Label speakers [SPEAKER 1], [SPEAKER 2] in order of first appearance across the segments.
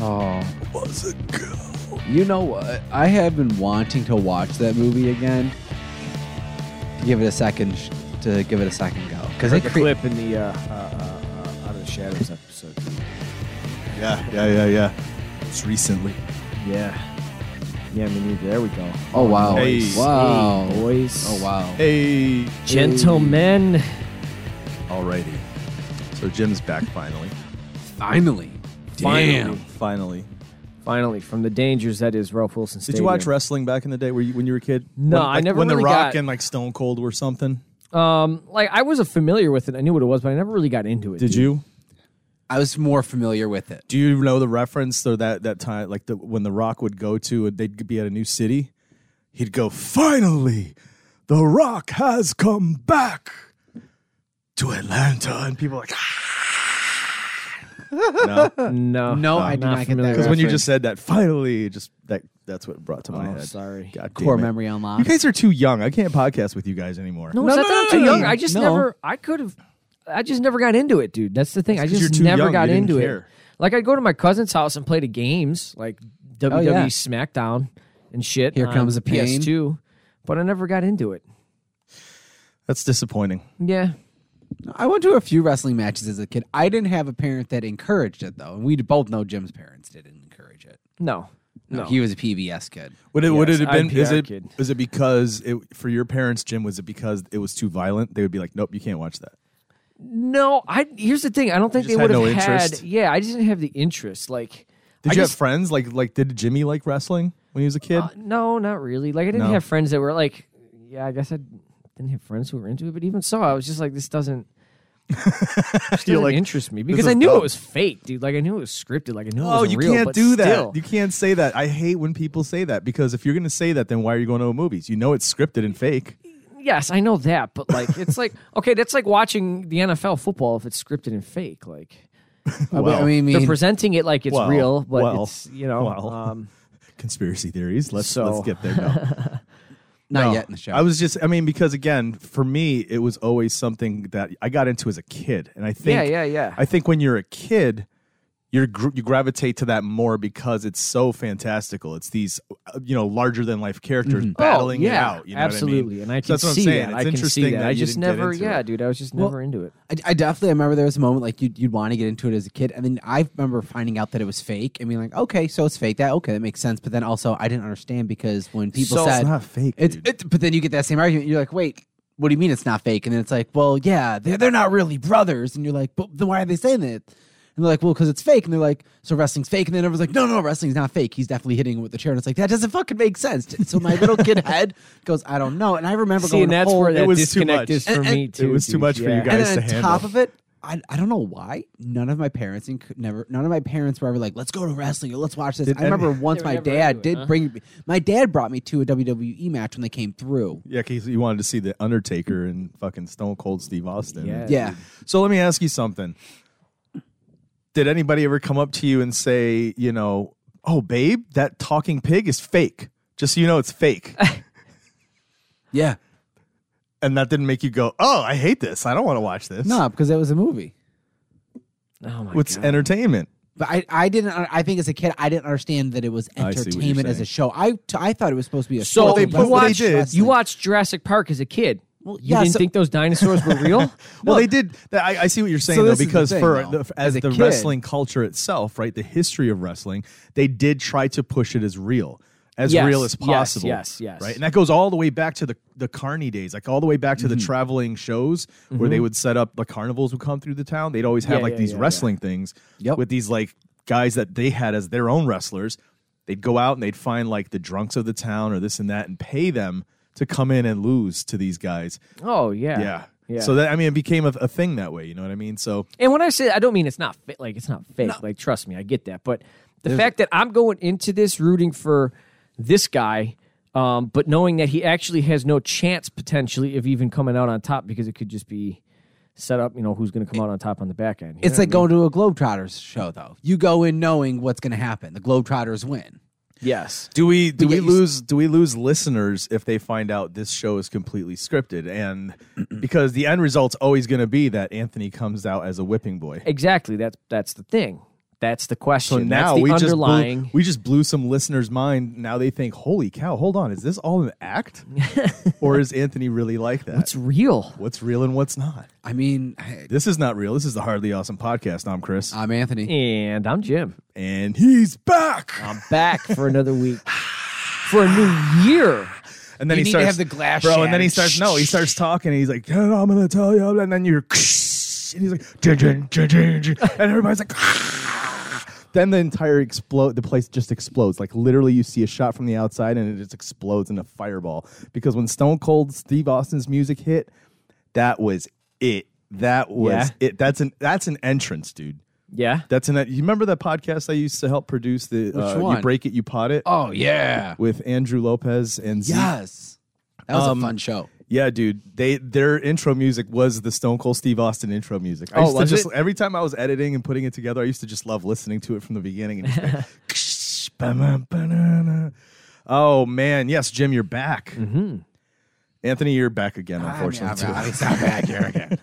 [SPEAKER 1] Oh. Was a girl. You know what? I have been wanting to watch that movie again. To give it a second, sh- to give it a second go. Because
[SPEAKER 2] Heard
[SPEAKER 1] it
[SPEAKER 2] the
[SPEAKER 1] cre-
[SPEAKER 2] clip in the uh, uh, uh, uh, Out of the Shadows episode.
[SPEAKER 3] Yeah, yeah, yeah, yeah. It's recently.
[SPEAKER 2] Yeah. Yeah, me neither. There we go.
[SPEAKER 1] Oh wow!
[SPEAKER 3] Hey.
[SPEAKER 1] Wow!
[SPEAKER 2] Hey, boys.
[SPEAKER 1] Oh wow!
[SPEAKER 3] Hey.
[SPEAKER 4] Gentlemen,
[SPEAKER 3] Alrighty. So Jim's back finally.
[SPEAKER 1] Finally!
[SPEAKER 2] Finally.
[SPEAKER 5] Finally.
[SPEAKER 2] Finally, from the dangers that is Ralph Wilson
[SPEAKER 5] Did
[SPEAKER 2] Stadium.
[SPEAKER 5] you watch wrestling back in the day? Were you when you were a kid?
[SPEAKER 2] No,
[SPEAKER 5] When,
[SPEAKER 2] I
[SPEAKER 5] like,
[SPEAKER 2] never
[SPEAKER 5] When
[SPEAKER 2] really
[SPEAKER 5] The Rock
[SPEAKER 2] got-
[SPEAKER 5] and like Stone Cold were something.
[SPEAKER 2] Um, like I was a familiar with it. I knew what it was, but I never really got into it.
[SPEAKER 5] Did
[SPEAKER 2] dude.
[SPEAKER 5] you?
[SPEAKER 1] I was more familiar with it.
[SPEAKER 5] Do you know the reference to that that time? Like the when The Rock would go to, they'd be at a new city. He'd go, finally, The Rock has come back to Atlanta, and people are like. "Ah." Because
[SPEAKER 2] No.
[SPEAKER 1] No, I do
[SPEAKER 2] Uh, not
[SPEAKER 1] not get
[SPEAKER 2] familiar
[SPEAKER 1] that.
[SPEAKER 2] with
[SPEAKER 5] when you
[SPEAKER 1] reference.
[SPEAKER 5] just said that, finally, just that that's what brought to my
[SPEAKER 2] Oh,
[SPEAKER 5] head.
[SPEAKER 2] sorry.
[SPEAKER 5] God damn
[SPEAKER 1] core
[SPEAKER 5] it.
[SPEAKER 1] memory
[SPEAKER 5] You
[SPEAKER 1] unlocked.
[SPEAKER 5] guys are too young. I can't podcast with you guys anymore.
[SPEAKER 2] No,
[SPEAKER 1] No,
[SPEAKER 2] it's not
[SPEAKER 1] no,
[SPEAKER 2] that
[SPEAKER 1] no,
[SPEAKER 2] I'm too
[SPEAKER 1] no.
[SPEAKER 2] young. I just
[SPEAKER 1] No.
[SPEAKER 2] never. I could have. I just never got into it, dude. That's the thing. I
[SPEAKER 5] 'cause you're
[SPEAKER 2] just
[SPEAKER 5] too
[SPEAKER 2] never
[SPEAKER 5] young.
[SPEAKER 2] got
[SPEAKER 5] You didn't
[SPEAKER 2] into it.
[SPEAKER 5] care.
[SPEAKER 2] Like I'd go to my cousin's house and play the games, like WWE
[SPEAKER 1] yeah.
[SPEAKER 2] SmackDown and shit. Um,
[SPEAKER 1] Here
[SPEAKER 2] on
[SPEAKER 1] comes the pain.
[SPEAKER 2] PS2, but I never got into it.
[SPEAKER 5] That's disappointing.
[SPEAKER 2] Yeah,
[SPEAKER 1] I went to a few wrestling matches as a kid. I didn't have a parent that encouraged it though, and we both know Jim's parents didn't encourage it.
[SPEAKER 2] no, no.
[SPEAKER 1] he was a PBS kid.
[SPEAKER 5] Would it would it
[SPEAKER 2] Yes,
[SPEAKER 5] have been
[SPEAKER 2] IPR
[SPEAKER 5] is it is
[SPEAKER 2] kid.
[SPEAKER 5] it because it for your parents, Jim, was it because it was too violent? They would be like, Nope, you can't watch that.
[SPEAKER 2] no. I here's the thing. I don't think
[SPEAKER 5] You just
[SPEAKER 2] they would
[SPEAKER 5] had
[SPEAKER 2] have
[SPEAKER 5] no
[SPEAKER 2] had.
[SPEAKER 5] interest?
[SPEAKER 2] Yeah, I just didn't have the interest. Like,
[SPEAKER 5] Did
[SPEAKER 2] I
[SPEAKER 5] you
[SPEAKER 2] just,
[SPEAKER 5] have friends? Like like did Jimmy like wrestling when he was a kid?
[SPEAKER 2] Uh, no, not really. Like I didn't
[SPEAKER 5] No?
[SPEAKER 2] have friends that were like, yeah, I guess I didn't have friends who were into it. But even so, I was just like, this doesn't. this
[SPEAKER 5] You're
[SPEAKER 2] doesn't
[SPEAKER 5] like,
[SPEAKER 2] interest me because
[SPEAKER 5] is
[SPEAKER 2] I knew
[SPEAKER 5] dumb.
[SPEAKER 2] it was fake, dude. Like I knew it was scripted. Like I knew it
[SPEAKER 5] oh,
[SPEAKER 2] was
[SPEAKER 5] you
[SPEAKER 2] real.
[SPEAKER 5] can't
[SPEAKER 2] but
[SPEAKER 5] do that.
[SPEAKER 2] still.
[SPEAKER 5] You can't say that. I hate when people say that because if you're gonna say that, then why are you going to movies? You know it's scripted and fake.
[SPEAKER 2] Yes, I know that, but like it's like okay, that's like watching the NFL football if it's scripted and fake. Like
[SPEAKER 1] I mean- I mean,
[SPEAKER 2] they're presenting it like it's
[SPEAKER 5] well,
[SPEAKER 2] real, but
[SPEAKER 5] well,
[SPEAKER 2] it's you know.
[SPEAKER 5] well.
[SPEAKER 2] Um,
[SPEAKER 5] Conspiracy theories. Let's
[SPEAKER 2] So-
[SPEAKER 5] let's get there now.
[SPEAKER 1] not
[SPEAKER 5] No,
[SPEAKER 1] yet in the show.
[SPEAKER 5] I was just I mean, because again, for me, it was always something that I got into as a kid. And I think
[SPEAKER 2] yeah, yeah, yeah.
[SPEAKER 5] I think when you're a kid, you're gr- you gravitate to that more because it's so fantastical. It's these uh, you know larger than life characters battling
[SPEAKER 2] oh, yeah,
[SPEAKER 5] it out. You know
[SPEAKER 2] absolutely,
[SPEAKER 5] what I mean?
[SPEAKER 2] and
[SPEAKER 5] So
[SPEAKER 2] I can
[SPEAKER 5] that's what I'm
[SPEAKER 2] see
[SPEAKER 5] saying.
[SPEAKER 2] that.
[SPEAKER 5] It's
[SPEAKER 2] I can
[SPEAKER 5] interesting
[SPEAKER 2] see that.
[SPEAKER 5] that
[SPEAKER 2] I
[SPEAKER 5] you
[SPEAKER 2] just
[SPEAKER 5] didn't get
[SPEAKER 2] never,
[SPEAKER 5] into
[SPEAKER 2] yeah,
[SPEAKER 5] it.
[SPEAKER 2] dude. I was just never into it.
[SPEAKER 1] I, I definitely remember there was a moment like you'd, you'd want to get into it as a kid, and then I remember finding out that it was fake and being like, okay, so it's fake. That okay, that makes sense. But then also, I didn't understand because when people
[SPEAKER 2] So-
[SPEAKER 1] said
[SPEAKER 5] it's not fake.
[SPEAKER 1] it's,
[SPEAKER 5] dude.
[SPEAKER 1] it, but then you get that same argument. You're like, wait, what do you mean it's not fake? And then it's like, well, yeah, they're they're not really brothers. And you're like, but then why are they saying that? And they're like, well, because it's fake. And they're like, so wrestling's fake. And then everyone's like, no, no, wrestling's not fake. He's definitely hitting him with the chair. And it's like, that doesn't fucking make sense. So my little kid head goes, I don't know. And I remember
[SPEAKER 2] See,
[SPEAKER 1] going,
[SPEAKER 2] and that's
[SPEAKER 1] "Oh,
[SPEAKER 2] where
[SPEAKER 1] it
[SPEAKER 2] that
[SPEAKER 5] was too much.
[SPEAKER 2] disconnect is for
[SPEAKER 1] And-
[SPEAKER 2] me
[SPEAKER 1] and-
[SPEAKER 2] too.
[SPEAKER 5] It was too
[SPEAKER 2] dude.
[SPEAKER 5] much for you
[SPEAKER 2] Yeah.
[SPEAKER 5] guys.
[SPEAKER 1] and
[SPEAKER 5] guys
[SPEAKER 1] then
[SPEAKER 5] to
[SPEAKER 1] on top of it, I, I don't know why none of my parents inc- never none of my parents were ever like let's go to wrestling or let's watch this. I
[SPEAKER 5] any-
[SPEAKER 1] remember once
[SPEAKER 2] were
[SPEAKER 1] my
[SPEAKER 2] never
[SPEAKER 1] dad
[SPEAKER 2] into it,
[SPEAKER 1] did
[SPEAKER 2] huh?
[SPEAKER 1] bring me, my dad brought me to a WWE match when they came through.
[SPEAKER 5] yeah, because you wanted to see the Undertaker and fucking Stone Cold Steve Austin.
[SPEAKER 2] Yeah.
[SPEAKER 1] Yeah,
[SPEAKER 5] So let me ask you something. Did anybody ever come up to you and say, you know, oh babe, that talking pig is fake? Just so you know, it's fake.
[SPEAKER 1] yeah,
[SPEAKER 5] and that didn't make you go, oh, I hate this. I don't want to watch this.
[SPEAKER 1] no, because it was a movie.
[SPEAKER 2] Oh my
[SPEAKER 5] It's
[SPEAKER 2] god.
[SPEAKER 5] entertainment.
[SPEAKER 1] But I, I didn't I think as a kid I didn't understand that it was
[SPEAKER 5] I see what you're
[SPEAKER 1] entertainment as
[SPEAKER 5] saying.
[SPEAKER 1] a show. I, t- I thought it was supposed to be a
[SPEAKER 2] So
[SPEAKER 1] show.
[SPEAKER 5] they-
[SPEAKER 1] but
[SPEAKER 5] but
[SPEAKER 1] it
[SPEAKER 5] what they
[SPEAKER 1] was
[SPEAKER 5] did-
[SPEAKER 1] wrestling.
[SPEAKER 2] You watched Jurassic Park as a kid.
[SPEAKER 1] Well,
[SPEAKER 2] you
[SPEAKER 1] yeah,
[SPEAKER 2] didn't
[SPEAKER 1] so-
[SPEAKER 2] think those dinosaurs were real?
[SPEAKER 5] Well, they did. that- I, I see what you're saying
[SPEAKER 1] So
[SPEAKER 5] though,
[SPEAKER 1] this is the
[SPEAKER 5] because
[SPEAKER 1] thing,
[SPEAKER 5] for
[SPEAKER 1] though.
[SPEAKER 5] the, as,
[SPEAKER 1] As a
[SPEAKER 5] the
[SPEAKER 1] kid-
[SPEAKER 5] wrestling culture itself, right, the history of wrestling, they did try to push it as real, as
[SPEAKER 2] Yes,
[SPEAKER 5] real as
[SPEAKER 2] yes,
[SPEAKER 5] possible.
[SPEAKER 2] yes, yes.
[SPEAKER 5] Right, and that goes all the way back to the the Carney days, like all the way back to
[SPEAKER 1] Mm-hmm.
[SPEAKER 5] the traveling shows where they would set up the carnivals would come through the town. They'd always have
[SPEAKER 2] Yeah,
[SPEAKER 5] like
[SPEAKER 2] yeah,
[SPEAKER 5] these
[SPEAKER 2] yeah,
[SPEAKER 5] wrestling things
[SPEAKER 1] Yep.
[SPEAKER 5] with these like guys that they had as their own wrestlers. they'd go out and they'd find like the drunks of the town or this and that and pay them to come in and lose to these guys.
[SPEAKER 2] Oh yeah.
[SPEAKER 5] Yeah.
[SPEAKER 2] Yeah.
[SPEAKER 5] So that I mean, it became a, a thing that way. You know what I mean? So
[SPEAKER 2] And when I say I don't mean it's not fa- like it's not fake. Like trust me, I get that. But the fact that I'm going into this rooting for this guy, um, but knowing that he actually has no chance potentially of even coming out on top because it could just be set up. You know who's going to come out on top on the back end. you
[SPEAKER 1] It's
[SPEAKER 2] know?
[SPEAKER 1] like going to a Globetrotters show, though. You go in knowing what's going to happen. The Globetrotters win.
[SPEAKER 2] yes,
[SPEAKER 5] do we do
[SPEAKER 1] But
[SPEAKER 5] we
[SPEAKER 1] yet you s-
[SPEAKER 5] lose do we lose listeners if they find out this show is completely scripted? And because the end result's always going to be that Anthony comes out as a whipping boy.
[SPEAKER 2] exactly. That's that's the thing. That's the
[SPEAKER 5] So
[SPEAKER 2] question.
[SPEAKER 5] now
[SPEAKER 2] that's the
[SPEAKER 5] we
[SPEAKER 2] underlying.
[SPEAKER 5] just blew, we just blew some listeners' mind. Now they think, "Holy cow! Hold on, is this all an act, or is Anthony really like that?
[SPEAKER 2] it's real.
[SPEAKER 5] what's real and what's not?
[SPEAKER 1] I mean, I-
[SPEAKER 5] This is not real. This is the hardly awesome podcast. I'm Chris,
[SPEAKER 2] Uh,
[SPEAKER 1] I'm Anthony.
[SPEAKER 2] And I'm Jim.
[SPEAKER 5] and he's back.
[SPEAKER 2] I'm back for another week. For a new year.
[SPEAKER 5] and then he
[SPEAKER 1] You need to
[SPEAKER 5] starts
[SPEAKER 1] have the glass
[SPEAKER 5] bro. And then he
[SPEAKER 1] shattered.
[SPEAKER 5] starts no, he starts talking. And he's like, "Yeah, "I'm gonna tell you," and then you're, and he's like, "Jin, jin, jin, jin, jin," and everybody's like. Then the entire explode, the place just explodes. Like literally, you see a shot from the outside, and it just explodes in a fireball. Because when Stone Cold Steve Austin's music hit, that was it. That was
[SPEAKER 2] Yeah.
[SPEAKER 5] it. That's an that's an entrance, dude.
[SPEAKER 2] Yeah.
[SPEAKER 5] That's an. You remember that podcast I used to help produce? The uh,
[SPEAKER 1] one?
[SPEAKER 5] you break it, you pot it
[SPEAKER 1] Oh, yeah.
[SPEAKER 5] with Andrew Lopez and Zeke
[SPEAKER 1] Yes. That was
[SPEAKER 5] Um,
[SPEAKER 1] a fun show.
[SPEAKER 5] yeah, dude. They their intro music was the Stone Cold Steve Austin intro music. I
[SPEAKER 2] Oh,
[SPEAKER 5] used to
[SPEAKER 2] was
[SPEAKER 5] just
[SPEAKER 2] it?
[SPEAKER 5] every time I was editing and putting it together, I used to just love listening to it from the beginning. And just like, ba-na, ba-na-na. oh man, yes, Jim, you're back. Anthony, you're back again. Unfortunately,
[SPEAKER 1] I mean,
[SPEAKER 5] too.
[SPEAKER 1] it's not back here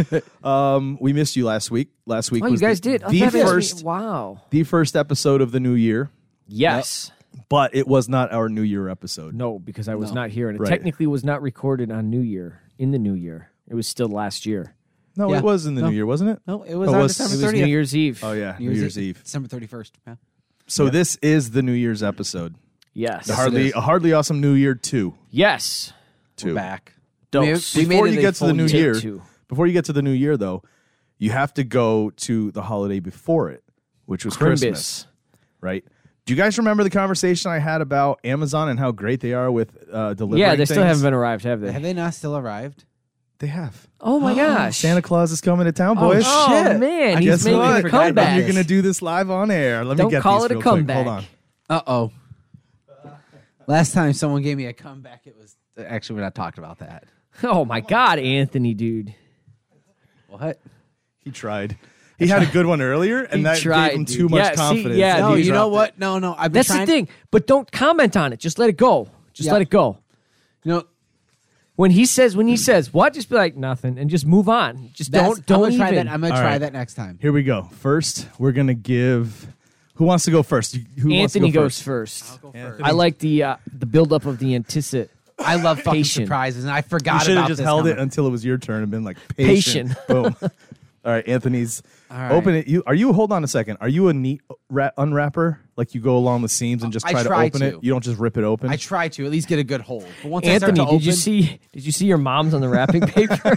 [SPEAKER 1] again.
[SPEAKER 5] um, we missed you last week. Last week,
[SPEAKER 2] Oh, you
[SPEAKER 5] was
[SPEAKER 2] guys
[SPEAKER 5] the,
[SPEAKER 2] did. Oh,
[SPEAKER 5] the
[SPEAKER 2] that is-
[SPEAKER 5] first
[SPEAKER 2] Wow.
[SPEAKER 5] the first episode of the new year,
[SPEAKER 2] Yes.
[SPEAKER 5] but it was not our new year episode.
[SPEAKER 2] No, because I was
[SPEAKER 1] No.
[SPEAKER 2] not here, and it
[SPEAKER 5] Right.
[SPEAKER 2] technically was not recorded on New Year in the New Year. It was still last year.
[SPEAKER 5] No,
[SPEAKER 1] Yeah.
[SPEAKER 5] it was in the
[SPEAKER 1] No.
[SPEAKER 5] new year, wasn't it?
[SPEAKER 1] No, it was
[SPEAKER 5] Oh,
[SPEAKER 1] on
[SPEAKER 5] was-
[SPEAKER 2] It
[SPEAKER 1] December
[SPEAKER 2] was
[SPEAKER 1] 30th.
[SPEAKER 2] New Year's Eve.
[SPEAKER 5] Oh yeah, New Year's Eve.
[SPEAKER 1] December 31st. Yeah.
[SPEAKER 5] So this is the new year's episode.
[SPEAKER 2] Yes.
[SPEAKER 5] The hardly
[SPEAKER 1] is.
[SPEAKER 5] a hardly awesome New Year two.
[SPEAKER 2] yes.
[SPEAKER 5] Two.
[SPEAKER 1] Back.
[SPEAKER 2] Dose.
[SPEAKER 1] we made
[SPEAKER 5] Before
[SPEAKER 1] it
[SPEAKER 5] you
[SPEAKER 1] a
[SPEAKER 5] get to the
[SPEAKER 1] full
[SPEAKER 5] new
[SPEAKER 2] year.
[SPEAKER 5] year,
[SPEAKER 2] Take two.
[SPEAKER 5] before you get to the new year though, you have to go to the holiday before it, which was
[SPEAKER 2] Crimbus.
[SPEAKER 5] Christmas, right? Do you guys remember the conversation I had about Amazon and how great they are with uh, delivering?
[SPEAKER 2] Yeah, they still
[SPEAKER 5] things?
[SPEAKER 2] haven't been arrived, have they?
[SPEAKER 1] Have they not still arrived?
[SPEAKER 5] They have.
[SPEAKER 2] Oh my gosh.
[SPEAKER 5] Santa Claus is coming to town, boys.
[SPEAKER 2] oh, shit. man, he's
[SPEAKER 5] Guess
[SPEAKER 2] making
[SPEAKER 5] what?
[SPEAKER 2] a comeback.
[SPEAKER 5] You're gonna do this live on air. Let
[SPEAKER 2] Don't
[SPEAKER 5] me get
[SPEAKER 2] call
[SPEAKER 5] these
[SPEAKER 2] it a
[SPEAKER 5] real quick.
[SPEAKER 2] comeback.
[SPEAKER 5] Hold on.
[SPEAKER 1] Uh oh. Last time someone gave me a comeback, it was actually we're not talking about that.
[SPEAKER 2] oh my God, Anthony, dude.
[SPEAKER 1] What?
[SPEAKER 5] He tried. He had a good one earlier, and that
[SPEAKER 2] tried,
[SPEAKER 5] gave him
[SPEAKER 2] dude.
[SPEAKER 5] too much
[SPEAKER 2] Yeah, see,
[SPEAKER 5] confidence.
[SPEAKER 2] yeah,
[SPEAKER 5] and
[SPEAKER 2] No,
[SPEAKER 1] No,
[SPEAKER 5] he
[SPEAKER 1] you know
[SPEAKER 5] dropped it.
[SPEAKER 1] what? No, no. I've been
[SPEAKER 2] That's
[SPEAKER 1] trying,
[SPEAKER 2] the thing. But don't comment on it. Just let it go. Just
[SPEAKER 1] Yeah.
[SPEAKER 2] let it go.
[SPEAKER 1] You know,
[SPEAKER 2] When he says, when he says, what? Just be like nothing, and just move on. Just
[SPEAKER 1] that's-
[SPEAKER 2] don't, don't
[SPEAKER 1] I'm gonna try
[SPEAKER 2] even.
[SPEAKER 1] that. I'm gonna
[SPEAKER 5] All
[SPEAKER 1] try
[SPEAKER 5] right.
[SPEAKER 1] that next time.
[SPEAKER 5] Here we go. First, we're gonna give. Who wants to go first? You- Who wants to
[SPEAKER 2] Anthony
[SPEAKER 5] go
[SPEAKER 2] goes
[SPEAKER 5] first?
[SPEAKER 2] 1st
[SPEAKER 5] Anthony.
[SPEAKER 2] I like the uh, the buildup of the anticipate.
[SPEAKER 1] I love fucking
[SPEAKER 2] Patient.
[SPEAKER 1] surprises, and I
[SPEAKER 5] You
[SPEAKER 1] forgot
[SPEAKER 5] should have
[SPEAKER 1] about
[SPEAKER 5] just
[SPEAKER 1] this
[SPEAKER 5] held it
[SPEAKER 1] number.
[SPEAKER 5] until it was your turn and been like patient. Boom. All right, Anthony's
[SPEAKER 1] right.
[SPEAKER 5] open it. You are you? Hold on a second. Are you a neat ra- unwrapper? Like you go along the seams and just
[SPEAKER 1] I
[SPEAKER 5] try to
[SPEAKER 1] try
[SPEAKER 5] open
[SPEAKER 1] to.
[SPEAKER 5] it. You don't just rip it open.
[SPEAKER 1] I try to at least get a good hold. But once I start
[SPEAKER 2] Anthony,
[SPEAKER 1] to
[SPEAKER 2] did
[SPEAKER 1] open,
[SPEAKER 2] you see? Did you see your mom's on the wrapping paper?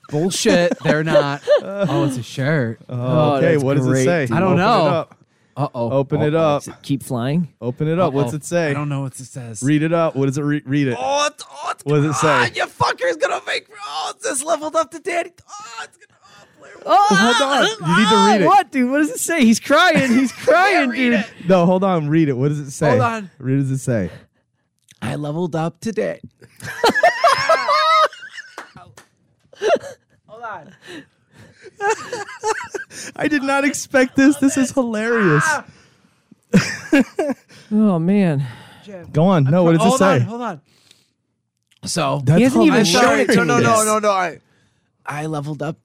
[SPEAKER 1] bullshit, they're not. oh, it's a shirt.
[SPEAKER 5] Uh,
[SPEAKER 2] Oh,
[SPEAKER 5] okay,
[SPEAKER 2] that's
[SPEAKER 5] what does
[SPEAKER 2] great,
[SPEAKER 5] it say?
[SPEAKER 2] dude.
[SPEAKER 1] I don't
[SPEAKER 5] Open it
[SPEAKER 1] know.
[SPEAKER 5] up.
[SPEAKER 1] Uh oh.
[SPEAKER 5] Open it up.
[SPEAKER 2] Keep flying.
[SPEAKER 5] Open it up. What's it say?
[SPEAKER 1] I don't know what this says.
[SPEAKER 5] Read it up. What does it re- read it?
[SPEAKER 1] Oh, it's, oh, it's
[SPEAKER 5] What does it say?
[SPEAKER 1] Ah, you fucker's gonna make. Oh, it's just leveled up to daddy. Oh, it's gonna. Oh, Blair Witch.
[SPEAKER 5] Hold on. You need to read it.
[SPEAKER 2] Ah, What, dude? What does it say? He's crying. He's crying, dude.
[SPEAKER 5] No, hold on. Read it. What does it say?
[SPEAKER 1] Hold on.
[SPEAKER 5] What does it say?
[SPEAKER 1] I leveled up today.
[SPEAKER 5] I did not expect this. This is
[SPEAKER 1] Ah.
[SPEAKER 5] hilarious.
[SPEAKER 2] Oh man,
[SPEAKER 5] Go on. No, what does it
[SPEAKER 1] hold
[SPEAKER 5] say?
[SPEAKER 1] on, hold on. So
[SPEAKER 2] he hasn't even
[SPEAKER 1] I'm
[SPEAKER 2] shown
[SPEAKER 1] sorry.
[SPEAKER 2] it to
[SPEAKER 1] No, no,
[SPEAKER 2] me.
[SPEAKER 1] no, no, no. I, I leveled up.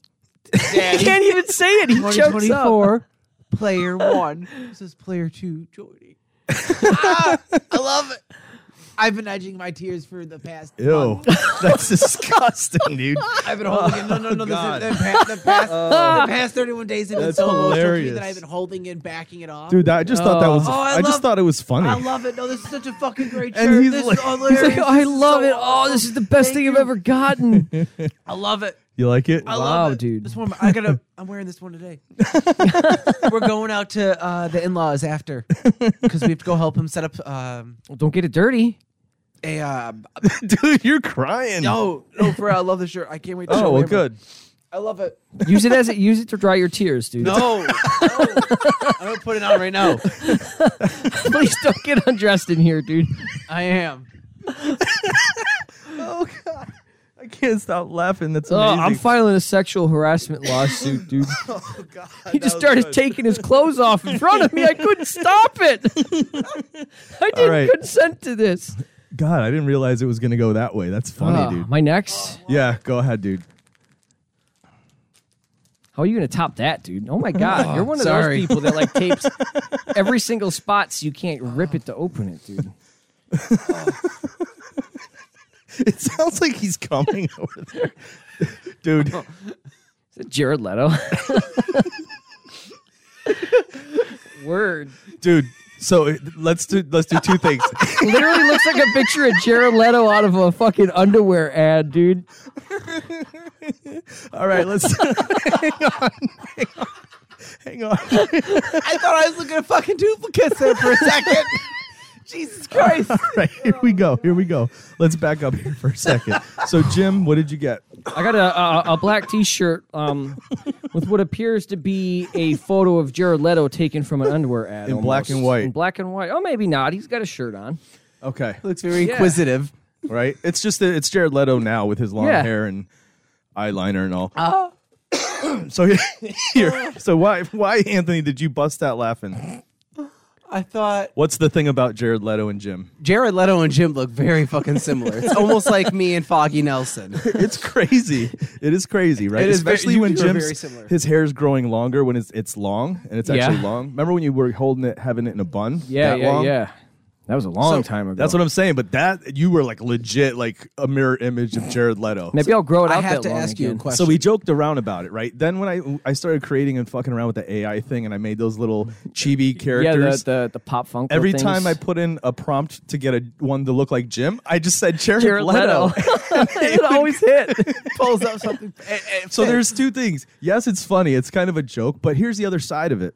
[SPEAKER 2] He
[SPEAKER 1] Daddy,
[SPEAKER 2] can't even say it. He chokes up.
[SPEAKER 1] 2024, player one. This is player two, Jordy. Ah, I love it. I've been edging my tears for the past.
[SPEAKER 5] Ew.
[SPEAKER 1] month.
[SPEAKER 5] That's disgusting, dude.
[SPEAKER 1] I've been holding it. No, no, no. This
[SPEAKER 5] God.
[SPEAKER 1] is, the, past, the, past, the past 31 days have been
[SPEAKER 5] That's
[SPEAKER 1] so emotional to me
[SPEAKER 5] hilarious.
[SPEAKER 1] that I've been holding it, backing it off.
[SPEAKER 5] Dude, that- I just thought that was
[SPEAKER 1] Oh, I
[SPEAKER 5] I, just
[SPEAKER 1] love-
[SPEAKER 5] thought it was funny.
[SPEAKER 1] I love it. No, this is such a fucking great
[SPEAKER 5] And
[SPEAKER 1] shirt.
[SPEAKER 5] he's
[SPEAKER 1] This
[SPEAKER 5] like-
[SPEAKER 1] is
[SPEAKER 5] he's like,
[SPEAKER 1] hilarious.
[SPEAKER 2] He's like,
[SPEAKER 1] This
[SPEAKER 2] I
[SPEAKER 1] is
[SPEAKER 2] love
[SPEAKER 1] so
[SPEAKER 2] it. Oh,
[SPEAKER 1] awesome.
[SPEAKER 2] this is the best
[SPEAKER 1] Thank
[SPEAKER 2] thing I've
[SPEAKER 1] you.
[SPEAKER 2] ever gotten.
[SPEAKER 1] I love it.
[SPEAKER 5] You like it?
[SPEAKER 2] love Wow,
[SPEAKER 1] it.
[SPEAKER 2] dude.
[SPEAKER 1] This one, I gotta. I'm wearing this one today. We're going out to uh, the in-laws after because we have to go help him set up um,
[SPEAKER 2] Well, don't get it dirty.
[SPEAKER 1] a. Uh,
[SPEAKER 5] Dude, you're crying.
[SPEAKER 1] no, no, for real, I love this shirt. I can't wait. to
[SPEAKER 5] Oh,
[SPEAKER 1] show
[SPEAKER 5] well,
[SPEAKER 1] him.
[SPEAKER 5] good.
[SPEAKER 1] I love it.
[SPEAKER 2] Use it as it. Use it to dry your tears, dude.
[SPEAKER 1] No, no. I'm gonna put it on right now.
[SPEAKER 2] Please don't get undressed in here, dude.
[SPEAKER 1] I am.
[SPEAKER 5] Oh, God. I can't stop laughing. That's
[SPEAKER 2] Oh,
[SPEAKER 5] amazing.
[SPEAKER 2] I'm filing a sexual harassment lawsuit, dude.
[SPEAKER 5] Oh, God.
[SPEAKER 2] He just started taking his clothes off in front of me. I couldn't stop it. I didn't
[SPEAKER 5] right.
[SPEAKER 2] consent to this.
[SPEAKER 5] God, I didn't realize it was going to go that way. That's funny,
[SPEAKER 2] Ah,
[SPEAKER 5] dude.
[SPEAKER 2] My next.
[SPEAKER 5] Yeah, go ahead, dude.
[SPEAKER 2] How are you gonna top that, dude? Oh my god, you're one of
[SPEAKER 1] sorry.
[SPEAKER 2] those people that like tapes every single spot so you can't rip it to open it, dude.
[SPEAKER 5] It sounds like he's coming over there. Dude,
[SPEAKER 2] Is it Jared Leto? Word.
[SPEAKER 5] dude. So uh, let's do let's do two things.
[SPEAKER 2] Literally looks like a picture of Jared Leto out of a fucking underwear ad, dude.
[SPEAKER 5] All right, let's hang on. Hang on. Hang on.
[SPEAKER 1] I thought I was looking at fucking duplicates there for a second. Jesus Christ.
[SPEAKER 5] All right, here we go. Here we go. Let's back up here for a second. So, Jim, what did you get?
[SPEAKER 2] I got a a, a black T-shirt um, with what appears to be a photo of Jared Leto taken from an underwear ad
[SPEAKER 5] In black
[SPEAKER 2] almost.
[SPEAKER 5] and white.
[SPEAKER 2] In black and white. Oh, maybe not. He's got a shirt on.
[SPEAKER 5] Okay.
[SPEAKER 1] Looks very
[SPEAKER 2] Yeah.
[SPEAKER 1] inquisitive.
[SPEAKER 5] Right? It's just that it's Jared Leto now with his long
[SPEAKER 2] Yeah.
[SPEAKER 5] hair and eyeliner and all.
[SPEAKER 1] Uh.
[SPEAKER 5] so here, so why why Anthony did you bust out laughing?
[SPEAKER 1] I thought
[SPEAKER 5] What's the thing about Jared Leto and Jim?
[SPEAKER 1] Jared Leto and Jim look very fucking similar. It's almost like me and Foggy Nelson.
[SPEAKER 5] It's crazy. It is crazy, right?
[SPEAKER 1] It is very-
[SPEAKER 5] Especially
[SPEAKER 1] you
[SPEAKER 5] when
[SPEAKER 1] two are
[SPEAKER 5] Jim's
[SPEAKER 1] very similar.
[SPEAKER 5] his hair's growing longer when it's it's long and it's actually
[SPEAKER 2] Yeah.
[SPEAKER 5] long. Remember when you were holding it, having it in a bun?
[SPEAKER 2] Yeah,
[SPEAKER 5] that
[SPEAKER 2] yeah,
[SPEAKER 5] long?
[SPEAKER 2] yeah. That was a long time ago.
[SPEAKER 5] That's what I'm saying. But that you were like legit, like a mirror image of Jared Leto.
[SPEAKER 2] Maybe I'll grow it out.
[SPEAKER 1] I have
[SPEAKER 2] that
[SPEAKER 1] to
[SPEAKER 2] long
[SPEAKER 1] ask you a
[SPEAKER 2] again.
[SPEAKER 1] question.
[SPEAKER 5] So we joked around about it, right? Then when I I started creating and fucking around with the AI thing, and I made those little chibi
[SPEAKER 2] Yeah, the,
[SPEAKER 5] characters.
[SPEAKER 2] the, the pop funk.
[SPEAKER 5] Every
[SPEAKER 2] things.
[SPEAKER 5] time I put in a prompt to get a one to look like Jim, I just said Jared,
[SPEAKER 2] Jared Leto, it always hit.
[SPEAKER 1] pulls up something.
[SPEAKER 2] Eh,
[SPEAKER 5] so there's two things. Yes, it's funny. It's kind of a joke, but here's the other side of it.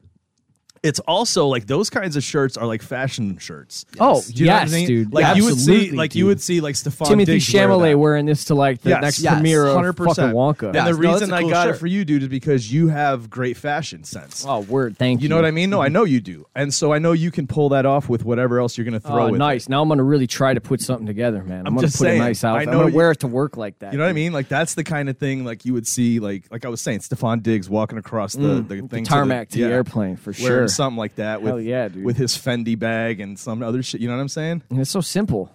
[SPEAKER 5] It's also like those kinds of shirts are like fashion shirts.
[SPEAKER 2] Oh
[SPEAKER 5] Do you know what I
[SPEAKER 2] yes,
[SPEAKER 5] mean?
[SPEAKER 2] dude.
[SPEAKER 5] Like you would see,
[SPEAKER 2] Absolutely,
[SPEAKER 5] like
[SPEAKER 2] dude.
[SPEAKER 5] you would see, like Stefan
[SPEAKER 2] Timothy
[SPEAKER 5] Diggs wear
[SPEAKER 2] Chalamet
[SPEAKER 5] that.
[SPEAKER 2] wearing this to like the
[SPEAKER 5] Yes,
[SPEAKER 2] next
[SPEAKER 1] yes,
[SPEAKER 2] premiere of fucking Wonka.
[SPEAKER 5] And the
[SPEAKER 1] Yes, no, that's
[SPEAKER 5] reason
[SPEAKER 1] a
[SPEAKER 5] I
[SPEAKER 1] cool
[SPEAKER 5] got it
[SPEAKER 1] shirt.
[SPEAKER 5] for you, dude, is because you have great fashion sense.
[SPEAKER 2] Oh word, thank you.
[SPEAKER 5] You know what I mean?
[SPEAKER 2] Mm-hmm.
[SPEAKER 5] No, I know you do, and so I know you can pull that off with whatever else you're going to throw.
[SPEAKER 2] Oh,
[SPEAKER 5] with
[SPEAKER 2] nice.
[SPEAKER 5] it.
[SPEAKER 2] Now I'm gonna really try to put something together, man. I'm, gonna
[SPEAKER 5] just
[SPEAKER 2] put
[SPEAKER 5] saying,
[SPEAKER 2] a nice
[SPEAKER 5] I
[SPEAKER 2] outfit. I'm
[SPEAKER 5] know
[SPEAKER 2] gonna
[SPEAKER 5] you-
[SPEAKER 2] wear it to work like that.
[SPEAKER 5] You know what I mean? Like that's the kind of thing like you would see, like like I was saying, Stefan Diggs walking across the the
[SPEAKER 2] Mm, The
[SPEAKER 5] thing
[SPEAKER 2] tarmac to the,
[SPEAKER 5] yeah,
[SPEAKER 2] airplane for
[SPEAKER 5] wearing
[SPEAKER 2] sure.
[SPEAKER 5] something like that
[SPEAKER 2] Hell
[SPEAKER 5] with
[SPEAKER 2] yeah, dude.
[SPEAKER 5] with his Fendi bag and some other shit. You know what I'm saying?
[SPEAKER 2] And it's so simple.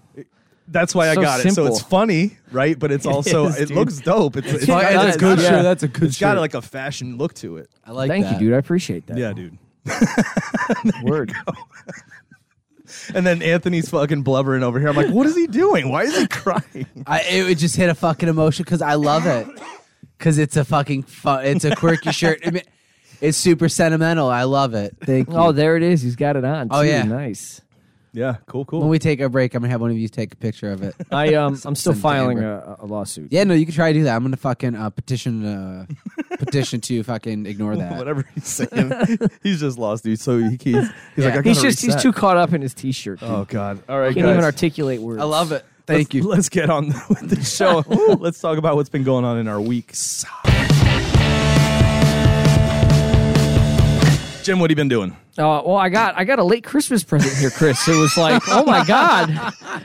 [SPEAKER 5] That's why I
[SPEAKER 2] So
[SPEAKER 5] got it. So it's
[SPEAKER 2] simple.
[SPEAKER 5] funny, right? But it's also
[SPEAKER 2] is,
[SPEAKER 5] it
[SPEAKER 2] dude.
[SPEAKER 5] looks dope. It's, it's
[SPEAKER 1] Fuck,
[SPEAKER 5] got that-
[SPEAKER 1] that's a good
[SPEAKER 2] Yeah.
[SPEAKER 1] shirt. That's a good
[SPEAKER 5] It's got
[SPEAKER 1] shirt.
[SPEAKER 5] like a fashion look to it.
[SPEAKER 1] I like
[SPEAKER 2] Thank
[SPEAKER 1] that.
[SPEAKER 2] you, dude. I appreciate that.
[SPEAKER 5] Yeah, dude.
[SPEAKER 2] Word.
[SPEAKER 5] And then Anthony's fucking blubbering over here. I'm like, what is he doing? Why is he crying?
[SPEAKER 1] I, it would just hit a fucking emotion because I love it. Because it's a fucking fun. It's a quirky shirt. I mean, it's super sentimental. I love it. Thank you.
[SPEAKER 2] Oh, there it is. He's got it on.
[SPEAKER 1] Oh,
[SPEAKER 2] too.
[SPEAKER 1] yeah.
[SPEAKER 2] Nice.
[SPEAKER 5] Yeah, cool,
[SPEAKER 1] when
[SPEAKER 5] cool.
[SPEAKER 1] we take a break, I'm gonna have one of you take a picture of it.
[SPEAKER 2] I um, I'm still
[SPEAKER 1] Send to
[SPEAKER 2] filing
[SPEAKER 1] Amber.
[SPEAKER 2] a, a lawsuit.
[SPEAKER 1] Yeah, no, you can try to do that. I'm gonna fucking uh, petition uh, petition to fucking ignore that.
[SPEAKER 5] Whatever he's saying, he's just lost, dude. So he, he's, he's like, I
[SPEAKER 2] He's
[SPEAKER 5] gotta
[SPEAKER 2] just he's
[SPEAKER 5] reset.
[SPEAKER 2] too caught up in his t-shirt. dude.
[SPEAKER 5] Oh God! All right,
[SPEAKER 2] Can't
[SPEAKER 5] guys.
[SPEAKER 2] even articulate words.
[SPEAKER 1] I love it.
[SPEAKER 5] Let's-
[SPEAKER 1] Thank you.
[SPEAKER 5] Let's get on with the show. let's talk about what's been going on in our weeks. Jim, what have you been doing?
[SPEAKER 2] Uh, well, I got I got a late Christmas present here, Chris. It was like, oh my god.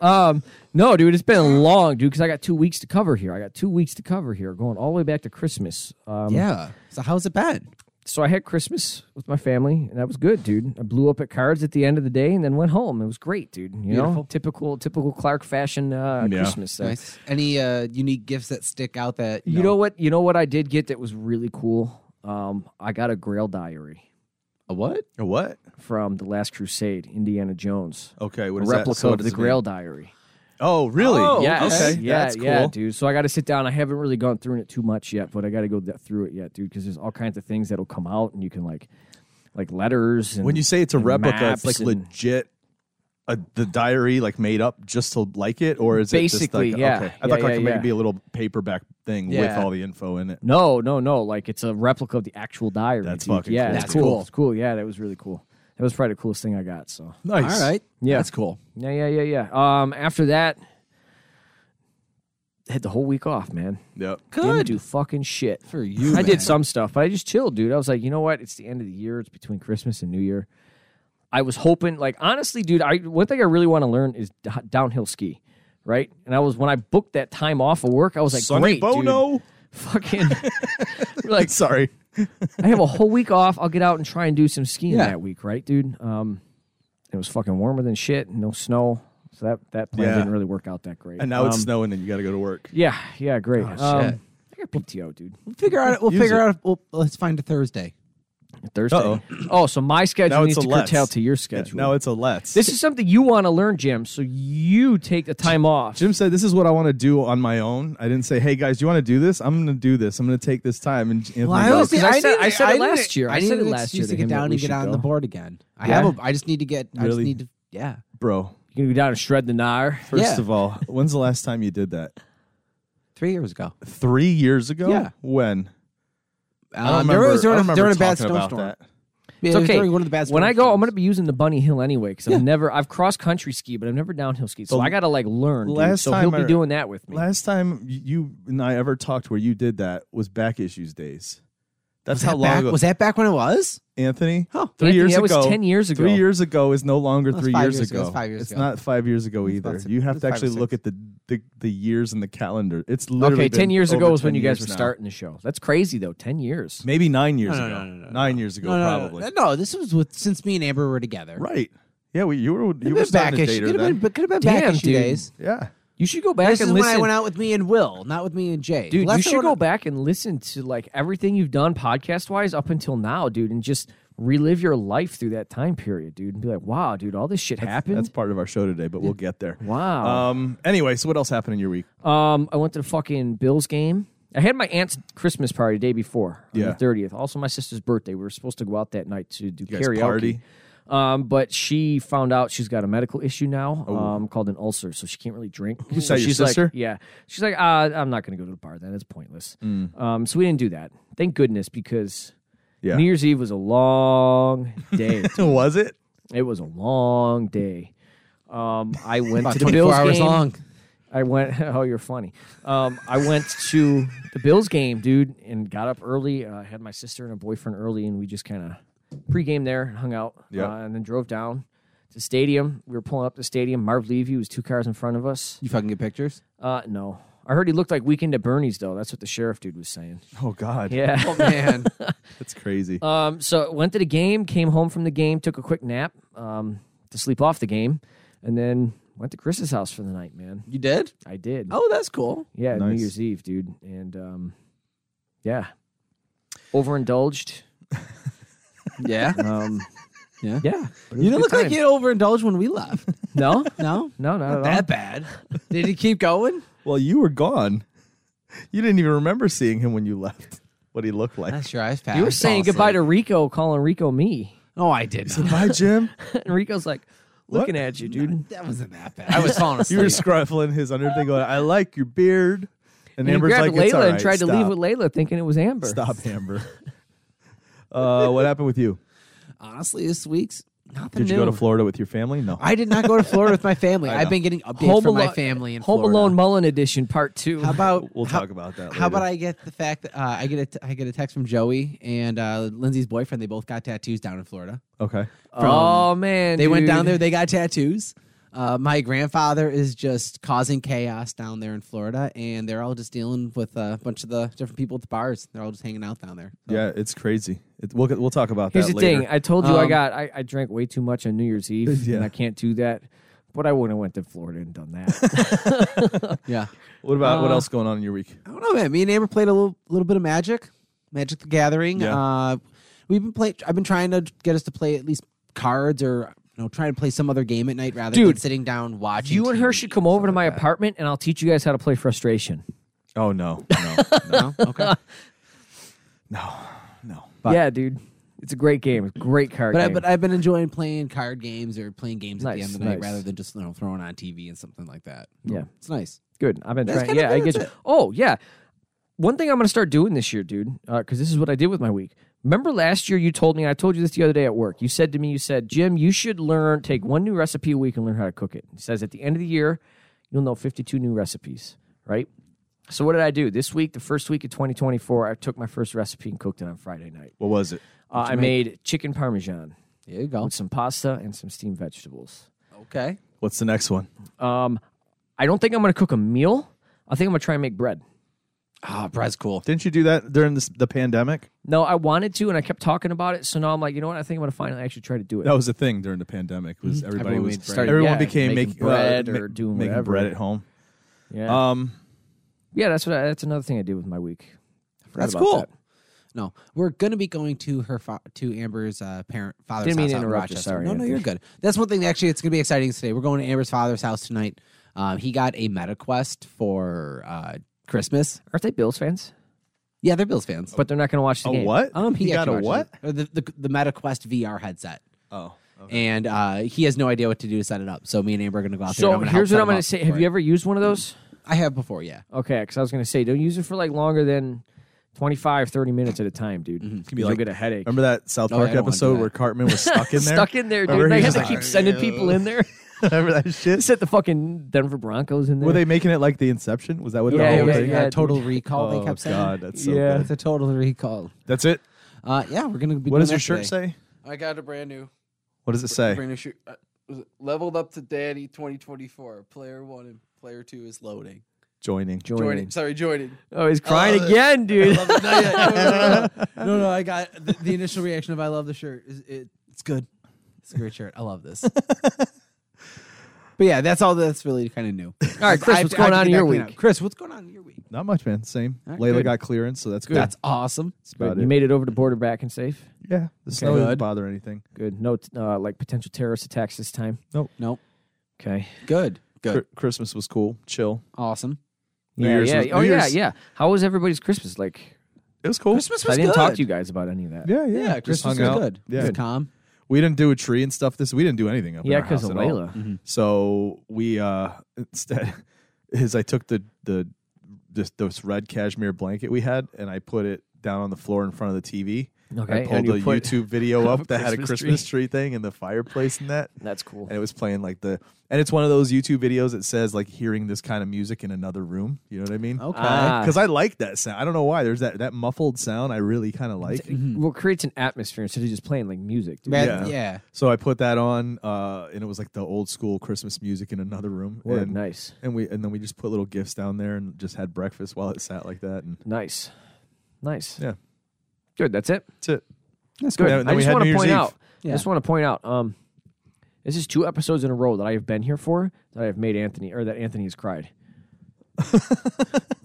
[SPEAKER 2] Um, no, dude, it's been long, dude, because I got two weeks to cover here. I got two weeks to cover here, going all the way back to Christmas. Um,
[SPEAKER 1] Yeah. So how's it been?
[SPEAKER 2] So I had Christmas with my family, and that was good, dude. I blew up at cards at the end of the day, and then went home. It was great, dude. You know, typical typical Clark fashion uh,
[SPEAKER 5] Yeah.
[SPEAKER 2] Christmas. So.
[SPEAKER 1] Nice. Any uh, unique gifts that stick out that
[SPEAKER 2] You know what? You know what I did get that was really cool. Um, I got a Grail diary
[SPEAKER 1] a what?
[SPEAKER 5] What?
[SPEAKER 2] from the Last Crusade, Indiana Jones.
[SPEAKER 5] Okay,
[SPEAKER 2] A
[SPEAKER 5] what is that?
[SPEAKER 2] replica
[SPEAKER 5] So what
[SPEAKER 2] of the
[SPEAKER 5] does it
[SPEAKER 2] Grail
[SPEAKER 5] mean?
[SPEAKER 2] diary.
[SPEAKER 5] Oh, really?
[SPEAKER 2] Yes.
[SPEAKER 5] Okay,
[SPEAKER 2] Yeah,
[SPEAKER 5] that's cool.
[SPEAKER 2] yeah, dude. So I got to sit down. I haven't really gone through it too much yet, but I got to go th- through it yet, dude, because there's all kinds of things that'll come out, and you can like, like letters. And,
[SPEAKER 5] When you say it's a
[SPEAKER 2] and
[SPEAKER 5] replica, it's
[SPEAKER 2] maps
[SPEAKER 5] like
[SPEAKER 2] and-
[SPEAKER 5] legit a, the diary like made up just to like it, or is it just
[SPEAKER 2] Basically,
[SPEAKER 5] like,
[SPEAKER 2] yeah.
[SPEAKER 5] okay. I
[SPEAKER 2] Yeah,
[SPEAKER 5] thought like
[SPEAKER 2] yeah,
[SPEAKER 5] maybe
[SPEAKER 2] yeah.
[SPEAKER 5] be a little paperback thing with
[SPEAKER 2] Yeah.
[SPEAKER 5] all the info in it.
[SPEAKER 2] No, no, no. Like it's a replica of the actual diary.
[SPEAKER 5] That's
[SPEAKER 2] dude.
[SPEAKER 5] fucking
[SPEAKER 2] yeah,
[SPEAKER 5] cool.
[SPEAKER 2] That's
[SPEAKER 1] That's
[SPEAKER 2] cool.
[SPEAKER 1] cool.
[SPEAKER 2] It's cool. Yeah, that was really cool. That was probably the coolest thing I got. So
[SPEAKER 5] Nice.
[SPEAKER 1] All right.
[SPEAKER 2] Yeah.
[SPEAKER 1] That's cool.
[SPEAKER 2] yeah, yeah, yeah, yeah. Um, after that, had the whole week off, man.
[SPEAKER 5] Yep.
[SPEAKER 2] Didn't
[SPEAKER 1] Good.
[SPEAKER 2] do fucking shit.
[SPEAKER 1] For you.
[SPEAKER 2] I
[SPEAKER 1] man.
[SPEAKER 2] did some stuff, but I just chilled, dude. I was like, you know what? It's the end of the year. It's between Christmas and New Year. I was hoping, like, honestly, dude. I one thing I really want to learn is d- downhill ski, right? And I was when I booked that time off of work, I was like,
[SPEAKER 5] Sonny
[SPEAKER 2] great, dude.
[SPEAKER 5] Bono.
[SPEAKER 2] Fucking, like,
[SPEAKER 5] Sorry.
[SPEAKER 2] I have a whole week off. I'll get out and try and do some skiing
[SPEAKER 1] Yeah.
[SPEAKER 2] that week, right, dude? Um, it was fucking warmer than shit, no snow, so that that plan
[SPEAKER 5] Yeah.
[SPEAKER 2] didn't really work out that great.
[SPEAKER 5] And now it's Oh,
[SPEAKER 2] Um,
[SPEAKER 5] snowing, and you got to go to work.
[SPEAKER 2] yeah, yeah, great. um,
[SPEAKER 1] shit.
[SPEAKER 2] I got PTO, dude.
[SPEAKER 1] We'll figure out. We'll
[SPEAKER 5] Use
[SPEAKER 1] figure
[SPEAKER 5] it.
[SPEAKER 1] out. We'll, let's find a Thursday.
[SPEAKER 2] Thursday.
[SPEAKER 5] Uh-oh.
[SPEAKER 2] Oh, so my schedule
[SPEAKER 5] Now it's
[SPEAKER 2] needs
[SPEAKER 5] a
[SPEAKER 2] to
[SPEAKER 5] let's.
[SPEAKER 2] curtail to your
[SPEAKER 5] Yeah,
[SPEAKER 2] schedule.
[SPEAKER 5] now it's a let's.
[SPEAKER 2] this is something you want to learn, Jim. So you take the time off.
[SPEAKER 5] Jim said, "This is what I want to do on my own." I didn't say, "Hey guys, do you want to do this?" I'm going to do this. I'm going to take this time. And Anthony goes,
[SPEAKER 2] honestly- 'cause I said- I said it
[SPEAKER 1] need-
[SPEAKER 2] last year. I
[SPEAKER 1] need
[SPEAKER 2] said it
[SPEAKER 1] an
[SPEAKER 2] last
[SPEAKER 1] excuse
[SPEAKER 2] year
[SPEAKER 1] to
[SPEAKER 2] to
[SPEAKER 1] get
[SPEAKER 2] him that
[SPEAKER 1] down
[SPEAKER 2] we
[SPEAKER 1] and get
[SPEAKER 2] should
[SPEAKER 1] on
[SPEAKER 2] go.
[SPEAKER 1] the board again. I
[SPEAKER 2] Yeah?
[SPEAKER 1] have. A, I just need to get. I just
[SPEAKER 5] Really?
[SPEAKER 1] need to. Yeah.
[SPEAKER 5] "Bro,
[SPEAKER 2] You can go down and shred the gnar.
[SPEAKER 5] first
[SPEAKER 1] Yeah.
[SPEAKER 5] of all, when's the last time you did that?
[SPEAKER 1] Three years ago.
[SPEAKER 5] Three years ago?
[SPEAKER 1] Yeah.
[SPEAKER 5] When? I
[SPEAKER 1] Um,
[SPEAKER 5] don't
[SPEAKER 1] there
[SPEAKER 5] remember,
[SPEAKER 1] was
[SPEAKER 5] I don't
[SPEAKER 1] during, a-
[SPEAKER 5] remember
[SPEAKER 1] during a bad
[SPEAKER 5] talking about
[SPEAKER 1] snowstorm.
[SPEAKER 5] that.
[SPEAKER 1] Yeah,
[SPEAKER 2] It's
[SPEAKER 1] it was
[SPEAKER 2] okay.
[SPEAKER 1] during one of the bad
[SPEAKER 2] when I go, I'm
[SPEAKER 1] snowstorms.
[SPEAKER 2] going to be using the bunny hill anyway because I've never, I've cross country skied, but I've never downhill skied. So
[SPEAKER 5] The
[SPEAKER 2] I got to like learn. dude.
[SPEAKER 5] last
[SPEAKER 2] so he'll
[SPEAKER 5] time
[SPEAKER 2] be
[SPEAKER 5] I-
[SPEAKER 2] doing that with me.
[SPEAKER 5] Last time you and I ever talked where you did that was back issues days. That's
[SPEAKER 1] Was
[SPEAKER 5] how
[SPEAKER 1] that
[SPEAKER 5] long
[SPEAKER 1] back-
[SPEAKER 5] ago,
[SPEAKER 1] was that back when it was?
[SPEAKER 5] Anthony?
[SPEAKER 1] Huh.
[SPEAKER 5] Three
[SPEAKER 2] Anthony,
[SPEAKER 5] years
[SPEAKER 2] that was
[SPEAKER 5] ago.
[SPEAKER 2] 10 years ago.
[SPEAKER 5] Three years ago is no longer
[SPEAKER 1] That's
[SPEAKER 5] three
[SPEAKER 1] five
[SPEAKER 5] years,
[SPEAKER 1] years ago.
[SPEAKER 5] ago.
[SPEAKER 1] That's five years
[SPEAKER 5] it's
[SPEAKER 1] ago.
[SPEAKER 5] not five years ago
[SPEAKER 1] That's
[SPEAKER 5] either.
[SPEAKER 1] about six-
[SPEAKER 5] You have
[SPEAKER 1] that's
[SPEAKER 5] to
[SPEAKER 1] five or
[SPEAKER 5] actually look
[SPEAKER 1] six.
[SPEAKER 5] at the, the the years in the calendar. It's literally
[SPEAKER 2] okay, ten
[SPEAKER 5] been
[SPEAKER 2] years
[SPEAKER 5] over
[SPEAKER 2] ago was
[SPEAKER 5] 10
[SPEAKER 2] when you guys
[SPEAKER 5] years
[SPEAKER 2] were
[SPEAKER 5] now.
[SPEAKER 2] starting the show. That's crazy though. Ten years.
[SPEAKER 5] Maybe nine years
[SPEAKER 1] no,
[SPEAKER 5] ago.
[SPEAKER 1] no, no, no,
[SPEAKER 5] nine years ago,
[SPEAKER 1] no, no,
[SPEAKER 5] probably.
[SPEAKER 1] No, no, no, this was with since me and Amber were together.
[SPEAKER 5] Right? Yeah, we, you were you
[SPEAKER 1] Could
[SPEAKER 5] were
[SPEAKER 1] have been
[SPEAKER 5] starting
[SPEAKER 1] back
[SPEAKER 5] to date
[SPEAKER 1] issue.
[SPEAKER 5] her
[SPEAKER 1] Could have been,
[SPEAKER 5] then.
[SPEAKER 1] but could have been
[SPEAKER 2] Damn,
[SPEAKER 1] back issue
[SPEAKER 2] dude.
[SPEAKER 1] days.
[SPEAKER 5] Yeah.
[SPEAKER 2] You should go back
[SPEAKER 1] This
[SPEAKER 2] and
[SPEAKER 1] is
[SPEAKER 2] listen.
[SPEAKER 1] when I went out with me and Will, not with me and Jay.
[SPEAKER 2] Dude,
[SPEAKER 1] Last
[SPEAKER 2] you
[SPEAKER 1] time
[SPEAKER 2] should
[SPEAKER 1] when
[SPEAKER 2] go
[SPEAKER 1] I-
[SPEAKER 2] back and listen to like everything you've done podcast wise up until now, dude, and just relive your life through that time period, dude, and be like, wow, dude, all this shit happened.
[SPEAKER 5] That's part of our show today, but we'll get there.
[SPEAKER 2] wow.
[SPEAKER 5] Um. Anyway, so what else happened in your week?
[SPEAKER 2] um, I went to the fucking Bills game. I had my aunt's Christmas party the day before, on
[SPEAKER 5] Yeah.
[SPEAKER 2] the thirtieth. Also, my sister's birthday. We were supposed to go out that night to do
[SPEAKER 5] You guys
[SPEAKER 2] karaoke.
[SPEAKER 5] party?
[SPEAKER 2] Um, but she found out she's got a medical issue now, um, called an ulcer, so she can't really drink.
[SPEAKER 5] Is that
[SPEAKER 2] So
[SPEAKER 5] Oh. your
[SPEAKER 2] she's
[SPEAKER 5] sister?
[SPEAKER 2] Like, yeah, she's like, uh, I'm not going to go to the bar. Then it's pointless. Um, so we didn't do that. Thank goodness because
[SPEAKER 5] Mm. Yeah.
[SPEAKER 2] New Year's Eve was a long day.
[SPEAKER 5] Was it?
[SPEAKER 2] it was a long day. Um, I went
[SPEAKER 1] About
[SPEAKER 2] to the
[SPEAKER 1] 24
[SPEAKER 2] Bills
[SPEAKER 1] hours
[SPEAKER 2] game.
[SPEAKER 1] long.
[SPEAKER 2] I went. Oh, you're funny. Um, I went to the Bills game, dude, and got up early. Uh, had my sister and her boyfriend early, and we just kind of pregame there and hung out.
[SPEAKER 5] Yeah.
[SPEAKER 2] uh, and then drove down to stadium. We were pulling up the stadium. Marv Levy was two cars in front of us.
[SPEAKER 1] You fucking get pictures?
[SPEAKER 2] Uh, no, I heard he looked like Weekend at Bernie's though. That's what the sheriff dude was saying.
[SPEAKER 5] Oh God.
[SPEAKER 2] Yeah.
[SPEAKER 1] Oh man,
[SPEAKER 5] That's crazy.
[SPEAKER 2] Um, so went to the game, came home from the game, took a quick nap um, to sleep off the game, and then went to Chris's house for the night. Man,
[SPEAKER 1] you did?
[SPEAKER 2] I did.
[SPEAKER 1] Oh, that's cool.
[SPEAKER 2] yeah, New
[SPEAKER 5] nice.
[SPEAKER 2] Year's Eve, dude, and um, yeah, overindulged.
[SPEAKER 1] Yeah,
[SPEAKER 2] Um,
[SPEAKER 1] yeah.
[SPEAKER 2] yeah, but it was a
[SPEAKER 1] You didn't
[SPEAKER 2] good
[SPEAKER 1] look like
[SPEAKER 2] time.
[SPEAKER 1] you overindulged when we left.
[SPEAKER 2] No,
[SPEAKER 1] No,
[SPEAKER 2] no, not at all.
[SPEAKER 1] that bad. Did he keep going?
[SPEAKER 5] Well, you were gone. You didn't even remember seeing him when you left. What he looked like.
[SPEAKER 1] That's your eyes passed.
[SPEAKER 2] You were saying goodbye to Rico, calling Rico me,
[SPEAKER 1] No, Oh, I did not.
[SPEAKER 5] Bye, Jim.
[SPEAKER 2] and Rico's like looking at you, dude.
[SPEAKER 1] That wasn't that bad. I was falling
[SPEAKER 5] you
[SPEAKER 1] asleep.
[SPEAKER 5] were scruffling his underthing, going, "I like your beard." And,
[SPEAKER 2] And he
[SPEAKER 5] Amber's
[SPEAKER 2] grabbed
[SPEAKER 5] like, it's
[SPEAKER 2] Layla
[SPEAKER 5] all
[SPEAKER 2] and
[SPEAKER 5] right,
[SPEAKER 2] tried to leave
[SPEAKER 5] stop.
[SPEAKER 2] with Layla, thinking it was Amber.
[SPEAKER 5] Stop, Amber. uh, what happened with you?
[SPEAKER 1] Honestly, this week's nothing
[SPEAKER 5] Did you go
[SPEAKER 1] new.
[SPEAKER 5] to Florida with your family? No.
[SPEAKER 1] I did not go to Florida with my family. I've been getting updates from my
[SPEAKER 2] Alo-
[SPEAKER 1] family in
[SPEAKER 2] Home
[SPEAKER 1] Florida.
[SPEAKER 2] Alone Mullen edition part two.
[SPEAKER 1] How about
[SPEAKER 5] We'll
[SPEAKER 1] how-
[SPEAKER 5] talk about that.
[SPEAKER 1] How about
[SPEAKER 5] later.
[SPEAKER 1] I get the fact that uh, I get a t- I get a text from Joey and uh, Lindsay's boyfriend. They both got tattoos down in Florida.
[SPEAKER 5] Okay.
[SPEAKER 2] oh man,
[SPEAKER 1] They went
[SPEAKER 2] dude.
[SPEAKER 1] down there. They got tattoos. Uh, my grandfather is just causing chaos down there in Florida, and they're all just dealing with a bunch of the different people at the bars. They're all just hanging out down there. So-
[SPEAKER 5] Yeah, it's crazy. It, we'll we'll talk about
[SPEAKER 2] Here's
[SPEAKER 5] that
[SPEAKER 2] the
[SPEAKER 5] later.
[SPEAKER 2] thing. I told you I
[SPEAKER 1] Um,
[SPEAKER 2] got I, I drank way too much on New Year's Eve,
[SPEAKER 5] Yeah.
[SPEAKER 2] and I can't do that. But I wouldn't have went to Florida and done that.
[SPEAKER 1] yeah.
[SPEAKER 5] What about what
[SPEAKER 2] Uh,
[SPEAKER 5] else going on in your week?
[SPEAKER 1] I don't know, man. Me and Amber played a little, little bit of Magic, Magic the Gathering.
[SPEAKER 5] Yeah.
[SPEAKER 1] Uh, we've been playing. I've been trying to get us to play at least cards or you know trying to play some other game at night rather than
[SPEAKER 2] Dude,
[SPEAKER 1] sitting down watching.
[SPEAKER 2] you and her
[SPEAKER 1] TV.
[SPEAKER 2] should come over to my apartment, and I'll teach you guys how to play frustration.
[SPEAKER 5] Oh no, no,
[SPEAKER 1] No? Okay.
[SPEAKER 5] no, no. But
[SPEAKER 2] yeah, dude. It's a great game. It's a great card
[SPEAKER 1] But, I,
[SPEAKER 2] game.
[SPEAKER 1] but I've been enjoying playing card games or playing games at the
[SPEAKER 2] Nice,
[SPEAKER 1] end of the night
[SPEAKER 2] nice.
[SPEAKER 1] rather than just you know, throwing on TV and something like that.
[SPEAKER 2] Yeah.
[SPEAKER 1] It's nice.
[SPEAKER 2] good. I've been
[SPEAKER 1] That's
[SPEAKER 2] trying.
[SPEAKER 1] kinda
[SPEAKER 2] Yeah, I
[SPEAKER 1] good,
[SPEAKER 2] get you.
[SPEAKER 1] isn't it?
[SPEAKER 2] Oh yeah. One thing I'm going to start doing this year, dude, because this is what I did with my week. Remember last year you told me, I told you this the other day at work. You said to me, you said, Jim, you should learn, take one new recipe a week and learn how to cook it. He says at the end of the year, you'll know 52 new recipes, right? So what did I do? This week, the first week of 2024, I took my first recipe and cooked it on Friday night.
[SPEAKER 5] What was it?
[SPEAKER 2] Uh, I made chicken parmesan
[SPEAKER 1] There you go.
[SPEAKER 2] with some pasta and some steamed vegetables.
[SPEAKER 1] Okay.
[SPEAKER 5] What's the next one?
[SPEAKER 2] Um, I don't think I'm going to cook a meal. I think I'm going to try and make bread.
[SPEAKER 1] Ah, bread's cool.
[SPEAKER 5] Didn't you do that during this, the pandemic?
[SPEAKER 2] No, I wanted to, and I kept talking about it. So now I'm like, you know what? I think I'm going to finally actually try to do it.
[SPEAKER 5] That was the thing during the pandemic. Was everybody
[SPEAKER 1] Everyone
[SPEAKER 5] was
[SPEAKER 1] made bread.
[SPEAKER 5] everyone
[SPEAKER 2] Yeah,
[SPEAKER 5] became
[SPEAKER 2] making
[SPEAKER 5] making
[SPEAKER 2] bread
[SPEAKER 5] uh, ma-
[SPEAKER 2] or doing
[SPEAKER 5] making
[SPEAKER 2] whatever.
[SPEAKER 5] bread at home.
[SPEAKER 2] Yeah,
[SPEAKER 5] Um,
[SPEAKER 2] yeah. That's what. I, that's another thing I did with my week. I forgot
[SPEAKER 1] That's
[SPEAKER 2] about
[SPEAKER 1] cool.
[SPEAKER 2] that.
[SPEAKER 1] No, we're gonna be going to her fa- to Amber's uh, parent father's
[SPEAKER 2] Didn't mean
[SPEAKER 1] house
[SPEAKER 2] to
[SPEAKER 1] out in
[SPEAKER 2] interrupt you,
[SPEAKER 1] Rochester.
[SPEAKER 2] sorry,
[SPEAKER 1] no, no,
[SPEAKER 2] Anthony.
[SPEAKER 1] you're good. That's one thing. Actually, it's gonna be exciting today. We're going to Amber's father's house tonight. Um, he got a meta quest for uh, Christmas.
[SPEAKER 2] Aren't they Bills fans?
[SPEAKER 1] Yeah, they're Bills fans.
[SPEAKER 2] But they're not going to watch the
[SPEAKER 5] a
[SPEAKER 2] game.
[SPEAKER 5] what?
[SPEAKER 1] Um, he,
[SPEAKER 5] You got a
[SPEAKER 1] actually
[SPEAKER 5] what?
[SPEAKER 1] watches it. Or The, the the Meta Quest VR headset,
[SPEAKER 5] Oh,
[SPEAKER 1] and uh, he has no idea what to do to set it up. So me and Amber are gonna go out there. and
[SPEAKER 2] So
[SPEAKER 1] I'm gonna help
[SPEAKER 2] here's
[SPEAKER 1] set
[SPEAKER 2] what I'm
[SPEAKER 1] him
[SPEAKER 2] going to
[SPEAKER 1] up
[SPEAKER 2] say.
[SPEAKER 1] for
[SPEAKER 2] Have
[SPEAKER 1] it.
[SPEAKER 2] you ever used one of those?
[SPEAKER 1] I have before, yeah.
[SPEAKER 2] Okay, because I was going to say, don't use it for like longer than 25, 30 minutes at a time, dude.
[SPEAKER 5] Can Mm-hmm. be
[SPEAKER 2] You'll
[SPEAKER 5] like-
[SPEAKER 2] get a headache.
[SPEAKER 5] remember that South
[SPEAKER 1] Oh, yeah, I
[SPEAKER 5] Park
[SPEAKER 1] don't wanna do
[SPEAKER 5] episode
[SPEAKER 1] that.
[SPEAKER 5] where Cartman was stuck in there?
[SPEAKER 2] Stuck in there, dude.
[SPEAKER 5] Remember
[SPEAKER 2] They
[SPEAKER 5] he
[SPEAKER 2] had
[SPEAKER 5] was
[SPEAKER 2] to
[SPEAKER 5] like,
[SPEAKER 2] keep sending people in there.
[SPEAKER 5] remember that shit?
[SPEAKER 2] Set the fucking Denver Broncos in there.
[SPEAKER 5] Were they making it like the Inception? Was that what
[SPEAKER 2] Yeah,
[SPEAKER 5] the
[SPEAKER 2] Oh, yeah,
[SPEAKER 5] whole
[SPEAKER 2] yeah,
[SPEAKER 5] thing?
[SPEAKER 2] yeah.
[SPEAKER 1] uh, Total Recall.
[SPEAKER 5] Oh
[SPEAKER 1] they kept saying.
[SPEAKER 5] God, that's so
[SPEAKER 2] Yeah.
[SPEAKER 5] good.
[SPEAKER 1] It's a Total Recall.
[SPEAKER 5] That's it.
[SPEAKER 1] Uh, yeah, we're gonna be.
[SPEAKER 5] What
[SPEAKER 1] doing
[SPEAKER 5] does your shirt
[SPEAKER 1] that today.
[SPEAKER 5] say?
[SPEAKER 6] I got a brand new,
[SPEAKER 5] What does it say?
[SPEAKER 6] brand new shoe. Uh, was it leveled up to Daddy 2024. Player one and player two is loading.
[SPEAKER 5] Joining.
[SPEAKER 2] Joining.
[SPEAKER 6] Joining. Sorry, joining.
[SPEAKER 2] Oh, he's crying
[SPEAKER 5] Uh,
[SPEAKER 6] Oh,
[SPEAKER 2] again, dude.
[SPEAKER 6] Love it. Not yet. No, no, no.
[SPEAKER 1] No, no, I got the, the initial reaction of I love the shirt. Is it? It's good. It's a great shirt. I love this. but yeah, that's all. That's really kind of new.
[SPEAKER 2] All right, Chris,
[SPEAKER 1] I-
[SPEAKER 2] what's
[SPEAKER 1] I- I have
[SPEAKER 2] going on
[SPEAKER 1] to
[SPEAKER 2] in
[SPEAKER 1] get
[SPEAKER 2] your
[SPEAKER 1] that cleaned
[SPEAKER 2] week?
[SPEAKER 1] up. Chris, what's going on in your week?
[SPEAKER 5] Not much, man. Same.
[SPEAKER 1] All right,
[SPEAKER 5] Layla
[SPEAKER 1] good.
[SPEAKER 5] got clearance, so that's good.
[SPEAKER 1] That's awesome.
[SPEAKER 5] That's about
[SPEAKER 2] You
[SPEAKER 5] it.
[SPEAKER 2] made it over to border back and safe.
[SPEAKER 5] Yeah, the snow
[SPEAKER 1] Good.
[SPEAKER 5] didn't bother anything.
[SPEAKER 2] Good. No, t- uh, like potential terrorist attacks this time.
[SPEAKER 1] Nope.
[SPEAKER 2] Okay.
[SPEAKER 1] Good. Good.
[SPEAKER 5] Cr- Christmas was cool, chill.
[SPEAKER 1] Awesome.
[SPEAKER 5] New
[SPEAKER 2] yeah.
[SPEAKER 5] Year's
[SPEAKER 2] yeah.
[SPEAKER 5] was-
[SPEAKER 2] oh
[SPEAKER 5] New
[SPEAKER 2] yeah.
[SPEAKER 5] Year's-
[SPEAKER 2] Yeah. How was everybody's Christmas? Like,
[SPEAKER 5] It was cool.
[SPEAKER 1] Christmas was
[SPEAKER 2] I didn't
[SPEAKER 1] good.
[SPEAKER 2] talk to you guys about any of that.
[SPEAKER 5] Yeah,
[SPEAKER 1] Yeah,
[SPEAKER 5] yeah. just
[SPEAKER 1] Christmas
[SPEAKER 5] hung
[SPEAKER 1] was
[SPEAKER 5] out.
[SPEAKER 1] good.
[SPEAKER 5] Yeah,
[SPEAKER 1] It was calm.
[SPEAKER 5] we didn't do a tree and stuff. This we didn't do anything up. in
[SPEAKER 2] Yeah,
[SPEAKER 5] our
[SPEAKER 2] because
[SPEAKER 5] house
[SPEAKER 2] of
[SPEAKER 5] at all. Mm-hmm.
[SPEAKER 2] Layla.
[SPEAKER 5] So we uh instead is I took the the this, this red cashmere blanket we had and I put it down on the floor in front of the TV.
[SPEAKER 2] Okay,
[SPEAKER 5] I
[SPEAKER 2] and
[SPEAKER 5] pulled
[SPEAKER 2] you
[SPEAKER 5] a
[SPEAKER 2] put-
[SPEAKER 5] YouTube video up that had a
[SPEAKER 2] Christmas
[SPEAKER 5] Christmas tree. thing and the fireplace and that.
[SPEAKER 2] That's cool.
[SPEAKER 5] And it was playing like the and it's one of those YouTube videos that says like hearing this kind of music in another room. You know what I mean?
[SPEAKER 1] Okay.
[SPEAKER 2] Ah.
[SPEAKER 5] Because I like that sound. I don't know why. There's that that muffled sound I really kind of like.
[SPEAKER 2] Well, it creates an atmosphere instead of just playing like music. Dude.
[SPEAKER 1] Man, yeah.
[SPEAKER 5] Yeah. So I put that on, uh, and it was like the old school Christmas music in another room.
[SPEAKER 2] Word,
[SPEAKER 5] and,
[SPEAKER 2] nice,
[SPEAKER 5] and we and then we just put little gifts down there and just had breakfast while it sat like that. And
[SPEAKER 2] nice, nice.
[SPEAKER 5] Yeah.
[SPEAKER 2] Good. That's it.
[SPEAKER 5] that's it.
[SPEAKER 1] That's
[SPEAKER 2] Good.
[SPEAKER 5] Yeah, and then
[SPEAKER 2] I
[SPEAKER 5] we
[SPEAKER 2] just
[SPEAKER 5] had
[SPEAKER 2] want
[SPEAKER 5] New
[SPEAKER 2] to
[SPEAKER 5] Year's
[SPEAKER 2] point
[SPEAKER 5] Eve.
[SPEAKER 2] out.
[SPEAKER 1] Yeah.
[SPEAKER 2] I just want to point out. Um, this is two episodes in a row that I have been here for that I have made Anthony or that Anthony has cried.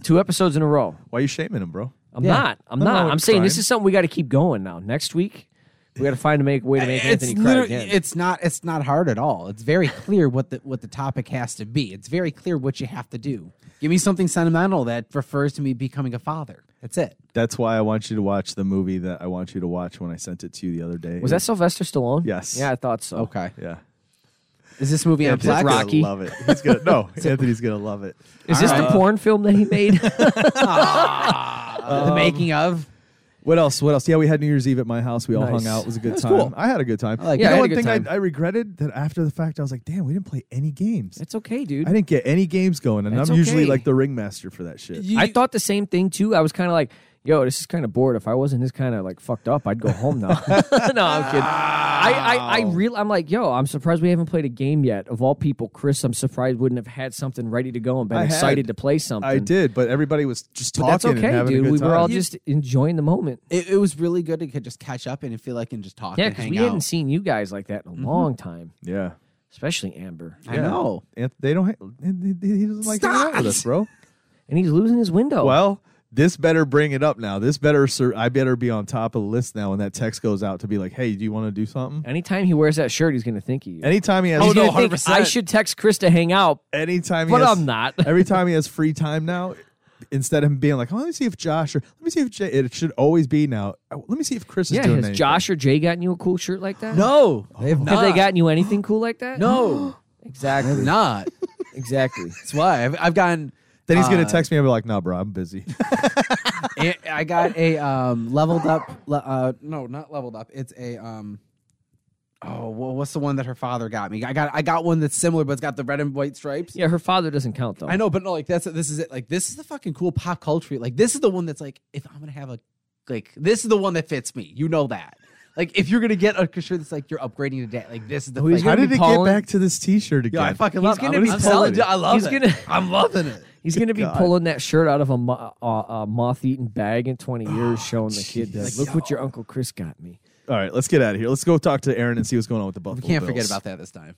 [SPEAKER 2] two episodes in a row.
[SPEAKER 5] Why you shaming him, bro?
[SPEAKER 2] I'm
[SPEAKER 1] Yeah.
[SPEAKER 2] not. I'm
[SPEAKER 5] No, no,
[SPEAKER 2] not. I'm
[SPEAKER 5] it's
[SPEAKER 2] saying this
[SPEAKER 5] fine.
[SPEAKER 2] is something we got to keep going now. Next week, we got to find a make way to make
[SPEAKER 1] It's
[SPEAKER 2] Anthony cry
[SPEAKER 1] literally,
[SPEAKER 2] again.
[SPEAKER 1] it's not it's not hard at all. It's very clear what the what the topic has to be. It's very clear what you have to do. Give me something sentimental that refers to me becoming a father. That's it.
[SPEAKER 5] That's why I want you to watch the movie that I want you to watch when I sent it to you the other day.
[SPEAKER 2] Was that Sylvester Stallone?
[SPEAKER 5] Yes.
[SPEAKER 2] Yeah, I thought so.
[SPEAKER 5] Yeah.
[SPEAKER 1] Is this movie on
[SPEAKER 5] Anthony's
[SPEAKER 1] Plex?
[SPEAKER 5] gonna
[SPEAKER 2] Rocky?
[SPEAKER 5] love it. He's gonna no. Anthony's gonna love it.
[SPEAKER 2] Is this the porn film that he made?
[SPEAKER 5] Ah.
[SPEAKER 1] Uh, the making of?
[SPEAKER 5] What else? What else? Yeah, we had New Year's Eve at my house. We all
[SPEAKER 2] Nice.
[SPEAKER 5] hung out. It was a good
[SPEAKER 1] That's
[SPEAKER 5] time.
[SPEAKER 1] cool.
[SPEAKER 5] I had a good time.
[SPEAKER 1] I like
[SPEAKER 5] you
[SPEAKER 1] it.
[SPEAKER 2] Yeah,
[SPEAKER 5] know
[SPEAKER 2] I had a
[SPEAKER 5] one
[SPEAKER 2] good
[SPEAKER 5] thing
[SPEAKER 2] time.
[SPEAKER 5] I, I regretted that after the fact I was like, damn, we didn't play any games.
[SPEAKER 2] it's okay, dude.
[SPEAKER 5] I didn't get any games going, and
[SPEAKER 2] That's
[SPEAKER 5] I'm usually
[SPEAKER 2] okay.
[SPEAKER 5] like the ringmaster for that shit.
[SPEAKER 2] I thought the same thing too. I was kind of like, "Yo, this is kind of bored. If I wasn't this kind of like fucked up, I'd go home now." no, I'm kidding. I, I, I real. I'm like, "Yo, I'm surprised we haven't played a game yet." Of all people, Chris, I'm surprised wouldn't have had something ready to go and been
[SPEAKER 5] I had-
[SPEAKER 2] excited to play something.
[SPEAKER 5] I did, but everybody was just
[SPEAKER 2] But
[SPEAKER 5] talking
[SPEAKER 2] that's
[SPEAKER 5] and
[SPEAKER 2] okay,
[SPEAKER 5] having a
[SPEAKER 2] dude.
[SPEAKER 5] good
[SPEAKER 2] We were all
[SPEAKER 5] time.
[SPEAKER 2] just enjoying the moment.
[SPEAKER 1] It, it was really good to could just catch up and feel like and just talk
[SPEAKER 2] Yeah,
[SPEAKER 1] and
[SPEAKER 2] because
[SPEAKER 1] hang
[SPEAKER 2] we
[SPEAKER 1] out.
[SPEAKER 2] hadn't seen you guys like that in a
[SPEAKER 5] Mm-hmm.
[SPEAKER 2] long time,
[SPEAKER 5] yeah.
[SPEAKER 2] especially Amber.
[SPEAKER 1] I know.
[SPEAKER 5] Anth- They don't. Ha- he he doesn't like hanging out with us, bro.
[SPEAKER 2] And he's losing his window.
[SPEAKER 5] Well, this better bring it up now. This better. Sir, I better be on top of the list now when that text goes out to be like, "Hey, do you want to do something?"
[SPEAKER 2] anytime he wears that shirt, he's going to think of you.
[SPEAKER 5] Anytime he has,
[SPEAKER 2] He's gonna think, I should text Chris to hang out,
[SPEAKER 5] Anytime, he
[SPEAKER 2] but
[SPEAKER 5] has,
[SPEAKER 2] I'm not.
[SPEAKER 5] every time he has free time now, instead of him being like, oh, let me see if Josh or let me see if Jay, it should always be now. oh, Let me see if Chris is
[SPEAKER 2] yeah,
[SPEAKER 5] doing
[SPEAKER 2] has
[SPEAKER 5] anything.
[SPEAKER 2] Josh or Jay gotten you a cool shirt like that?
[SPEAKER 6] No, they have
[SPEAKER 2] Have
[SPEAKER 6] not.
[SPEAKER 2] they gotten you anything cool like that?
[SPEAKER 6] no, they have
[SPEAKER 2] Exactly.
[SPEAKER 6] not.
[SPEAKER 2] Exactly.
[SPEAKER 6] That's why I've, I've gotten.
[SPEAKER 5] Then he's gonna
[SPEAKER 6] uh,
[SPEAKER 5] text me and be like, nah, bro, I'm busy.
[SPEAKER 6] I I got a um, leveled up. le- Uh, no, not leveled up. It's a um. Oh, wha- what's the one that her father got me? I got I got one that's similar, but it's got the red and white stripes.
[SPEAKER 2] Yeah, her father doesn't count though.
[SPEAKER 6] I know, but no, like that's this is it. Like this is the fucking cool pop culture. Like this is the one that's like, if I'm gonna have a, like this is the one that fits me. You know that. Like if you're gonna get a shirt that's like you're upgrading today, like this is the.
[SPEAKER 2] Oh, he's
[SPEAKER 6] thing.
[SPEAKER 5] How
[SPEAKER 2] gonna
[SPEAKER 5] did
[SPEAKER 2] be
[SPEAKER 5] it
[SPEAKER 2] Paulin?
[SPEAKER 5] get back to this T-shirt again?
[SPEAKER 6] Yo, I fucking
[SPEAKER 2] He's
[SPEAKER 6] love. it.
[SPEAKER 2] gonna
[SPEAKER 6] I'm
[SPEAKER 2] be
[SPEAKER 6] I'm
[SPEAKER 2] selling-
[SPEAKER 6] telling you, I love
[SPEAKER 2] he's
[SPEAKER 6] it.
[SPEAKER 2] gonna-
[SPEAKER 6] I'm loving it.
[SPEAKER 2] He's going to be
[SPEAKER 5] God.
[SPEAKER 2] pulling that shirt out of a, mo- a, a moth-eaten bag in 20
[SPEAKER 5] Oh,
[SPEAKER 2] years, showing the kid that.
[SPEAKER 5] jeez.
[SPEAKER 2] Look what your uncle Chris got me.
[SPEAKER 5] All right, let's get out of here. Let's go talk to Aaron and see what's going on with the Buffalo.
[SPEAKER 6] We can't forget
[SPEAKER 5] Bills.
[SPEAKER 6] about that this time.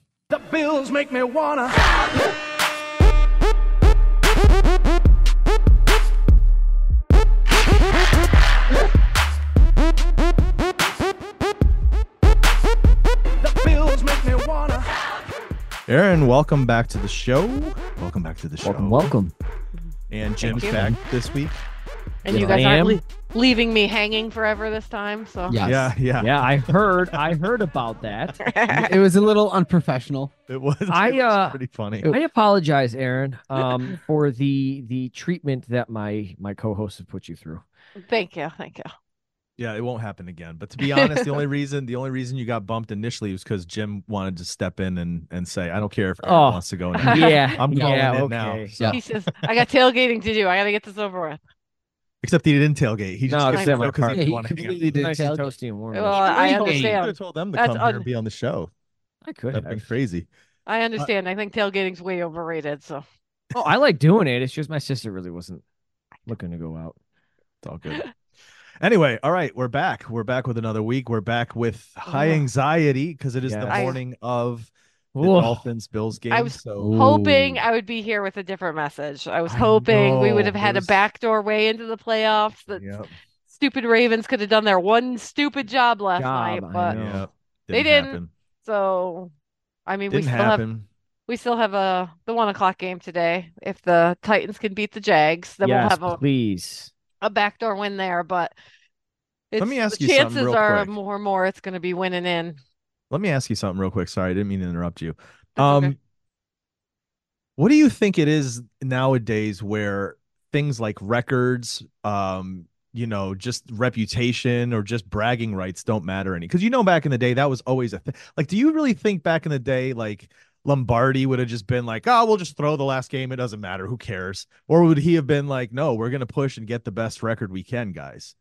[SPEAKER 5] Aaron, welcome back to the show. Welcome back to the show.
[SPEAKER 2] Welcome, welcome.
[SPEAKER 5] And Jim's
[SPEAKER 7] you.
[SPEAKER 5] back this week.
[SPEAKER 7] And
[SPEAKER 2] Yes,
[SPEAKER 7] you guys
[SPEAKER 2] I
[SPEAKER 7] aren't
[SPEAKER 2] am.
[SPEAKER 7] le- leaving me hanging forever this time. So
[SPEAKER 6] Yes.
[SPEAKER 5] Yeah, yeah,
[SPEAKER 2] Yeah, I heard. I heard about that.
[SPEAKER 6] It was a little unprofessional.
[SPEAKER 5] It was.
[SPEAKER 2] I,
[SPEAKER 5] it was
[SPEAKER 2] uh,
[SPEAKER 5] pretty funny.
[SPEAKER 2] I apologize, Aaron, um, for the the treatment that my my co-host has put you through.
[SPEAKER 7] thank you, thank you.
[SPEAKER 5] Yeah, it won't happen again. But to be honest, the only reason the only reason you got bumped initially was because Jim wanted to step in and and say, I don't care if Aaron
[SPEAKER 2] Oh.
[SPEAKER 5] wants to go now.
[SPEAKER 2] Yeah,
[SPEAKER 5] I'm calling
[SPEAKER 2] yeah,
[SPEAKER 5] it
[SPEAKER 2] okay.
[SPEAKER 5] now.
[SPEAKER 6] Yeah.
[SPEAKER 7] He says, "I got tailgating to do. I got to get this over with."
[SPEAKER 5] Except he didn't tailgate. He just
[SPEAKER 2] No,
[SPEAKER 5] kept
[SPEAKER 7] it's at
[SPEAKER 5] it
[SPEAKER 2] my
[SPEAKER 5] because
[SPEAKER 2] car.
[SPEAKER 5] didn't
[SPEAKER 6] Yeah, he
[SPEAKER 5] want to hang out.
[SPEAKER 6] completely did.
[SPEAKER 2] Nice and
[SPEAKER 6] Tailgate.
[SPEAKER 2] toasty and warm.
[SPEAKER 7] Well, I
[SPEAKER 5] could
[SPEAKER 7] understand.
[SPEAKER 5] have told them to
[SPEAKER 7] That's
[SPEAKER 5] come here
[SPEAKER 7] un-
[SPEAKER 5] and be on the show.
[SPEAKER 2] I could.
[SPEAKER 5] That'd
[SPEAKER 2] Have.
[SPEAKER 5] been crazy. Uh,
[SPEAKER 7] I understand. I think tailgating's way overrated. So
[SPEAKER 2] Oh, I like doing it. It's just my sister really wasn't looking to go out.
[SPEAKER 5] It's all good. Anyway, all right, we're back. We're back with another week. We're back with high
[SPEAKER 7] Ugh.
[SPEAKER 5] anxiety because it is the
[SPEAKER 2] Yes.
[SPEAKER 7] I-
[SPEAKER 5] morning of the
[SPEAKER 2] Whoa.
[SPEAKER 5] Dolphins Bills game.
[SPEAKER 7] was-
[SPEAKER 5] so
[SPEAKER 7] hoping I would be here with a different message. I was
[SPEAKER 5] I
[SPEAKER 7] hoping we would
[SPEAKER 5] know.
[SPEAKER 7] have had
[SPEAKER 5] There's-
[SPEAKER 7] a backdoor way into the playoffs. The
[SPEAKER 5] yeah,
[SPEAKER 7] stupid Ravens could have done their one stupid job last
[SPEAKER 2] Job,
[SPEAKER 7] night,
[SPEAKER 2] I
[SPEAKER 7] but
[SPEAKER 2] know.
[SPEAKER 5] yeah.
[SPEAKER 7] uh, They
[SPEAKER 5] Didn't
[SPEAKER 7] didn't-
[SPEAKER 5] happen.
[SPEAKER 7] so I mean, we
[SPEAKER 5] Didn't
[SPEAKER 7] still have
[SPEAKER 5] happen.
[SPEAKER 7] we still have a the one o'clock game today. If the Titans can beat the Jags, then
[SPEAKER 2] yes,
[SPEAKER 7] we'll have a
[SPEAKER 2] please.
[SPEAKER 7] a backdoor win there, but it's,
[SPEAKER 5] me
[SPEAKER 7] the
[SPEAKER 5] ask you something
[SPEAKER 7] chances
[SPEAKER 5] real
[SPEAKER 7] are
[SPEAKER 5] quick.
[SPEAKER 7] more and more it's going to be winning in.
[SPEAKER 5] Let me ask you something real quick. Sorry, I didn't mean to interrupt you.
[SPEAKER 7] That's
[SPEAKER 5] Um,
[SPEAKER 7] okay.
[SPEAKER 5] what do you think it is nowadays where things like records, um, you know, just reputation or just bragging rights don't matter any? Because you know, back in the day, that was always a thing. Like, do you really think back in the day, like Lombardi would have just been like, "Oh, we'll just throw the last game. It doesn't matter. Who cares?" Or would he have been like, "No, we're gonna push and get the best record we can, guys."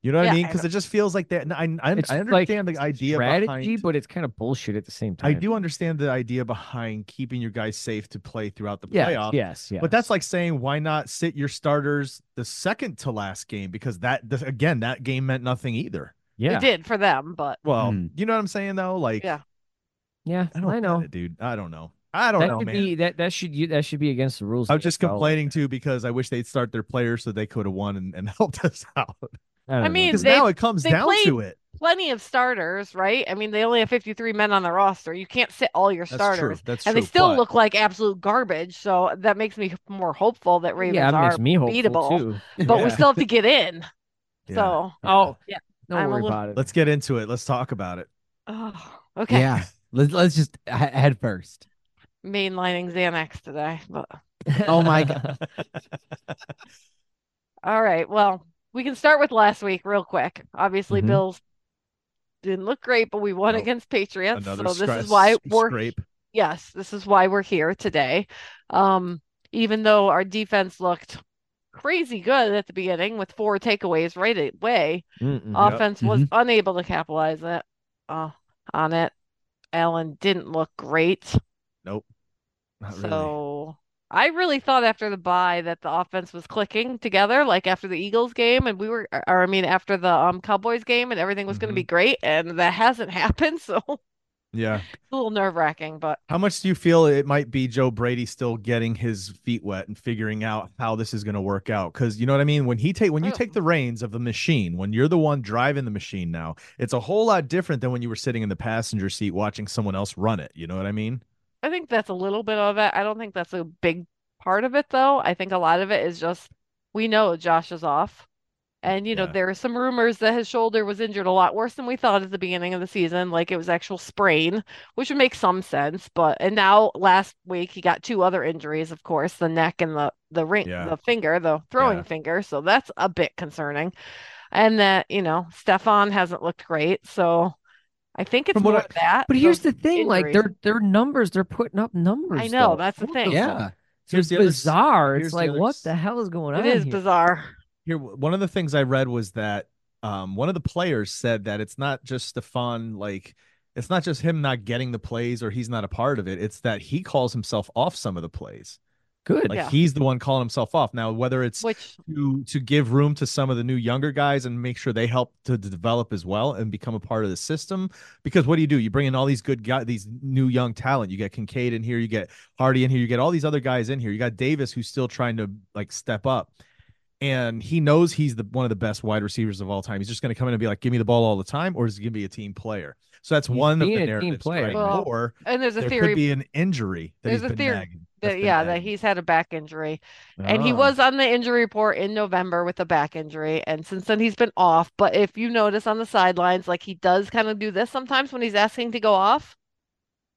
[SPEAKER 5] You know what
[SPEAKER 7] Yeah,
[SPEAKER 5] I mean?
[SPEAKER 7] I
[SPEAKER 5] Because it just feels like that. and I I,
[SPEAKER 2] It's
[SPEAKER 5] I
[SPEAKER 2] like
[SPEAKER 5] understand the idea
[SPEAKER 2] Strategy,
[SPEAKER 5] behind
[SPEAKER 2] but it's kind of bullshit at the same
[SPEAKER 5] I
[SPEAKER 2] time.
[SPEAKER 5] do understand the idea behind keeping your guys safe to play throughout the
[SPEAKER 2] Yes,
[SPEAKER 5] playoff.
[SPEAKER 2] yes, yes.
[SPEAKER 5] But that's like saying why not sit your starters the second to last game because that this, again that game meant nothing either.
[SPEAKER 7] It
[SPEAKER 2] yeah,
[SPEAKER 7] did for them, but
[SPEAKER 5] Well,
[SPEAKER 2] Hmm.
[SPEAKER 6] Mm.
[SPEAKER 5] you know what I'm saying though. Like
[SPEAKER 7] Yeah.
[SPEAKER 2] yeah.
[SPEAKER 5] I don't
[SPEAKER 2] I know.
[SPEAKER 5] get it, dude. I don't know. I don't
[SPEAKER 2] that
[SPEAKER 5] know,
[SPEAKER 2] could
[SPEAKER 5] man.
[SPEAKER 2] be that that should you that should be against the rules.
[SPEAKER 5] I'm
[SPEAKER 2] of the
[SPEAKER 5] just
[SPEAKER 2] NFL.
[SPEAKER 5] complaining too because I wish they'd start their players so they could have won and, and helped us out.
[SPEAKER 2] don't
[SPEAKER 7] I
[SPEAKER 2] know.
[SPEAKER 7] mean,
[SPEAKER 5] Because
[SPEAKER 7] they-
[SPEAKER 5] now it comes
[SPEAKER 7] they
[SPEAKER 5] down
[SPEAKER 7] played
[SPEAKER 5] to it.
[SPEAKER 7] plenty of starters, right? I mean, they only have 53 men on the roster. You can't sit all your
[SPEAKER 5] That's true.
[SPEAKER 7] starters.
[SPEAKER 5] That's
[SPEAKER 7] And
[SPEAKER 5] true.
[SPEAKER 7] they still
[SPEAKER 5] but-
[SPEAKER 7] look like absolute garbage. So that makes me more hopeful that Ravens
[SPEAKER 2] yeah, it
[SPEAKER 7] are
[SPEAKER 2] makes me hopeful
[SPEAKER 7] beatable,
[SPEAKER 2] too.
[SPEAKER 7] but we
[SPEAKER 5] Yeah.
[SPEAKER 7] still have to get in.
[SPEAKER 5] Yeah.
[SPEAKER 7] So,
[SPEAKER 2] Oh,
[SPEAKER 7] Yeah,
[SPEAKER 2] Don't
[SPEAKER 7] I'm a
[SPEAKER 2] worry
[SPEAKER 7] little-
[SPEAKER 2] about it.
[SPEAKER 5] Let's get into it. Let's talk about it.
[SPEAKER 7] oh, okay.
[SPEAKER 6] Yeah, let's let's just he- head first.
[SPEAKER 7] Mainlining Xanax today. But
[SPEAKER 6] Oh my God.
[SPEAKER 7] all right. Well, we can start with last week real quick. Obviously,
[SPEAKER 5] Mhm.
[SPEAKER 7] Bills didn't look great, but we won
[SPEAKER 5] Nope.
[SPEAKER 7] against Patriots.
[SPEAKER 5] Oh, Another
[SPEAKER 7] so this
[SPEAKER 5] scra-
[SPEAKER 7] is why we're
[SPEAKER 5] scrape.
[SPEAKER 7] yes, this is why we're here today. Um, even though our defense looked crazy good at the beginning with four takeaways right away,
[SPEAKER 2] Mm-mm.
[SPEAKER 5] Yep. Mm-hmm.
[SPEAKER 7] offense was unable to capitalize it, uh, on it. Allen didn't look great.
[SPEAKER 5] Not really.
[SPEAKER 7] So I really thought after the bye that the offense was clicking together, like after the Eagles game, and we were, or I mean, after the um, Cowboys game, and everything was going
[SPEAKER 5] Mhm.
[SPEAKER 7] to be great, and that hasn't happened. So it's
[SPEAKER 5] Yeah.
[SPEAKER 7] a little nerve wracking, but
[SPEAKER 5] How much do you feel it might be Joe Brady still getting his feet wet and figuring out how this is going to work out? Because you know what I mean. When he take when you
[SPEAKER 7] Oh.
[SPEAKER 5] take the reins of the machine, when you're the one driving the machine now, it's a whole lot different than when you were sitting in the passenger seat watching someone else run it. You know what I mean?
[SPEAKER 7] I think that's a little bit of it. I don't think that's a big part of it, though. I think a lot of it is just we know Josh is off. And, you know,
[SPEAKER 5] Yeah.
[SPEAKER 7] there are some rumors that his shoulder was injured a lot worse than we thought at the beginning of the season, like it was actual sprain, which would make some sense. But, and now last week he got two other injuries, of course, the neck and the, the ring,
[SPEAKER 5] Yeah.
[SPEAKER 7] the finger, the throwing
[SPEAKER 5] Yeah.
[SPEAKER 7] finger. So that's a bit concerning. And that, you know, Stefan hasn't looked great. So I think it's
[SPEAKER 1] From what
[SPEAKER 7] more
[SPEAKER 1] I-
[SPEAKER 7] of that.
[SPEAKER 2] But
[SPEAKER 7] the
[SPEAKER 2] here's the thing: like
[SPEAKER 7] injuries.
[SPEAKER 2] their their numbers, they're putting up numbers.
[SPEAKER 7] I know
[SPEAKER 2] though.
[SPEAKER 7] that's the
[SPEAKER 2] What
[SPEAKER 7] thing.
[SPEAKER 1] Yeah.
[SPEAKER 5] Here's
[SPEAKER 2] it's
[SPEAKER 5] the other s-
[SPEAKER 2] bizarre.
[SPEAKER 5] here's
[SPEAKER 2] It's
[SPEAKER 5] the
[SPEAKER 2] like
[SPEAKER 5] other
[SPEAKER 2] what
[SPEAKER 5] s-
[SPEAKER 2] the hell is going on?
[SPEAKER 7] It is
[SPEAKER 2] here?
[SPEAKER 7] bizarre.
[SPEAKER 5] Here, w- one of the things I read was that um, one of the players said that it's not just Stefan, like, it's not just him not getting the plays or he's not a part of it. It's that he calls himself off some of the plays.
[SPEAKER 2] Good.
[SPEAKER 5] Like,
[SPEAKER 7] Yeah.
[SPEAKER 5] he's the one calling himself off. Now, whether it's
[SPEAKER 7] Which
[SPEAKER 5] to to give room to some of the new younger guys and make sure they help to d- develop as well and become a part of the system. Because what do you do? You bring in all these good guys, these new young talent. You get Kincaid in here, you get Hardy in here, you get all these other guys in here. You got Davis who's still trying to like step up. And he knows he's the one of the best wide receivers of all time. He's just going to come in and be like, "Give me the ball all the time," or is he going to be a team player? So that's
[SPEAKER 2] He's
[SPEAKER 5] one of the
[SPEAKER 2] being a team
[SPEAKER 5] narratives.
[SPEAKER 2] player.
[SPEAKER 5] right?
[SPEAKER 7] Well,
[SPEAKER 5] or
[SPEAKER 7] and there's a
[SPEAKER 5] there
[SPEAKER 7] theory
[SPEAKER 5] could be an injury that
[SPEAKER 7] there's
[SPEAKER 5] he's
[SPEAKER 7] a
[SPEAKER 5] been
[SPEAKER 7] theory
[SPEAKER 5] nagging. that's
[SPEAKER 7] that
[SPEAKER 5] been
[SPEAKER 7] yeah, that
[SPEAKER 5] nagging. Oh.
[SPEAKER 7] he's had a back injury. And he
[SPEAKER 2] Ah.
[SPEAKER 7] was on the injury report in November with a back injury, and since then he's been off. But if you notice on the sidelines, like he does kind of do this sometimes when he's asking to go off.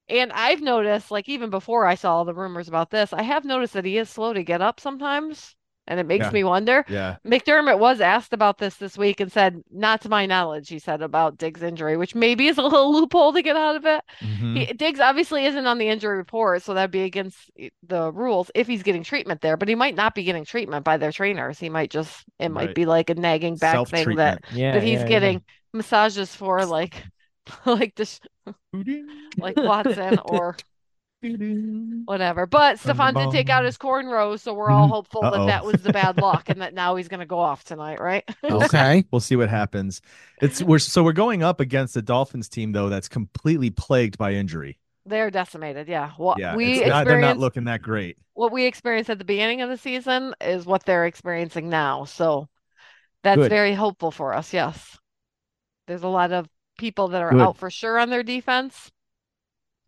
[SPEAKER 7] And I've noticed, like even before I saw all the rumors about this, I have noticed that he is slow to get up sometimes, and it makes
[SPEAKER 5] Yeah.
[SPEAKER 7] me wonder.
[SPEAKER 5] yeah,
[SPEAKER 7] McDermott was asked about this this week and said, "Not to my knowledge," he said about Diggs' injury, which maybe is a little loophole to get out of it.
[SPEAKER 5] Mhm.
[SPEAKER 7] He, Diggs obviously isn't on the injury report, so that'd be against the rules if he's getting treatment there. But he might not be getting treatment by their trainers. He might just it might
[SPEAKER 5] Right.
[SPEAKER 7] be like a nagging back thing
[SPEAKER 5] Self-treatment.
[SPEAKER 7] that
[SPEAKER 2] yeah,
[SPEAKER 7] that
[SPEAKER 2] yeah,
[SPEAKER 7] he's
[SPEAKER 2] yeah.
[SPEAKER 7] getting massages for, like like this, like Watson or whatever. But Stefan did take out his cornrows, so we're all
[SPEAKER 5] Mhm.
[SPEAKER 7] hopeful that
[SPEAKER 5] Uh-oh.
[SPEAKER 7] that was the bad luck and that now he's gonna go off tonight, right?
[SPEAKER 1] Okay.
[SPEAKER 5] we'll see what happens. It's we're so we're going up against the Dolphins team though that's completely plagued by injury.
[SPEAKER 7] They're decimated. Yeah. What
[SPEAKER 5] Yeah,
[SPEAKER 7] we
[SPEAKER 5] it's not, they're not
[SPEAKER 7] experienced.
[SPEAKER 5] looking that great.
[SPEAKER 7] what we experienced at the beginning of the season is what they're experiencing now. So that's
[SPEAKER 2] Good.
[SPEAKER 7] very hopeful for us. Yes. There's a lot of people that are
[SPEAKER 2] Good.
[SPEAKER 7] out for sure on their defense.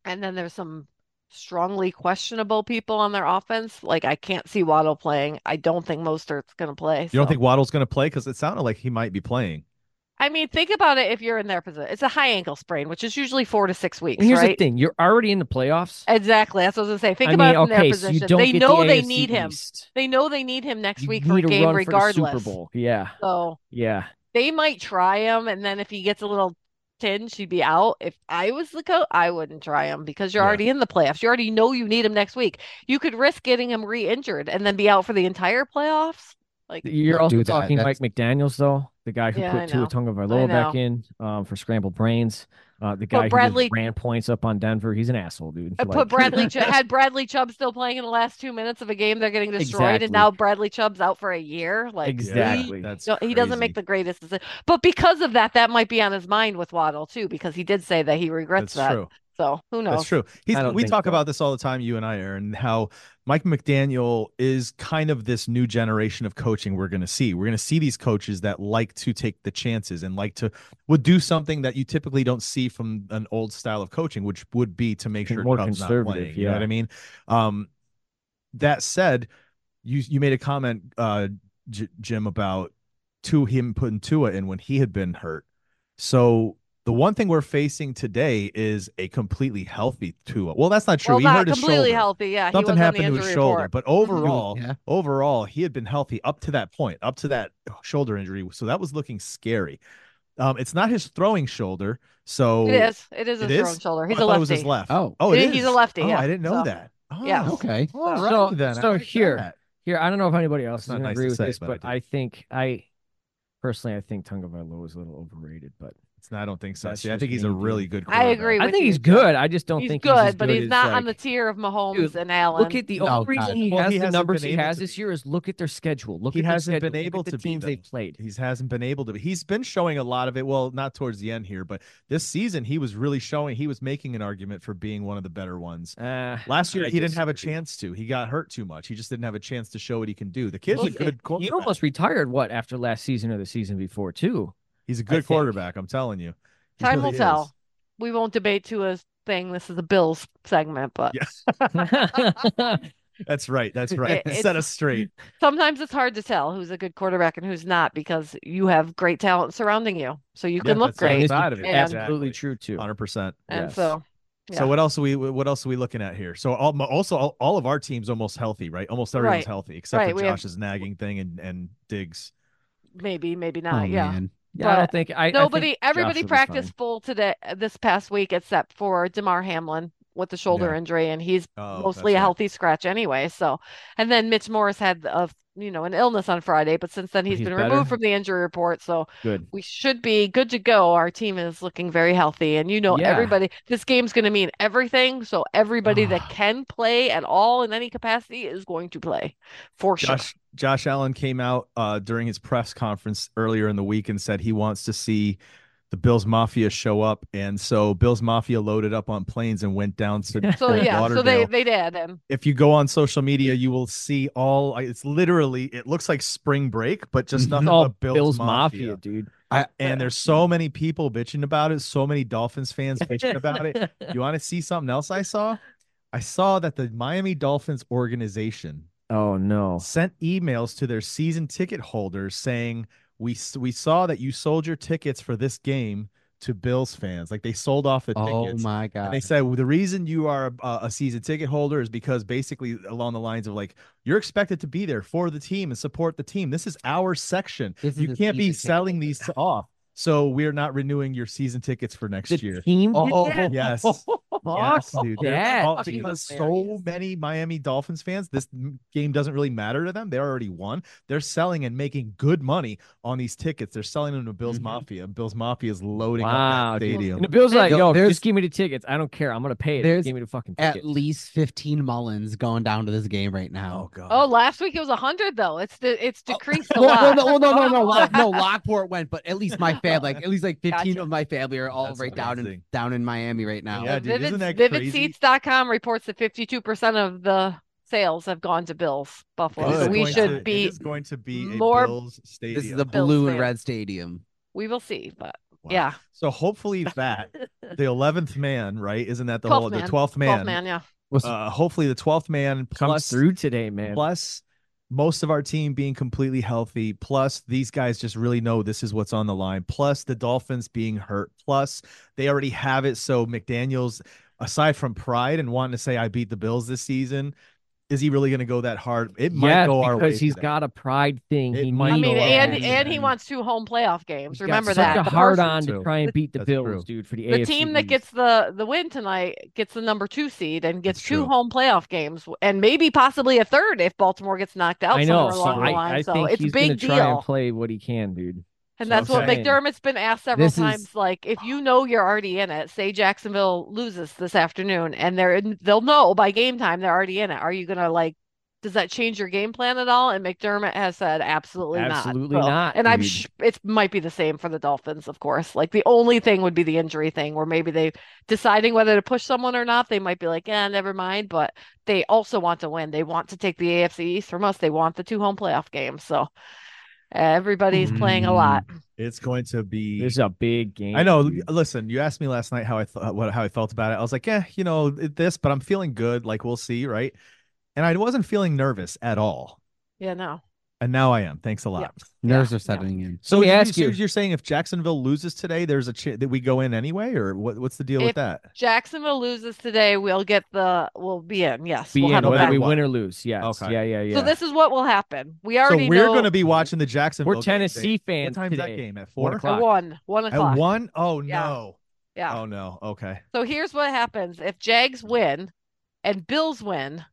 [SPEAKER 7] And then there's some strongly questionable people on their offense. Like I can't see Waddle playing. I don't think Mostert's going to play.
[SPEAKER 5] You don't
[SPEAKER 7] so.
[SPEAKER 5] think Waddle's going to play because it sounded like he might be playing.
[SPEAKER 7] I mean, think about it if you're in their position. It's a high ankle sprain, which is usually four to six weeks,
[SPEAKER 2] And here's
[SPEAKER 7] right?
[SPEAKER 2] the thing: you're already in the playoffs.
[SPEAKER 7] Exactly. That's what I was going to say. Think
[SPEAKER 2] I mean,
[SPEAKER 7] about it from their
[SPEAKER 2] okay, so you
[SPEAKER 7] position.
[SPEAKER 2] don't
[SPEAKER 7] They
[SPEAKER 2] get
[SPEAKER 7] know
[SPEAKER 2] the
[SPEAKER 7] they
[SPEAKER 2] AFC
[SPEAKER 7] need him.
[SPEAKER 2] East.
[SPEAKER 7] They know they need him next
[SPEAKER 2] You
[SPEAKER 7] week for a
[SPEAKER 2] need
[SPEAKER 7] game
[SPEAKER 2] run for the
[SPEAKER 7] regardless.
[SPEAKER 2] Super Bowl. Yeah,
[SPEAKER 7] So
[SPEAKER 2] yeah.
[SPEAKER 7] they might try him, and then if he gets a little tinge, he'd be out. If I was the coach, I wouldn't try him because you're
[SPEAKER 5] Yeah.
[SPEAKER 7] already in the playoffs. You already know you need him next week. You could risk getting him re-injured and then be out for the entire playoffs. Like,
[SPEAKER 2] You're
[SPEAKER 1] Don't
[SPEAKER 2] also
[SPEAKER 1] do that.
[SPEAKER 2] talking
[SPEAKER 1] That's-
[SPEAKER 2] Mike McDaniel's though, the guy who
[SPEAKER 7] Yeah, I
[SPEAKER 2] put Tua
[SPEAKER 7] know. I
[SPEAKER 2] Tagovailoa back
[SPEAKER 7] know.
[SPEAKER 2] in um, for scrambled brains. Uh, the guy who just
[SPEAKER 7] Bradley-
[SPEAKER 2] ran points up on Denver. He's an asshole, dude.
[SPEAKER 7] I
[SPEAKER 2] Like-
[SPEAKER 7] put Bradley Chubb, had Bradley Chubb still playing in the last two minutes of a game, they're getting destroyed,
[SPEAKER 2] Exactly.
[SPEAKER 7] and now Bradley Chubb's out for a year. Like,
[SPEAKER 2] Exactly.
[SPEAKER 5] That's
[SPEAKER 7] No, he doesn't make
[SPEAKER 5] crazy.
[SPEAKER 7] the greatest decision. But because of that, that might be on his mind with Waddle too, because he did say that he regrets
[SPEAKER 5] That's
[SPEAKER 7] that.
[SPEAKER 5] true.
[SPEAKER 7] So who
[SPEAKER 5] That's
[SPEAKER 7] knows?
[SPEAKER 5] true. He's,
[SPEAKER 2] I don't
[SPEAKER 5] we
[SPEAKER 2] think
[SPEAKER 5] talk
[SPEAKER 2] so.
[SPEAKER 5] about this all the time, you and I, Aaron, how Mike McDaniel is kind of this new generation of coaching we're going to see. We're going to see these coaches that like to take the chances and like to would do something that you typically don't see from an old style of coaching, which would be to make
[SPEAKER 2] Think
[SPEAKER 5] sure
[SPEAKER 2] more
[SPEAKER 5] Chubb's not
[SPEAKER 2] conservative,
[SPEAKER 5] playing. You know
[SPEAKER 2] yeah.
[SPEAKER 5] what I mean? Um, that said, you you made a comment, uh, J- Jim, about to him putting Tua in when he had been hurt. So the one thing we're facing today is a completely healthy Tua. Well, that's not true.
[SPEAKER 7] Well,
[SPEAKER 5] he
[SPEAKER 7] not
[SPEAKER 5] hurt his
[SPEAKER 7] completely
[SPEAKER 5] shoulder.
[SPEAKER 7] healthy. Yeah, he
[SPEAKER 5] Something
[SPEAKER 7] was
[SPEAKER 5] happened
[SPEAKER 7] on
[SPEAKER 5] to
[SPEAKER 7] the
[SPEAKER 5] his
[SPEAKER 7] injury
[SPEAKER 5] shoulder,
[SPEAKER 7] report.
[SPEAKER 5] but overall,
[SPEAKER 1] Mm-hmm. Yeah.
[SPEAKER 5] overall, he had been healthy up to that point, up to that shoulder injury. So that was looking scary. Um, it's not his throwing shoulder, so
[SPEAKER 7] It is. It is
[SPEAKER 5] It
[SPEAKER 7] his throwing
[SPEAKER 5] is?
[SPEAKER 7] shoulder.
[SPEAKER 5] Oh,
[SPEAKER 7] He's
[SPEAKER 5] I
[SPEAKER 7] a
[SPEAKER 5] thought
[SPEAKER 7] lefty.
[SPEAKER 5] it was his left.
[SPEAKER 1] Oh.
[SPEAKER 5] Oh, it
[SPEAKER 7] He-
[SPEAKER 5] is.
[SPEAKER 7] he's a lefty,
[SPEAKER 5] Oh,
[SPEAKER 7] yeah.
[SPEAKER 5] I didn't know
[SPEAKER 7] So-
[SPEAKER 5] that. Oh,
[SPEAKER 7] Yeah.
[SPEAKER 1] Okay.
[SPEAKER 5] all
[SPEAKER 2] So-
[SPEAKER 5] right then. I
[SPEAKER 2] so
[SPEAKER 5] didn't know
[SPEAKER 2] here-
[SPEAKER 5] that.
[SPEAKER 2] Here, I don't know if anybody else
[SPEAKER 5] It's
[SPEAKER 2] is
[SPEAKER 5] not
[SPEAKER 2] going to
[SPEAKER 5] nice
[SPEAKER 2] agree
[SPEAKER 5] to
[SPEAKER 2] with
[SPEAKER 5] say,
[SPEAKER 2] this,
[SPEAKER 5] but I
[SPEAKER 2] but
[SPEAKER 5] did.
[SPEAKER 2] I think I personally I think Tagovailoa is a little overrated, but
[SPEAKER 5] It's not- I don't think so.
[SPEAKER 2] That's
[SPEAKER 5] See, I
[SPEAKER 2] just
[SPEAKER 5] think he's
[SPEAKER 2] me,
[SPEAKER 5] a
[SPEAKER 2] dude.
[SPEAKER 5] really good.
[SPEAKER 7] I agree
[SPEAKER 5] quarterback.
[SPEAKER 2] I
[SPEAKER 7] with
[SPEAKER 2] think
[SPEAKER 7] you,
[SPEAKER 2] he's
[SPEAKER 7] Joe.
[SPEAKER 2] good. I just don't
[SPEAKER 7] He's
[SPEAKER 2] think
[SPEAKER 7] good,
[SPEAKER 2] he's as
[SPEAKER 7] but
[SPEAKER 2] good
[SPEAKER 7] he's
[SPEAKER 2] as,
[SPEAKER 7] not on the
[SPEAKER 2] like-
[SPEAKER 7] tier of Mahomes
[SPEAKER 2] Dude,
[SPEAKER 7] and Allen.
[SPEAKER 2] Look at the
[SPEAKER 1] No,
[SPEAKER 2] only
[SPEAKER 1] God.
[SPEAKER 2] reason he
[SPEAKER 5] Oh, Well,
[SPEAKER 2] has
[SPEAKER 5] he
[SPEAKER 2] the
[SPEAKER 5] hasn't
[SPEAKER 2] numbers
[SPEAKER 5] been
[SPEAKER 2] he
[SPEAKER 5] able
[SPEAKER 2] has
[SPEAKER 5] to
[SPEAKER 2] this
[SPEAKER 5] be.
[SPEAKER 2] year is look at their schedule. Look
[SPEAKER 5] He
[SPEAKER 2] at their
[SPEAKER 5] hasn't been
[SPEAKER 2] schedule, look
[SPEAKER 5] able
[SPEAKER 2] at the
[SPEAKER 5] to be,
[SPEAKER 2] teams
[SPEAKER 5] though.
[SPEAKER 2] they've played.
[SPEAKER 5] He hasn't been able to. He's been showing a lot of it. Well, not towards the end here, but this season he was really showing. He was making an argument for being one of the better ones.
[SPEAKER 2] Uh,
[SPEAKER 5] Last year
[SPEAKER 2] I
[SPEAKER 5] he didn't have a
[SPEAKER 2] disagree.
[SPEAKER 5] chance to. He got hurt too much. He just didn't have a chance to show what he can do. The kid's
[SPEAKER 2] Well,
[SPEAKER 5] a good
[SPEAKER 2] He
[SPEAKER 5] quarterback.
[SPEAKER 2] almost retired what after last season or the season before too.
[SPEAKER 5] He's a
[SPEAKER 2] I
[SPEAKER 5] good
[SPEAKER 2] think.
[SPEAKER 5] quarterback. I'm telling you. He
[SPEAKER 7] Time will
[SPEAKER 5] really
[SPEAKER 7] tell.
[SPEAKER 5] is.
[SPEAKER 7] We won't debate Tua's thing. This is a Bills segment, but
[SPEAKER 5] Yeah.
[SPEAKER 2] I
[SPEAKER 5] That's right. That's right.
[SPEAKER 7] It-
[SPEAKER 5] Set
[SPEAKER 7] it's-
[SPEAKER 5] us straight.
[SPEAKER 7] Sometimes it's hard to tell who's a good quarterback and who's not because you have great talent surrounding you. So you can look
[SPEAKER 5] that's right.
[SPEAKER 7] great.
[SPEAKER 5] Side of it.
[SPEAKER 7] And-
[SPEAKER 2] Absolutely true too.
[SPEAKER 5] Hundred percent.
[SPEAKER 7] And
[SPEAKER 2] Yes.
[SPEAKER 7] so
[SPEAKER 5] So
[SPEAKER 7] Yeah.
[SPEAKER 5] what else are we what else are we looking at here? So all, also all, all of our teams almost healthy, right? Almost everyone's
[SPEAKER 7] Right.
[SPEAKER 5] healthy except
[SPEAKER 7] Right,
[SPEAKER 5] for
[SPEAKER 7] we have-
[SPEAKER 5] Josh's nagging thing and and Diggs.
[SPEAKER 7] maybe, maybe
[SPEAKER 1] Oh,
[SPEAKER 7] not. Uh, yeah.
[SPEAKER 1] man.
[SPEAKER 2] Yeah, I
[SPEAKER 7] but
[SPEAKER 2] don't think I I think
[SPEAKER 7] Nobody,
[SPEAKER 2] Josh
[SPEAKER 7] everybody
[SPEAKER 2] will be fine.
[SPEAKER 7] practiced full today this past week except for Damar Hamlin with the shoulder
[SPEAKER 5] Yeah.
[SPEAKER 7] injury, and he's
[SPEAKER 5] Oh,
[SPEAKER 7] mostly a
[SPEAKER 5] that's right.
[SPEAKER 7] healthy scratch anyway. So, and then Mitch Morris had a you know an illness on Friday, but since then he's
[SPEAKER 2] he's
[SPEAKER 7] been
[SPEAKER 2] better?
[SPEAKER 7] removed from the injury report. So
[SPEAKER 2] Good.
[SPEAKER 7] we should be good to go. Our team is looking very healthy, and you know
[SPEAKER 2] Yeah.
[SPEAKER 7] everybody. This game's going to mean everything. So everybody that can play at all in any capacity is going to play for sure.
[SPEAKER 5] Josh Josh Allen came out uh, during his press conference earlier in the week and said he wants to see the Bills Mafia show up, and so Bills Mafia loaded up on planes and went down to
[SPEAKER 7] So
[SPEAKER 5] Fort
[SPEAKER 7] yeah, so they
[SPEAKER 5] Lauderdale.
[SPEAKER 7] they did, and
[SPEAKER 5] if you go on social media, you will see all. It's literally it looks like spring break, but just
[SPEAKER 1] Mhm.
[SPEAKER 5] nothing
[SPEAKER 2] All
[SPEAKER 5] but Bills,
[SPEAKER 2] Bills
[SPEAKER 5] Mafia.
[SPEAKER 2] Mafia, dude.
[SPEAKER 5] And there's so many people bitching about it. So many Dolphins fans bitching about it. You want to see something else? I saw. I saw that the Miami Dolphins organization
[SPEAKER 2] Oh no.
[SPEAKER 5] sent emails to their season ticket holders saying we s- we saw that you sold your tickets for this game to Bills fans. Like they sold off the
[SPEAKER 1] Oh
[SPEAKER 5] tickets.
[SPEAKER 1] my
[SPEAKER 5] And
[SPEAKER 1] god.
[SPEAKER 5] they said well, the reason you are a, a season ticket holder is because basically along the lines of like you're expected to be there for the team and support the team. This is our section.
[SPEAKER 1] This is
[SPEAKER 5] you
[SPEAKER 1] the
[SPEAKER 5] can't be
[SPEAKER 1] season ticket
[SPEAKER 5] selling
[SPEAKER 1] holder.
[SPEAKER 5] these to off. So we're not renewing your season tickets for next
[SPEAKER 2] The
[SPEAKER 5] year.
[SPEAKER 2] team. did
[SPEAKER 1] Oh,
[SPEAKER 2] that?
[SPEAKER 5] Yes.
[SPEAKER 2] Fuck
[SPEAKER 5] Yes, dude.
[SPEAKER 2] that,
[SPEAKER 5] Oh,
[SPEAKER 2] dude.
[SPEAKER 5] because so many Miami Dolphins fans, this m- game doesn't really matter to them. They already won. They're selling and making good money on these tickets. They're selling them to Bills
[SPEAKER 1] Mhm.
[SPEAKER 5] Mafia. Bills Mafia is loading
[SPEAKER 2] Wow,
[SPEAKER 5] up that
[SPEAKER 2] dude.
[SPEAKER 5] stadium.
[SPEAKER 2] And the Bills are like,
[SPEAKER 1] Yo,
[SPEAKER 2] yo,
[SPEAKER 1] there's-
[SPEAKER 2] just give me the tickets. I don't care. I'm gonna pay it. Just
[SPEAKER 1] There's
[SPEAKER 2] give me the fucking ticket.
[SPEAKER 1] At least 15 Mullins going down to this game right now.
[SPEAKER 5] god.
[SPEAKER 7] oh, last week it was hundred though. It's de- it's decreased a lot. Oh,
[SPEAKER 1] Well, well, no, well, no, no, no, Lock, no. Lockport went, but at least my family, like at least like 15
[SPEAKER 7] Gotcha.
[SPEAKER 1] of my family are all right
[SPEAKER 5] That's
[SPEAKER 1] down in
[SPEAKER 5] amazing.
[SPEAKER 1] down in Miami right now.
[SPEAKER 5] Yeah, dude,
[SPEAKER 7] Vivid,
[SPEAKER 5] isn't that crazy?
[SPEAKER 7] VividSeats.com reports that 52% of the sales have gone to Bills Buffalo.
[SPEAKER 5] It
[SPEAKER 7] so
[SPEAKER 5] is
[SPEAKER 7] we
[SPEAKER 5] going
[SPEAKER 7] should
[SPEAKER 5] to-
[SPEAKER 7] be,
[SPEAKER 5] It is going to be a
[SPEAKER 7] more-
[SPEAKER 5] Bills stadium.
[SPEAKER 1] This is the
[SPEAKER 7] Bills
[SPEAKER 1] blue and
[SPEAKER 7] fan.
[SPEAKER 1] red stadium.
[SPEAKER 7] we will see. But
[SPEAKER 5] Wow.
[SPEAKER 7] yeah,
[SPEAKER 5] So hopefully that the eleventh man, right? Isn't that the
[SPEAKER 7] 12th
[SPEAKER 5] whole the
[SPEAKER 7] man.
[SPEAKER 5] twelfth man?
[SPEAKER 7] 12 man, yeah.
[SPEAKER 5] Uh, hopefully the twelfth man
[SPEAKER 2] comes
[SPEAKER 5] plus
[SPEAKER 2] through today, man.
[SPEAKER 5] plus most of our team being completely healthy plus these guys just really know this is what's on the line plus the dolphins being hurt plus they already have it so mcdaniels aside from pride and wanting to say i beat the bills this season is he really going to go that hard it might
[SPEAKER 2] yeah,
[SPEAKER 5] go our way
[SPEAKER 2] because he's
[SPEAKER 5] today.
[SPEAKER 2] got a pride thing.
[SPEAKER 5] It
[SPEAKER 2] he
[SPEAKER 5] might
[SPEAKER 7] I
[SPEAKER 5] You
[SPEAKER 2] needs
[SPEAKER 5] know
[SPEAKER 7] mean,
[SPEAKER 5] go
[SPEAKER 2] that.
[SPEAKER 5] our
[SPEAKER 7] and
[SPEAKER 5] way
[SPEAKER 2] He's
[SPEAKER 7] and he
[SPEAKER 5] man.
[SPEAKER 7] wants two home playoff games.
[SPEAKER 5] He's got
[SPEAKER 7] Remember
[SPEAKER 5] such
[SPEAKER 2] Such
[SPEAKER 7] that.
[SPEAKER 2] a
[SPEAKER 7] The
[SPEAKER 2] hard
[SPEAKER 7] person-
[SPEAKER 2] on
[SPEAKER 5] too.
[SPEAKER 2] to try and beat the
[SPEAKER 5] That's
[SPEAKER 2] Bills,
[SPEAKER 5] true.
[SPEAKER 2] dude. For the
[SPEAKER 7] the
[SPEAKER 2] AFC
[SPEAKER 7] team that
[SPEAKER 2] East.
[SPEAKER 7] gets the the win tonight gets the number two seed and gets
[SPEAKER 5] That's
[SPEAKER 7] two
[SPEAKER 5] true.
[SPEAKER 7] home playoff games and maybe possibly a third if Baltimore gets knocked out
[SPEAKER 2] I know.
[SPEAKER 7] somewhere
[SPEAKER 2] So
[SPEAKER 7] along the
[SPEAKER 2] I,
[SPEAKER 7] line.
[SPEAKER 2] I
[SPEAKER 7] so
[SPEAKER 2] think
[SPEAKER 7] it's a
[SPEAKER 2] he's
[SPEAKER 7] big
[SPEAKER 2] gonna
[SPEAKER 7] deal.
[SPEAKER 2] try and play what he can, dude.
[SPEAKER 7] And
[SPEAKER 5] So I'm
[SPEAKER 7] that's what
[SPEAKER 2] saying-
[SPEAKER 7] McDermott's been asked several
[SPEAKER 1] This is-
[SPEAKER 7] times. Like, if you know you're already in it, say Jacksonville loses this afternoon, and they're in, they'll know by game time they're already in it. Are you gonna like? Does that change your game plan at all? And McDermott has said absolutely not.
[SPEAKER 2] Absolutely not,
[SPEAKER 7] And I'm
[SPEAKER 2] dude.
[SPEAKER 7] sh- it might be the same for the Dolphins, of course. Like the only thing would be the injury thing, where maybe they deciding whether to push someone or not. They might be like, yeah, never mind. But they also want to win. They want to take the AFC East from us. They want the two home playoff games. So everybody's playing a lot.
[SPEAKER 5] it's going to be
[SPEAKER 2] This is a big game.
[SPEAKER 5] I know. uh,
[SPEAKER 2] dude.
[SPEAKER 5] Listen, you asked me last night how I thought what how I felt about it. I was like, yeah, you know it- this, but I'm feeling good. Like we'll see, right? And I wasn't feeling nervous at all,
[SPEAKER 7] Yeah, no.
[SPEAKER 5] and now I am. Thanks a lot.
[SPEAKER 1] Nerves
[SPEAKER 7] Yeah,
[SPEAKER 1] are settling in.
[SPEAKER 5] So
[SPEAKER 2] Let me
[SPEAKER 5] you-
[SPEAKER 2] ask
[SPEAKER 5] so
[SPEAKER 2] you-
[SPEAKER 5] You're saying if Jacksonville loses today, there's a chance that we go in anyway, or what, what's the deal
[SPEAKER 7] If-
[SPEAKER 5] with that?
[SPEAKER 7] Jacksonville loses today, we'll get the we'll be in. Yes,
[SPEAKER 2] Be
[SPEAKER 7] we'll
[SPEAKER 2] in
[SPEAKER 7] have a
[SPEAKER 2] whether
[SPEAKER 7] back.
[SPEAKER 2] we
[SPEAKER 5] what?
[SPEAKER 2] win or lose. Yes.
[SPEAKER 5] Okay.
[SPEAKER 2] Yeah. Yeah. Yeah.
[SPEAKER 7] So this is what will happen. We
[SPEAKER 5] So
[SPEAKER 7] already
[SPEAKER 5] we're
[SPEAKER 7] know
[SPEAKER 5] going to be watching the Jacksonville.
[SPEAKER 2] We're
[SPEAKER 5] game today.
[SPEAKER 2] Tennessee
[SPEAKER 5] What
[SPEAKER 2] fans
[SPEAKER 5] time's that
[SPEAKER 2] today.
[SPEAKER 5] game at
[SPEAKER 2] One
[SPEAKER 5] four?
[SPEAKER 7] at
[SPEAKER 2] o'clock.
[SPEAKER 7] one, one
[SPEAKER 5] At
[SPEAKER 7] o'clock.
[SPEAKER 5] one? Oh
[SPEAKER 7] Yeah.
[SPEAKER 5] no!
[SPEAKER 7] Yeah.
[SPEAKER 5] Oh no! Okay.
[SPEAKER 7] So here's what happens: if Jags win and Bills win,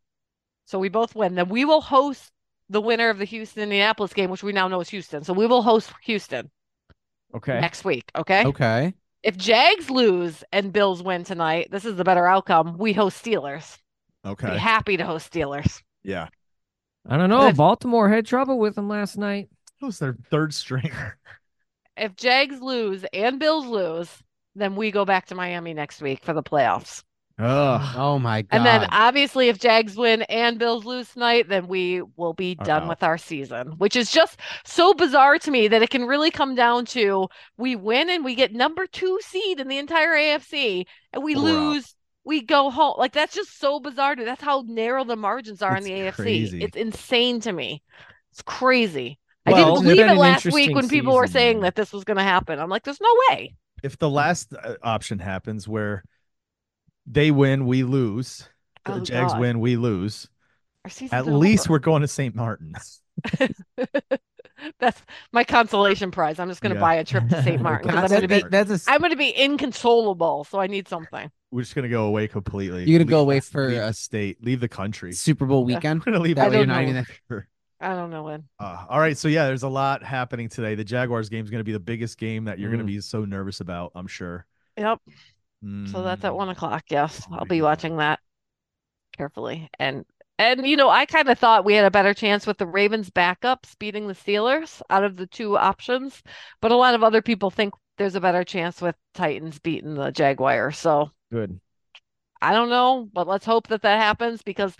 [SPEAKER 7] so we both win, then we will host the winner of the Houston Indianapolis game, which we now know is Houston. So we will host Houston
[SPEAKER 2] Okay.
[SPEAKER 7] next week. Okay.
[SPEAKER 1] Okay.
[SPEAKER 7] If Jags lose and Bills win tonight, this is the better outcome. We host Steelers. Be
[SPEAKER 5] Okay.
[SPEAKER 7] happy to host Steelers.
[SPEAKER 5] Yeah.
[SPEAKER 2] I don't know.
[SPEAKER 7] Let's-
[SPEAKER 2] Baltimore had trouble with them last night.
[SPEAKER 5] Who's their third stringer?
[SPEAKER 7] if Jags lose and Bills lose, then we go back to Miami next week for the playoffs.
[SPEAKER 5] Ugh.
[SPEAKER 1] Oh my god.
[SPEAKER 7] And then obviously if Jags win and Bills lose tonight, then we will be
[SPEAKER 5] Are
[SPEAKER 7] done
[SPEAKER 5] out.
[SPEAKER 7] with our season, which is just so bizarre to me that it can really come down to we win and we get number 2 seed in the entire AFC and we
[SPEAKER 5] But we're out.
[SPEAKER 7] lose we go home. Like that's just so bizarre to me. That's how narrow the margins are
[SPEAKER 5] It's
[SPEAKER 7] in the AFC.
[SPEAKER 5] crazy.
[SPEAKER 7] It's insane to me. It's crazy. I
[SPEAKER 2] Well,
[SPEAKER 7] didn't
[SPEAKER 2] it's
[SPEAKER 7] believe
[SPEAKER 2] been
[SPEAKER 7] it
[SPEAKER 2] an
[SPEAKER 7] last week
[SPEAKER 2] interesting
[SPEAKER 7] when people were
[SPEAKER 2] season,
[SPEAKER 7] saying
[SPEAKER 2] though.
[SPEAKER 7] that this was going to happen. I'm like, there's no way.
[SPEAKER 5] if the last uh, option happens where they win, we lose, the
[SPEAKER 7] Oh,
[SPEAKER 5] Jags
[SPEAKER 7] God.
[SPEAKER 5] win, we lose.
[SPEAKER 7] Our season's
[SPEAKER 5] At
[SPEAKER 7] over.
[SPEAKER 5] least we're going to St. Martin.
[SPEAKER 7] That's my consolation prize. I'm just going to
[SPEAKER 5] Yeah.
[SPEAKER 7] buy a trip to St.
[SPEAKER 5] We're
[SPEAKER 7] Martin. 'cause
[SPEAKER 5] gonna
[SPEAKER 7] I'm
[SPEAKER 5] That-
[SPEAKER 7] going to be
[SPEAKER 5] that-
[SPEAKER 1] that's a s-
[SPEAKER 7] I'm going to be inconsolable, so I need something.
[SPEAKER 5] We're just going to go away completely.
[SPEAKER 1] You're gonna go
[SPEAKER 5] Leave-
[SPEAKER 1] away for
[SPEAKER 5] leave
[SPEAKER 1] a
[SPEAKER 5] the state, leave the country.
[SPEAKER 1] Super Bowl weekend.
[SPEAKER 5] We're going to leave
[SPEAKER 1] That
[SPEAKER 5] the
[SPEAKER 7] way you're not
[SPEAKER 5] country
[SPEAKER 1] even
[SPEAKER 5] for sure.
[SPEAKER 7] I don't know when.
[SPEAKER 5] Uh, all right, so yeah, there's a lot happening today. The Jaguars game is going to be the biggest game that you're
[SPEAKER 1] Mm.
[SPEAKER 5] going to be so nervous about, I'm sure.
[SPEAKER 7] Yep. So that's at
[SPEAKER 5] Mm.
[SPEAKER 7] one o'clock. Yes, I'll
[SPEAKER 5] Right.
[SPEAKER 7] be watching that carefully. And and you know, I kind of thought we had a better chance with the Ravens backups beating the Steelers out of the two options, but a lot of other people think there's a better chance with Titans beating the Jaguars. So
[SPEAKER 2] Good.
[SPEAKER 7] I don't know, but let's hope that that happens because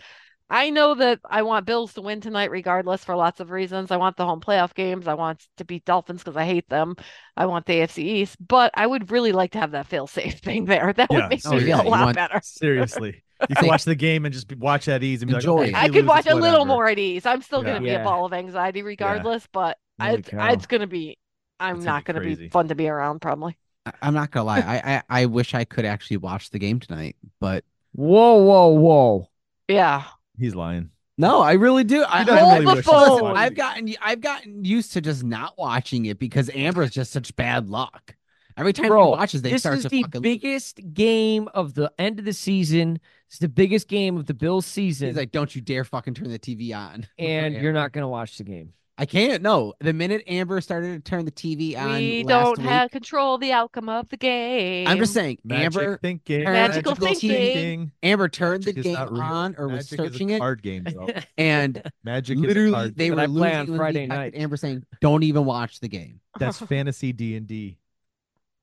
[SPEAKER 7] I know that I want Bills to win tonight, regardless, for lots of reasons. I want the home playoff games. I want to beat Dolphins because I hate them. I want the AFC East, but I would really like to have that fail safe thing there. That would
[SPEAKER 5] Yeah,
[SPEAKER 7] make me
[SPEAKER 5] oh,
[SPEAKER 7] feel
[SPEAKER 5] yeah,
[SPEAKER 7] a
[SPEAKER 5] you
[SPEAKER 7] lot
[SPEAKER 1] want-
[SPEAKER 7] better.
[SPEAKER 5] Seriously, you can
[SPEAKER 1] Think-
[SPEAKER 5] watch the game and just be, watch at ease and be
[SPEAKER 1] Enjoy
[SPEAKER 5] like,
[SPEAKER 1] it.
[SPEAKER 5] "Okay,
[SPEAKER 7] I
[SPEAKER 5] we
[SPEAKER 7] could
[SPEAKER 5] lose,
[SPEAKER 7] watch
[SPEAKER 5] it's
[SPEAKER 7] a little
[SPEAKER 5] whatever."
[SPEAKER 7] more at ease. I'm still going to be
[SPEAKER 2] Yeah.
[SPEAKER 7] a ball of anxiety regardless, but I,
[SPEAKER 2] Holy
[SPEAKER 7] it's,
[SPEAKER 2] cow.
[SPEAKER 7] it's going to be, I'm
[SPEAKER 5] It's gonna
[SPEAKER 7] not
[SPEAKER 5] be
[SPEAKER 7] going to be
[SPEAKER 5] crazy.
[SPEAKER 7] fun to be around, probably.
[SPEAKER 1] I- I'm not gonna lie. I, I I wish I could actually watch the game tonight, but
[SPEAKER 2] Whoa, whoa, whoa.
[SPEAKER 7] Yeah.
[SPEAKER 5] He's lying.
[SPEAKER 1] no, I really do. I,
[SPEAKER 5] doesn't
[SPEAKER 1] I,
[SPEAKER 5] really
[SPEAKER 7] Hold the
[SPEAKER 5] wish he was
[SPEAKER 7] phone.
[SPEAKER 5] watching
[SPEAKER 1] Oh, I've
[SPEAKER 5] it.
[SPEAKER 1] gotten I've gotten used to just not watching it because Amber's just such bad luck. Every time
[SPEAKER 2] Bro,
[SPEAKER 1] she watches, they
[SPEAKER 2] this
[SPEAKER 1] start
[SPEAKER 2] is
[SPEAKER 1] to
[SPEAKER 2] the
[SPEAKER 1] fucking
[SPEAKER 2] biggest game of the end of the season. It's the biggest game of the Bills season,
[SPEAKER 1] He's like, "Don't you dare fucking turn the TV on."
[SPEAKER 2] and
[SPEAKER 1] Okay.
[SPEAKER 2] you're not going to watch the game.
[SPEAKER 1] I can't. No, the minute Amber started to turn the TV on,
[SPEAKER 7] We
[SPEAKER 1] last
[SPEAKER 7] don't
[SPEAKER 1] week,
[SPEAKER 7] have control of the outcome of the game.
[SPEAKER 1] I'm just saying,
[SPEAKER 5] Magic
[SPEAKER 1] Amber.
[SPEAKER 5] thinking,
[SPEAKER 1] Magical
[SPEAKER 7] thinking.
[SPEAKER 1] Amber turned
[SPEAKER 5] Magic
[SPEAKER 1] the
[SPEAKER 5] is
[SPEAKER 1] game
[SPEAKER 5] not real.
[SPEAKER 1] on or was
[SPEAKER 5] Magic is a
[SPEAKER 1] searching it,
[SPEAKER 5] card game, bro.
[SPEAKER 1] and
[SPEAKER 5] Magic is a
[SPEAKER 1] literally
[SPEAKER 5] card
[SPEAKER 1] they
[SPEAKER 5] game.
[SPEAKER 1] were
[SPEAKER 2] that I play
[SPEAKER 1] losing
[SPEAKER 2] on
[SPEAKER 1] when we
[SPEAKER 2] Friday
[SPEAKER 1] texted
[SPEAKER 2] night.
[SPEAKER 1] Amber saying, "Don't even watch the game."
[SPEAKER 5] That's fantasy D and D.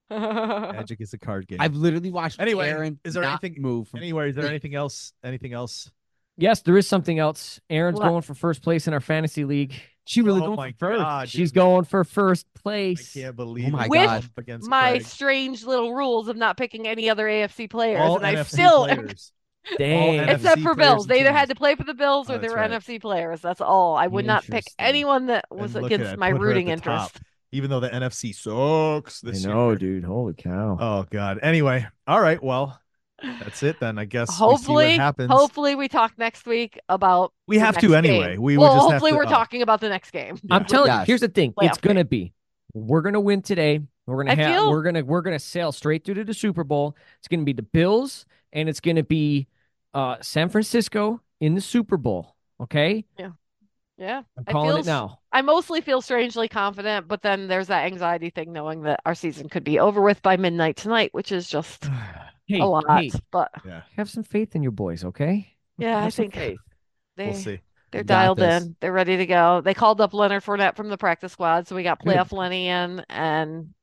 [SPEAKER 5] Magic is a card game.
[SPEAKER 1] I've literally watched
[SPEAKER 5] Anyway,
[SPEAKER 1] Aaron
[SPEAKER 5] is there
[SPEAKER 1] not
[SPEAKER 5] anything-
[SPEAKER 1] move from
[SPEAKER 5] Anyway, is there
[SPEAKER 1] Like-
[SPEAKER 5] anything else? Anything else?
[SPEAKER 2] Yes, there is something else. Aaron's
[SPEAKER 7] What?
[SPEAKER 2] going for first place in our fantasy league.
[SPEAKER 1] she really
[SPEAKER 5] oh
[SPEAKER 1] going
[SPEAKER 5] my
[SPEAKER 1] for first.
[SPEAKER 5] god,
[SPEAKER 2] She's
[SPEAKER 5] dude.
[SPEAKER 2] going for first
[SPEAKER 5] I
[SPEAKER 2] place.
[SPEAKER 5] can't believe
[SPEAKER 1] Oh my
[SPEAKER 5] it.
[SPEAKER 1] With
[SPEAKER 5] Up against
[SPEAKER 7] my
[SPEAKER 5] Craig.
[SPEAKER 7] strange little rules of not picking any other AFC players,
[SPEAKER 5] All
[SPEAKER 7] and I
[SPEAKER 5] NFC
[SPEAKER 7] still
[SPEAKER 5] players.
[SPEAKER 2] Dang.
[SPEAKER 5] NFL
[SPEAKER 7] except
[SPEAKER 5] NFC players
[SPEAKER 7] for Bills,
[SPEAKER 5] and
[SPEAKER 7] they either
[SPEAKER 5] teams.
[SPEAKER 7] had to play for the Bills
[SPEAKER 5] Oh,
[SPEAKER 7] or they
[SPEAKER 5] that's
[SPEAKER 7] were
[SPEAKER 5] right.
[SPEAKER 7] NFC players. That's all. I would not pick
[SPEAKER 2] Interesting.
[SPEAKER 7] anyone that was
[SPEAKER 5] look at
[SPEAKER 7] against
[SPEAKER 5] it,
[SPEAKER 7] my
[SPEAKER 5] put her at
[SPEAKER 7] rooting
[SPEAKER 5] the
[SPEAKER 7] interest.
[SPEAKER 5] top. even though the NFC sucks
[SPEAKER 2] I
[SPEAKER 5] this
[SPEAKER 2] know,
[SPEAKER 5] year.
[SPEAKER 2] dude. Holy cow.
[SPEAKER 5] Oh god. Anyway, all right. Well, that's it then. I guess. we see
[SPEAKER 7] Hopefully,
[SPEAKER 5] what happens.
[SPEAKER 7] hopefully we talk next week about
[SPEAKER 5] we
[SPEAKER 7] the
[SPEAKER 5] have to
[SPEAKER 7] next
[SPEAKER 5] anyway.
[SPEAKER 7] game.
[SPEAKER 5] We would
[SPEAKER 7] well,
[SPEAKER 5] just have
[SPEAKER 7] hopefully
[SPEAKER 5] to-
[SPEAKER 7] we're
[SPEAKER 5] oh,
[SPEAKER 7] talking about the next game.
[SPEAKER 5] yeah.
[SPEAKER 2] I'm telling you,
[SPEAKER 1] Yes.
[SPEAKER 2] here's the thing. It's
[SPEAKER 7] Playoff
[SPEAKER 2] gonna be. We're gonna win today. We're gonna
[SPEAKER 7] I
[SPEAKER 2] have.
[SPEAKER 7] feel-
[SPEAKER 2] We're gonna. We're gonna sail straight through to the Super Bowl. It's gonna be the Bills, and it's gonna be uh, San Francisco in the Super Bowl. Okay,
[SPEAKER 7] Yeah,
[SPEAKER 2] I'm
[SPEAKER 7] I
[SPEAKER 2] calling
[SPEAKER 7] feel
[SPEAKER 2] it now.
[SPEAKER 7] I mostly feel strangely confident, but then there's that anxiety thing, knowing that our season could be over with by midnight tonight, which is just
[SPEAKER 2] Hey,
[SPEAKER 7] a lot.
[SPEAKER 2] hey,
[SPEAKER 7] But
[SPEAKER 2] have some faith in your boys. Okay.
[SPEAKER 7] yeah, I
[SPEAKER 2] Have some
[SPEAKER 7] think
[SPEAKER 2] faith.
[SPEAKER 7] they
[SPEAKER 5] We'll see.
[SPEAKER 7] They're
[SPEAKER 1] You got
[SPEAKER 7] dialed
[SPEAKER 1] this.
[SPEAKER 7] in. They're ready to go. They called up Leonard Fournette from the practice squad, so we got
[SPEAKER 2] Good.
[SPEAKER 7] playoff Lenny in, and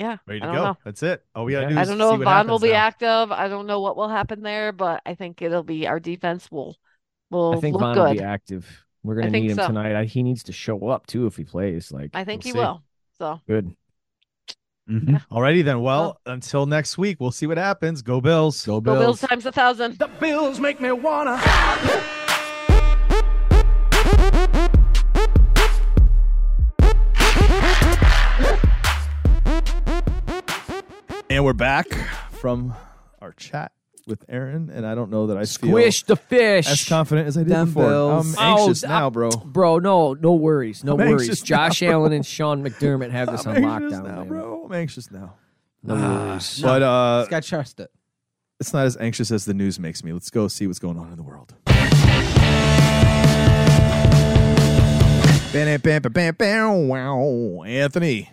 [SPEAKER 7] yeah,
[SPEAKER 5] Ready to
[SPEAKER 7] I don't
[SPEAKER 5] go.
[SPEAKER 7] know.
[SPEAKER 5] That's it. All we gotta
[SPEAKER 2] Yeah.
[SPEAKER 5] do
[SPEAKER 7] I
[SPEAKER 5] is
[SPEAKER 7] don't know
[SPEAKER 5] see
[SPEAKER 7] if
[SPEAKER 5] what
[SPEAKER 7] Vaughn will
[SPEAKER 5] happens
[SPEAKER 7] be
[SPEAKER 5] now.
[SPEAKER 7] active. I don't know what will happen there, but I think it'll be our defense will will
[SPEAKER 2] I think
[SPEAKER 7] look
[SPEAKER 2] Von will be
[SPEAKER 7] good.
[SPEAKER 2] active. We're gonna
[SPEAKER 7] think
[SPEAKER 2] need him
[SPEAKER 7] so.
[SPEAKER 2] tonight. I, he needs to show up too if he plays. Like
[SPEAKER 7] I think
[SPEAKER 2] we'll see.
[SPEAKER 7] he will. So
[SPEAKER 2] Good.
[SPEAKER 1] Mm-hmm.
[SPEAKER 5] Alrighty then. Well, until next week, we'll see what happens. Go Bills.
[SPEAKER 1] Go
[SPEAKER 7] go
[SPEAKER 1] Bills.
[SPEAKER 7] Bills times a thousand.
[SPEAKER 8] The bills make me wanna.
[SPEAKER 6] And we're back from our chat with Aaron, and I don't know that I
[SPEAKER 2] Squish the
[SPEAKER 6] feel as
[SPEAKER 2] fish.
[SPEAKER 6] confident as I did
[SPEAKER 1] Them
[SPEAKER 6] before.
[SPEAKER 1] bills.
[SPEAKER 6] I'm anxious
[SPEAKER 2] Oh,
[SPEAKER 6] now, bro.
[SPEAKER 2] Bro, no, no worries, no
[SPEAKER 6] I'm
[SPEAKER 2] worries.
[SPEAKER 6] anxious
[SPEAKER 2] Josh
[SPEAKER 6] now, bro.
[SPEAKER 2] Allen and Sean McDermott have this
[SPEAKER 6] I'm
[SPEAKER 2] on
[SPEAKER 6] anxious
[SPEAKER 2] lockdown,
[SPEAKER 6] now,
[SPEAKER 2] man.
[SPEAKER 6] bro. I'm anxious now.
[SPEAKER 2] No worries.
[SPEAKER 6] But uh,
[SPEAKER 1] Just gotta trust it.
[SPEAKER 6] it's not as anxious as the news makes me. Let's go see what's going on in the world. Bam, bam, bam, bam, bam, wow. Anthony,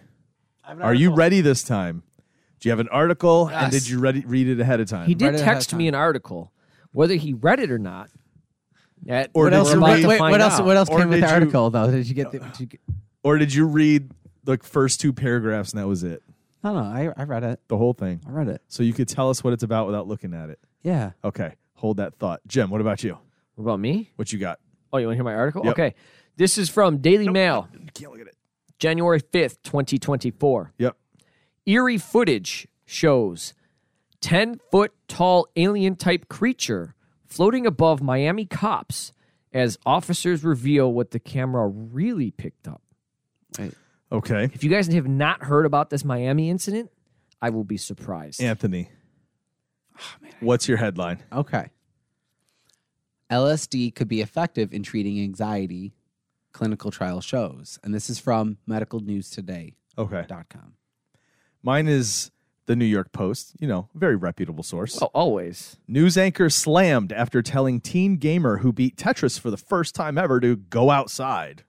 [SPEAKER 6] are you ready this time? Do you have an article, and
[SPEAKER 1] Yes.
[SPEAKER 6] did you ready, read it ahead of time?
[SPEAKER 2] He
[SPEAKER 1] Right
[SPEAKER 2] did
[SPEAKER 1] ahead of
[SPEAKER 2] text
[SPEAKER 1] time.
[SPEAKER 2] me an article, whether he read it or not. That
[SPEAKER 6] Or
[SPEAKER 2] we're
[SPEAKER 6] did you
[SPEAKER 2] about
[SPEAKER 6] read-
[SPEAKER 2] to
[SPEAKER 1] wait,
[SPEAKER 2] find
[SPEAKER 1] what else?
[SPEAKER 2] out.
[SPEAKER 1] What else
[SPEAKER 6] Or
[SPEAKER 1] came with
[SPEAKER 6] did
[SPEAKER 1] the
[SPEAKER 6] you-
[SPEAKER 1] article though? Did you get? The, did you get...
[SPEAKER 6] or did you read the first two paragraphs and that was it?
[SPEAKER 1] No, no, I, I read it.
[SPEAKER 6] The whole thing.
[SPEAKER 1] I read it.
[SPEAKER 6] So you could tell us what it's about without looking at it.
[SPEAKER 1] Yeah.
[SPEAKER 6] Okay, hold that thought. Jim, what about you?
[SPEAKER 2] What about me?
[SPEAKER 6] What you got?
[SPEAKER 2] Oh, you want to hear my article?
[SPEAKER 6] Yep.
[SPEAKER 2] Okay. This is from Daily Mail,
[SPEAKER 6] Can't look at it.
[SPEAKER 2] January 5th, 2024.
[SPEAKER 6] Yep.
[SPEAKER 2] Eerie footage shows 10 foot tall alien type creature floating above Miami cops as officers reveal what the camera really picked up.
[SPEAKER 5] Okay.
[SPEAKER 2] If you guys have not heard about this Miami incident, I will be surprised.
[SPEAKER 5] Anthony.
[SPEAKER 6] Ah,
[SPEAKER 5] What's your headline?
[SPEAKER 1] Okay. LSD could be effective in treating anxiety, clinical trial shows. And this is from medicalnewstoday.com.
[SPEAKER 5] Okay. Mine is the New York Post, you know, very reputable source.
[SPEAKER 2] Oh, always.
[SPEAKER 5] News anchor slammed after telling teen gamer who beat Tetris for the first time ever to go outside.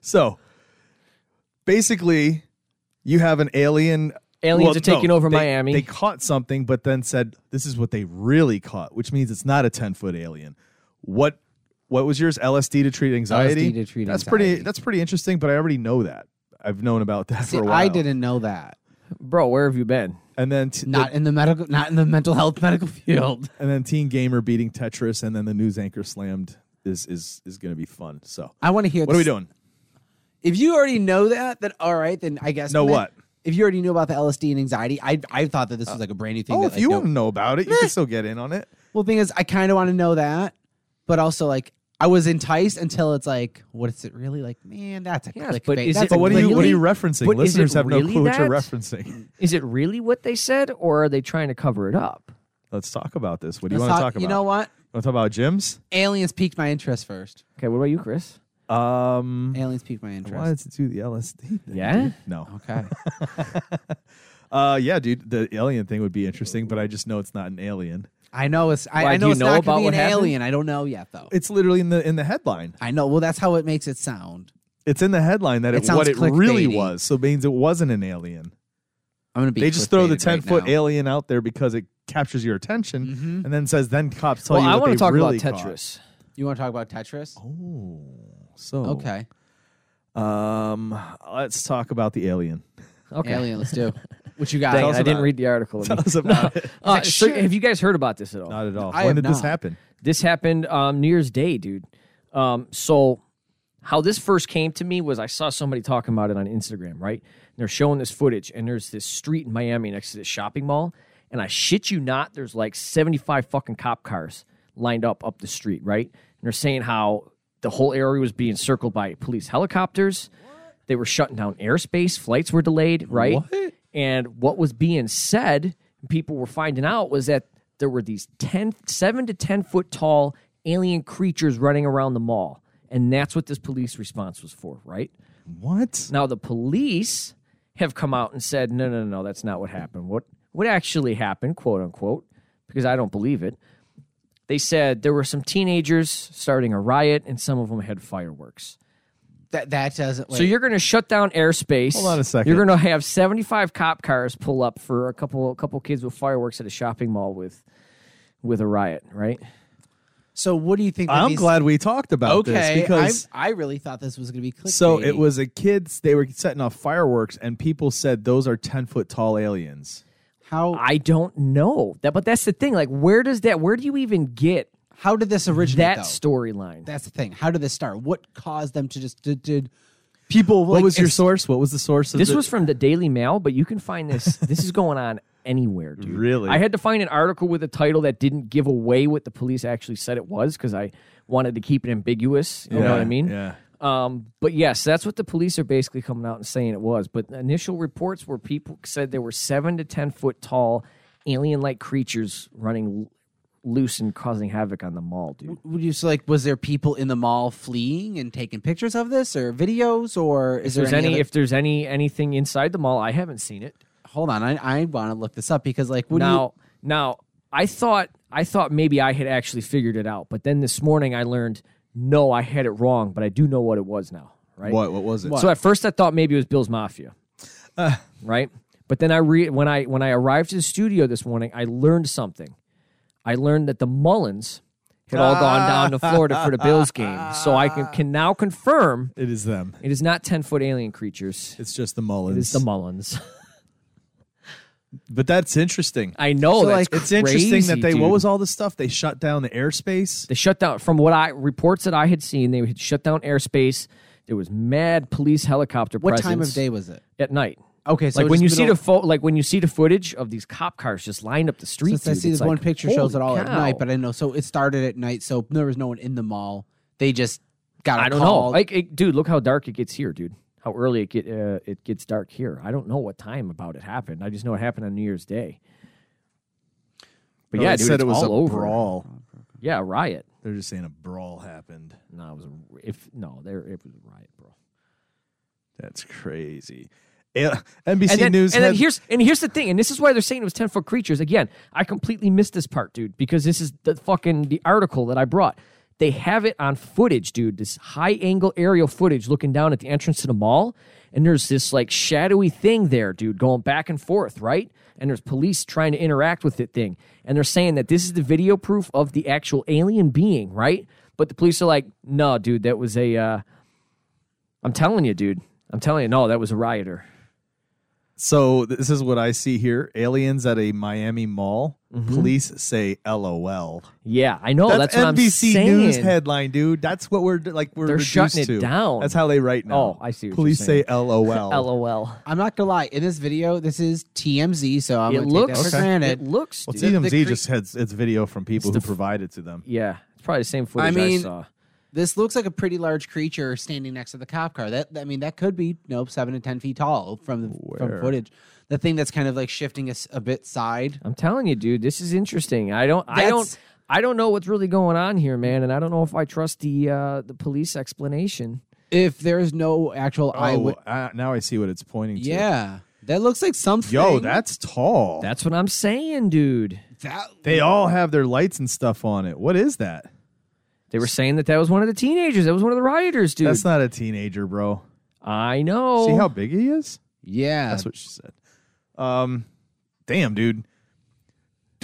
[SPEAKER 5] so basically, you have an alien.
[SPEAKER 2] Aliens
[SPEAKER 5] well,
[SPEAKER 2] are taking
[SPEAKER 5] no,
[SPEAKER 2] over
[SPEAKER 5] they-
[SPEAKER 2] Miami.
[SPEAKER 5] They caught something, but then said this is what they really caught, which means it's not a ten foot alien. What what was yours? LSD to treat anxiety.
[SPEAKER 1] LSD to treat
[SPEAKER 5] that's pretty.
[SPEAKER 1] anxiety.
[SPEAKER 5] That's pretty interesting. But I already know that. I've known about that
[SPEAKER 1] See,
[SPEAKER 5] for a while.
[SPEAKER 1] I didn't know that.
[SPEAKER 2] Bro, where have you been?
[SPEAKER 5] And then t-
[SPEAKER 1] Not in the medical not in the mental health medical field.
[SPEAKER 5] and then Teen Gamer beating Tetris, and then the news anchor slammed is is is going to be fun. So
[SPEAKER 1] I want to hear
[SPEAKER 5] what are we
[SPEAKER 1] this-
[SPEAKER 5] doing?
[SPEAKER 1] If you already know that, then all right, then I guess
[SPEAKER 5] Know
[SPEAKER 1] then-
[SPEAKER 5] what?
[SPEAKER 1] If you already knew about the LSD and anxiety, I I thought that this was like a brand new thing.
[SPEAKER 5] Oh,
[SPEAKER 1] that,
[SPEAKER 5] if
[SPEAKER 1] like,
[SPEAKER 5] you
[SPEAKER 1] no-
[SPEAKER 5] want to know about it, you can still get in on it.
[SPEAKER 1] Well, thing is, I kind of want to know that, but also like I was enticed until it's like, what is it really like? Man, that's a
[SPEAKER 2] Yes,
[SPEAKER 1] clickbait.
[SPEAKER 2] but is
[SPEAKER 1] that's
[SPEAKER 2] it
[SPEAKER 1] a
[SPEAKER 5] But what are you what are you
[SPEAKER 1] clickbait.
[SPEAKER 5] referencing?
[SPEAKER 2] But is it
[SPEAKER 5] Listeners have no
[SPEAKER 2] really
[SPEAKER 5] clue what you're
[SPEAKER 2] that?
[SPEAKER 5] referencing.
[SPEAKER 2] Is it really what they said, or are they trying to cover it up?
[SPEAKER 5] Let's talk about this. What do you
[SPEAKER 1] Let's
[SPEAKER 5] want to talk about?
[SPEAKER 1] You know what?
[SPEAKER 5] Want to talk about gyms?
[SPEAKER 1] Aliens piqued my interest first.
[SPEAKER 2] Okay, what about you, Chris?
[SPEAKER 5] Um,
[SPEAKER 1] Aliens piqued my
[SPEAKER 5] I
[SPEAKER 1] interest.
[SPEAKER 5] wanted to do the LSD. Thing,
[SPEAKER 2] Yeah?
[SPEAKER 5] dude. No.
[SPEAKER 1] Okay.
[SPEAKER 5] Uh, yeah, dude. The alien thing would be interesting, but I just know it's not an alien.
[SPEAKER 1] I know it's. I,
[SPEAKER 2] Why,
[SPEAKER 1] I
[SPEAKER 2] do
[SPEAKER 1] know
[SPEAKER 2] you
[SPEAKER 1] it's
[SPEAKER 2] know
[SPEAKER 1] not gonna
[SPEAKER 2] about
[SPEAKER 1] be
[SPEAKER 2] what
[SPEAKER 1] an
[SPEAKER 2] happened?
[SPEAKER 1] alien. I don't know yet though.
[SPEAKER 5] It's literally in the in the headline.
[SPEAKER 1] I know. Well, that's how it makes it sound.
[SPEAKER 5] It's in the headline that
[SPEAKER 1] It
[SPEAKER 5] it, what it
[SPEAKER 1] sounds
[SPEAKER 5] really
[SPEAKER 1] clickbaity.
[SPEAKER 5] was. So it means it wasn't an alien.
[SPEAKER 1] I'm gonna be.
[SPEAKER 5] they just throw the
[SPEAKER 1] clickbaited
[SPEAKER 5] 10 foot
[SPEAKER 1] right
[SPEAKER 5] alien out there because it captures your attention
[SPEAKER 1] Mhm.
[SPEAKER 5] and then says then cops tell
[SPEAKER 2] well,
[SPEAKER 5] you
[SPEAKER 2] I
[SPEAKER 5] what
[SPEAKER 2] want
[SPEAKER 5] they
[SPEAKER 2] to talk
[SPEAKER 5] really
[SPEAKER 2] about
[SPEAKER 5] caught.
[SPEAKER 2] Tetris.
[SPEAKER 1] You want to talk about Tetris?
[SPEAKER 5] oh so
[SPEAKER 1] Okay.
[SPEAKER 5] um let's talk about the alien
[SPEAKER 2] Okay.
[SPEAKER 1] Alien. Let's do. What you got?
[SPEAKER 2] Dang,
[SPEAKER 5] Tell us
[SPEAKER 2] I didn't
[SPEAKER 5] about it.
[SPEAKER 2] read the article.
[SPEAKER 5] tell us about it
[SPEAKER 2] Uh, so have you guys heard about this at all?
[SPEAKER 5] not at all
[SPEAKER 1] I
[SPEAKER 5] when
[SPEAKER 1] have
[SPEAKER 5] did this
[SPEAKER 1] not.
[SPEAKER 5] happen
[SPEAKER 2] This happened um, New Year's Day, dude. Um, so how this first came to me was I saw somebody talking about it on Instagram, right? And they're showing this footage, and there's this street in Miami next to this shopping mall, and I shit you not, there's like 75 fucking cop cars lined up up the street, right? And they're saying how the whole area was being circled by police helicopters. They were shutting down airspace, flights were delayed, right? And what was being said, people were finding out, was that there were these 10, 7 to 10 foot tall alien creatures running around the mall. And that's what this police response was for, right?
[SPEAKER 5] what
[SPEAKER 2] Now the police have come out and said, no, no, no, no, that's not what happened. What what actually happened, quote unquote, because I don't believe it. They said there were some teenagers starting a riot and some of them had fireworks.
[SPEAKER 1] That that doesn't.
[SPEAKER 2] So
[SPEAKER 1] wait.
[SPEAKER 2] you're going to shut down airspace.
[SPEAKER 5] Hold on a second.
[SPEAKER 2] You're going to have 75 cop cars pull up for a couple a couple kids with fireworks at a shopping mall with with a riot, right?
[SPEAKER 1] So what do you think? that
[SPEAKER 5] i'm
[SPEAKER 1] these-
[SPEAKER 5] glad we talked about this
[SPEAKER 1] Okay,
[SPEAKER 5] because
[SPEAKER 1] I, I really thought this was going to be clickbait.
[SPEAKER 5] so it was a kids they were setting off fireworks and people said those are 10 foot tall aliens
[SPEAKER 1] how
[SPEAKER 2] I don't know. That but that's the thing like where does that where do you even get
[SPEAKER 1] how did this originate?
[SPEAKER 2] that
[SPEAKER 1] though?
[SPEAKER 2] storyline?
[SPEAKER 1] That's the thing. How did this start? What caused them to just did, did people?
[SPEAKER 5] what was your source what was the source of
[SPEAKER 2] This
[SPEAKER 5] the-
[SPEAKER 2] was from the Daily Mail, but you can find this. this is going on anywhere, dude.
[SPEAKER 5] Really?
[SPEAKER 2] I had to find an article with a title that didn't give away what the police actually said it was because I wanted to keep it ambiguous. You know what I mean?
[SPEAKER 5] yeah
[SPEAKER 2] Um, but yes, that's what the police are basically coming out and saying it was. But the initial reports were people said there were seven to ten foot tall alien-like creatures running l- loose and causing havoc on the mall, dude.
[SPEAKER 1] Would you so like? Was there people in the mall fleeing and taking pictures of this or videos or is
[SPEAKER 2] If there's
[SPEAKER 1] there
[SPEAKER 2] any,
[SPEAKER 1] other-
[SPEAKER 2] if there's any anything inside the mall, I haven't seen it.
[SPEAKER 1] hold on, I, I want to look this up because like when
[SPEAKER 2] now, now I thought I thought maybe I had actually figured it out, but then this morning I learned no, I had it wrong, but I do know what it was now, right?
[SPEAKER 5] what what Uh. was it
[SPEAKER 2] So at first I thought maybe it was Bill's Mafia, right? But then I re- when I when I arrived to the studio this morning, I learned something. I learned that the Mullins had all gone down to Florida for the Bills game, so I can, can now confirm
[SPEAKER 5] it is them
[SPEAKER 2] it is not ten foot alien creatures.
[SPEAKER 5] it's just the mullins
[SPEAKER 2] It is the Mullins.
[SPEAKER 5] but that's interesting
[SPEAKER 2] I know
[SPEAKER 1] So,
[SPEAKER 2] that's
[SPEAKER 1] like,
[SPEAKER 5] It's interesting that
[SPEAKER 2] crazy,
[SPEAKER 5] they what
[SPEAKER 2] dude.
[SPEAKER 5] was all this stuff? They shut down the airspace.
[SPEAKER 2] They shut down from what I reports that I had seen. They had shut down airspace. There was mad police helicopter.
[SPEAKER 1] what
[SPEAKER 2] presence
[SPEAKER 1] time of day was it?
[SPEAKER 2] At night.
[SPEAKER 6] Okay, so
[SPEAKER 2] like when you see the
[SPEAKER 6] the
[SPEAKER 2] fo- like when you see the footage of these cop cars just lined up the street.
[SPEAKER 6] since I
[SPEAKER 2] dude,
[SPEAKER 6] see
[SPEAKER 2] it's
[SPEAKER 6] this one
[SPEAKER 2] like,
[SPEAKER 6] picture shows it
[SPEAKER 2] holy
[SPEAKER 6] all at
[SPEAKER 2] cow.
[SPEAKER 6] night, but I know so it started at night, so there was no one in the mall. They just got. I
[SPEAKER 2] I don't know. Like, it, dude, look how dark it gets here, dude. How early it get uh, it gets dark here. I don't know what time about it happened. I just know it happened on New Year's Day. But
[SPEAKER 5] No,
[SPEAKER 2] yeah,
[SPEAKER 5] Oh, they
[SPEAKER 2] dude,
[SPEAKER 5] said
[SPEAKER 2] it's
[SPEAKER 5] it was
[SPEAKER 2] all
[SPEAKER 5] a
[SPEAKER 2] over.
[SPEAKER 5] brawl.
[SPEAKER 2] Yeah, riot.
[SPEAKER 5] They're just saying a brawl happened.
[SPEAKER 2] No, it was a, if no, there it was a riot, bro.
[SPEAKER 5] That's crazy. Eh, NBC
[SPEAKER 2] and then,
[SPEAKER 5] News.
[SPEAKER 2] and then
[SPEAKER 5] had-
[SPEAKER 2] here's and here's the thing, and this is why they're saying it was ten foot creatures. Again, I completely missed this part, dude, because this is the fucking the article that I brought. They have it on footage, dude. This high angle aerial footage looking down at the entrance to the mall, and there's this like shadowy thing there, dude, going back and forth, right? And there's police trying to interact with it thing, and they're saying that this is the video proof of the actual alien being, right? But the police are like, no, dude, that was a. Uh, I'm telling you, dude. I'm telling you, no, that was a rioter.
[SPEAKER 5] so this is what I see here: aliens at a Miami mall. Police say "LOL."
[SPEAKER 2] Yeah, I know. Mm-hmm. Oh, That's, what
[SPEAKER 5] NBC
[SPEAKER 2] I'm saying.
[SPEAKER 5] News headline, dude. That's what we're like. We're
[SPEAKER 2] They're
[SPEAKER 5] reduced
[SPEAKER 2] shutting it
[SPEAKER 5] to.
[SPEAKER 2] down.
[SPEAKER 5] That's how they write now.
[SPEAKER 2] Oh, I see what you're
[SPEAKER 5] Police
[SPEAKER 2] saying.
[SPEAKER 5] say "LOL."
[SPEAKER 2] LOL.
[SPEAKER 6] I'm not gonna lie. In this video, this is TMZ, so I'm
[SPEAKER 2] It
[SPEAKER 6] gonna
[SPEAKER 2] looks.
[SPEAKER 6] take that for
[SPEAKER 5] Okay.
[SPEAKER 2] It
[SPEAKER 6] granted.
[SPEAKER 2] looks.
[SPEAKER 5] Well,
[SPEAKER 2] dude.
[SPEAKER 5] TMZ
[SPEAKER 2] The cre-
[SPEAKER 5] just has its video from people who provide it to them.
[SPEAKER 2] Yeah, it's probably the same footage I,
[SPEAKER 6] mean-
[SPEAKER 2] saw.
[SPEAKER 6] This looks like a pretty large creature standing next to the cop car. That I mean, that could be nope, seven to ten feet tall from the from
[SPEAKER 5] Where?
[SPEAKER 6] footage. The thing that's kind of like shifting us a bit side.
[SPEAKER 2] I'm telling you, dude, this is interesting. I don't. I don't.
[SPEAKER 6] That's-
[SPEAKER 2] I don't know what's really going on here, man, and I don't know if I trust the uh, the police explanation.
[SPEAKER 6] If there is no actual
[SPEAKER 5] Oh,
[SPEAKER 6] eye eyewitness,
[SPEAKER 5] I- now I see what it's pointing to.
[SPEAKER 6] yeah, that looks like something.
[SPEAKER 5] Yo, that's tall.
[SPEAKER 2] That's what I'm saying, dude.
[SPEAKER 6] that
[SPEAKER 5] they all have their lights and stuff on it. What is that?
[SPEAKER 2] They were saying that that was one of the teenagers. That was one of the rioters, dude.
[SPEAKER 5] That's not a teenager, bro.
[SPEAKER 2] I know.
[SPEAKER 5] See how big he is?
[SPEAKER 6] yeah.
[SPEAKER 5] That's what she said. Um, damn, dude.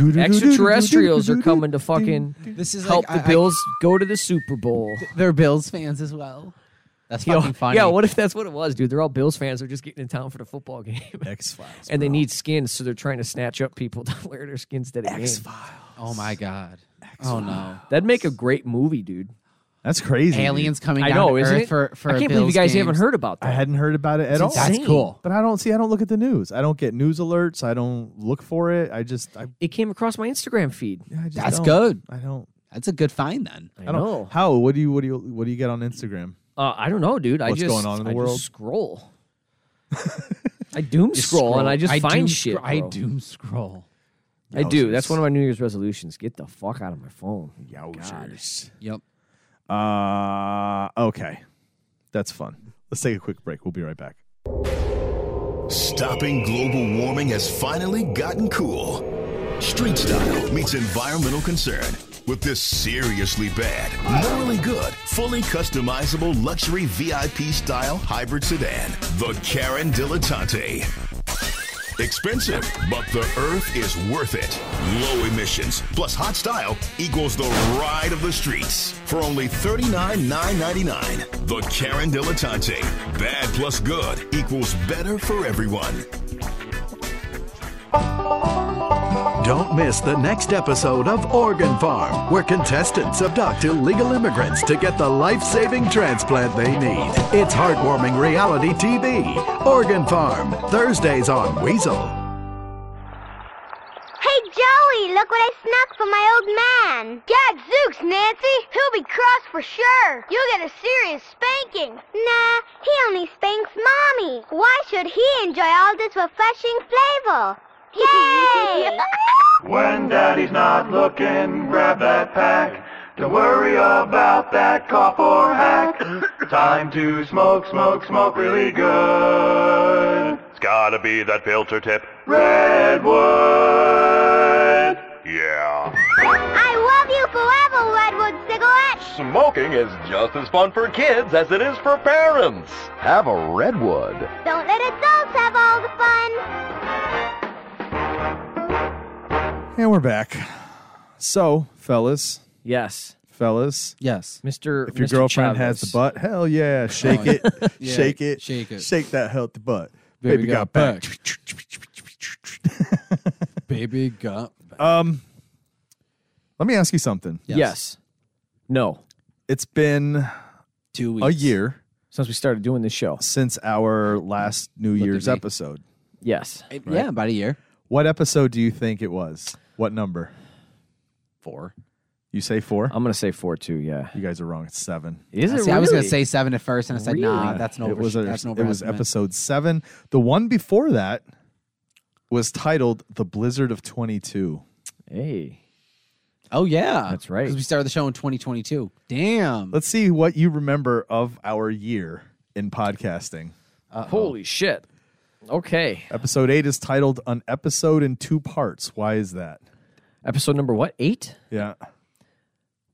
[SPEAKER 2] extraterrestrials are coming to fucking
[SPEAKER 6] This is
[SPEAKER 2] help
[SPEAKER 6] like,
[SPEAKER 2] the
[SPEAKER 6] I- I-
[SPEAKER 2] Bills go to the Super Bowl.
[SPEAKER 6] They're Bills fans as well. That's
[SPEAKER 2] Yo,
[SPEAKER 6] fucking funny.
[SPEAKER 2] Yeah, what if that's what it was, dude? They're all Bills fans. They're just getting in town for the football game,
[SPEAKER 5] X Files.
[SPEAKER 2] and they need skins, so they're trying to snatch up people to wear their skins to the game.
[SPEAKER 6] oh my god. Oh no.
[SPEAKER 2] That'd make a great movie, dude.
[SPEAKER 5] That's crazy. dude.
[SPEAKER 6] Aliens coming
[SPEAKER 2] I
[SPEAKER 6] down
[SPEAKER 2] know,
[SPEAKER 6] to
[SPEAKER 2] isn't
[SPEAKER 6] Earth
[SPEAKER 2] it?
[SPEAKER 6] for for
[SPEAKER 2] I can't
[SPEAKER 6] Bills
[SPEAKER 2] believe you guys haven't
[SPEAKER 6] games.
[SPEAKER 2] heard about
[SPEAKER 5] I
[SPEAKER 2] that.
[SPEAKER 5] hadn't heard about it at all.
[SPEAKER 6] That's
[SPEAKER 2] insane.
[SPEAKER 6] cool.
[SPEAKER 5] But I don't see. I don't look at the news. I don't get news alerts. I don't look for it. I just. I,
[SPEAKER 2] It came across my Instagram feed.
[SPEAKER 5] I just
[SPEAKER 6] That's
[SPEAKER 5] don't.
[SPEAKER 6] good.
[SPEAKER 5] I don't.
[SPEAKER 6] That's a good find then.
[SPEAKER 2] I,
[SPEAKER 5] I don't.
[SPEAKER 2] know.
[SPEAKER 5] How? What do you? What do you? What do you get on Instagram?
[SPEAKER 2] Uh, I don't know, dude. I
[SPEAKER 5] What's
[SPEAKER 2] just
[SPEAKER 5] going on in the
[SPEAKER 2] I just
[SPEAKER 5] world?
[SPEAKER 2] scroll. I doom scroll, and I just find shit.
[SPEAKER 6] I
[SPEAKER 2] bro.
[SPEAKER 6] doom scroll.
[SPEAKER 2] I do. That's
[SPEAKER 5] Yowzers.
[SPEAKER 2] one of my New Year's resolutions. Get the fuck out of my phone.
[SPEAKER 5] Yowzers.
[SPEAKER 6] Yep.
[SPEAKER 5] Uh, okay. That's fun. Let's take a quick break. We'll be right back.
[SPEAKER 4] Stopping global warming has finally gotten cool. Street style meets environmental concern with this seriously bad, morally good, fully customizable luxury VIP style hybrid sedan, the Karen Dilettante. Expensive, but the earth is worth it. Low emissions plus hot style equals the ride of the streets. For only $39,999, the Karen Dilettante. Bad plus good equals better for everyone.
[SPEAKER 9] Don't miss the next episode of Organ Farm, where contestants abduct illegal immigrants to get the life saving transplant they need. It's heartwarming reality TV. Organ Farm, Thursdays on Weasel.
[SPEAKER 10] Hey, Joey, look what I snuck for my old man. Gadzooks, Nancy. He'll be cross for sure. You'll get a serious spanking. Nah, he only spanks Mommy. Why should he enjoy all this refreshing flavor? Yay!
[SPEAKER 9] When daddy's not looking, grab that pack. Don't worry about that cough or hack. Time to smoke, smoke, smoke really good. It's gotta be that filter tip. Redwood! Yeah.
[SPEAKER 10] I love you forever, Redwood Cigarette.
[SPEAKER 9] Smoking is just as fun for kids as it is for parents. Have a Redwood.
[SPEAKER 10] Don't let adults have all the fun.
[SPEAKER 5] And we're back. So, fellas,
[SPEAKER 2] Yes,
[SPEAKER 5] fellas,
[SPEAKER 6] Yes.
[SPEAKER 2] Mister.
[SPEAKER 5] if your girlfriend has the butt, hell yeah, shake it,
[SPEAKER 6] Oh, Yeah,
[SPEAKER 5] shake it,
[SPEAKER 6] shake it.
[SPEAKER 5] shake that healthy butt.
[SPEAKER 6] Baby
[SPEAKER 5] Baby,
[SPEAKER 6] got
[SPEAKER 5] got, back.
[SPEAKER 6] Baby got
[SPEAKER 5] Um, let me ask you something.
[SPEAKER 2] yes. no,
[SPEAKER 5] It's been
[SPEAKER 6] two weeks.
[SPEAKER 5] a year
[SPEAKER 2] since we started doing this show.
[SPEAKER 5] since our last New
[SPEAKER 6] did
[SPEAKER 5] Year's
[SPEAKER 6] we-
[SPEAKER 5] episode.
[SPEAKER 2] Yes.
[SPEAKER 6] Yeah, about a year.
[SPEAKER 5] What episode do you think it was? What number?
[SPEAKER 2] Four.
[SPEAKER 5] You say four?
[SPEAKER 6] Um,
[SPEAKER 2] I'm going to say four, too. Yeah.
[SPEAKER 5] you guys are wrong. It's seven.
[SPEAKER 2] Is
[SPEAKER 6] See,
[SPEAKER 2] it
[SPEAKER 6] I was gonna
[SPEAKER 2] really?
[SPEAKER 6] say seven at first, and I said, "Nah,
[SPEAKER 2] Really?
[SPEAKER 6] that's no."
[SPEAKER 5] it was a-
[SPEAKER 6] that's an
[SPEAKER 5] it was
[SPEAKER 6] overestimate.
[SPEAKER 5] episode seven. The one before that was titled "The Blizzard of 22."
[SPEAKER 2] Hey.
[SPEAKER 6] Oh yeah,
[SPEAKER 2] That's right.
[SPEAKER 6] Because we started the show in 2022. Damn.
[SPEAKER 5] Let's see what you remember of our year in podcasting.
[SPEAKER 2] Holy shit. Okay.
[SPEAKER 5] Episode eight is titled "An Episode in Two Parts." Why is that?
[SPEAKER 2] Episode number what? Eight?
[SPEAKER 5] Yeah,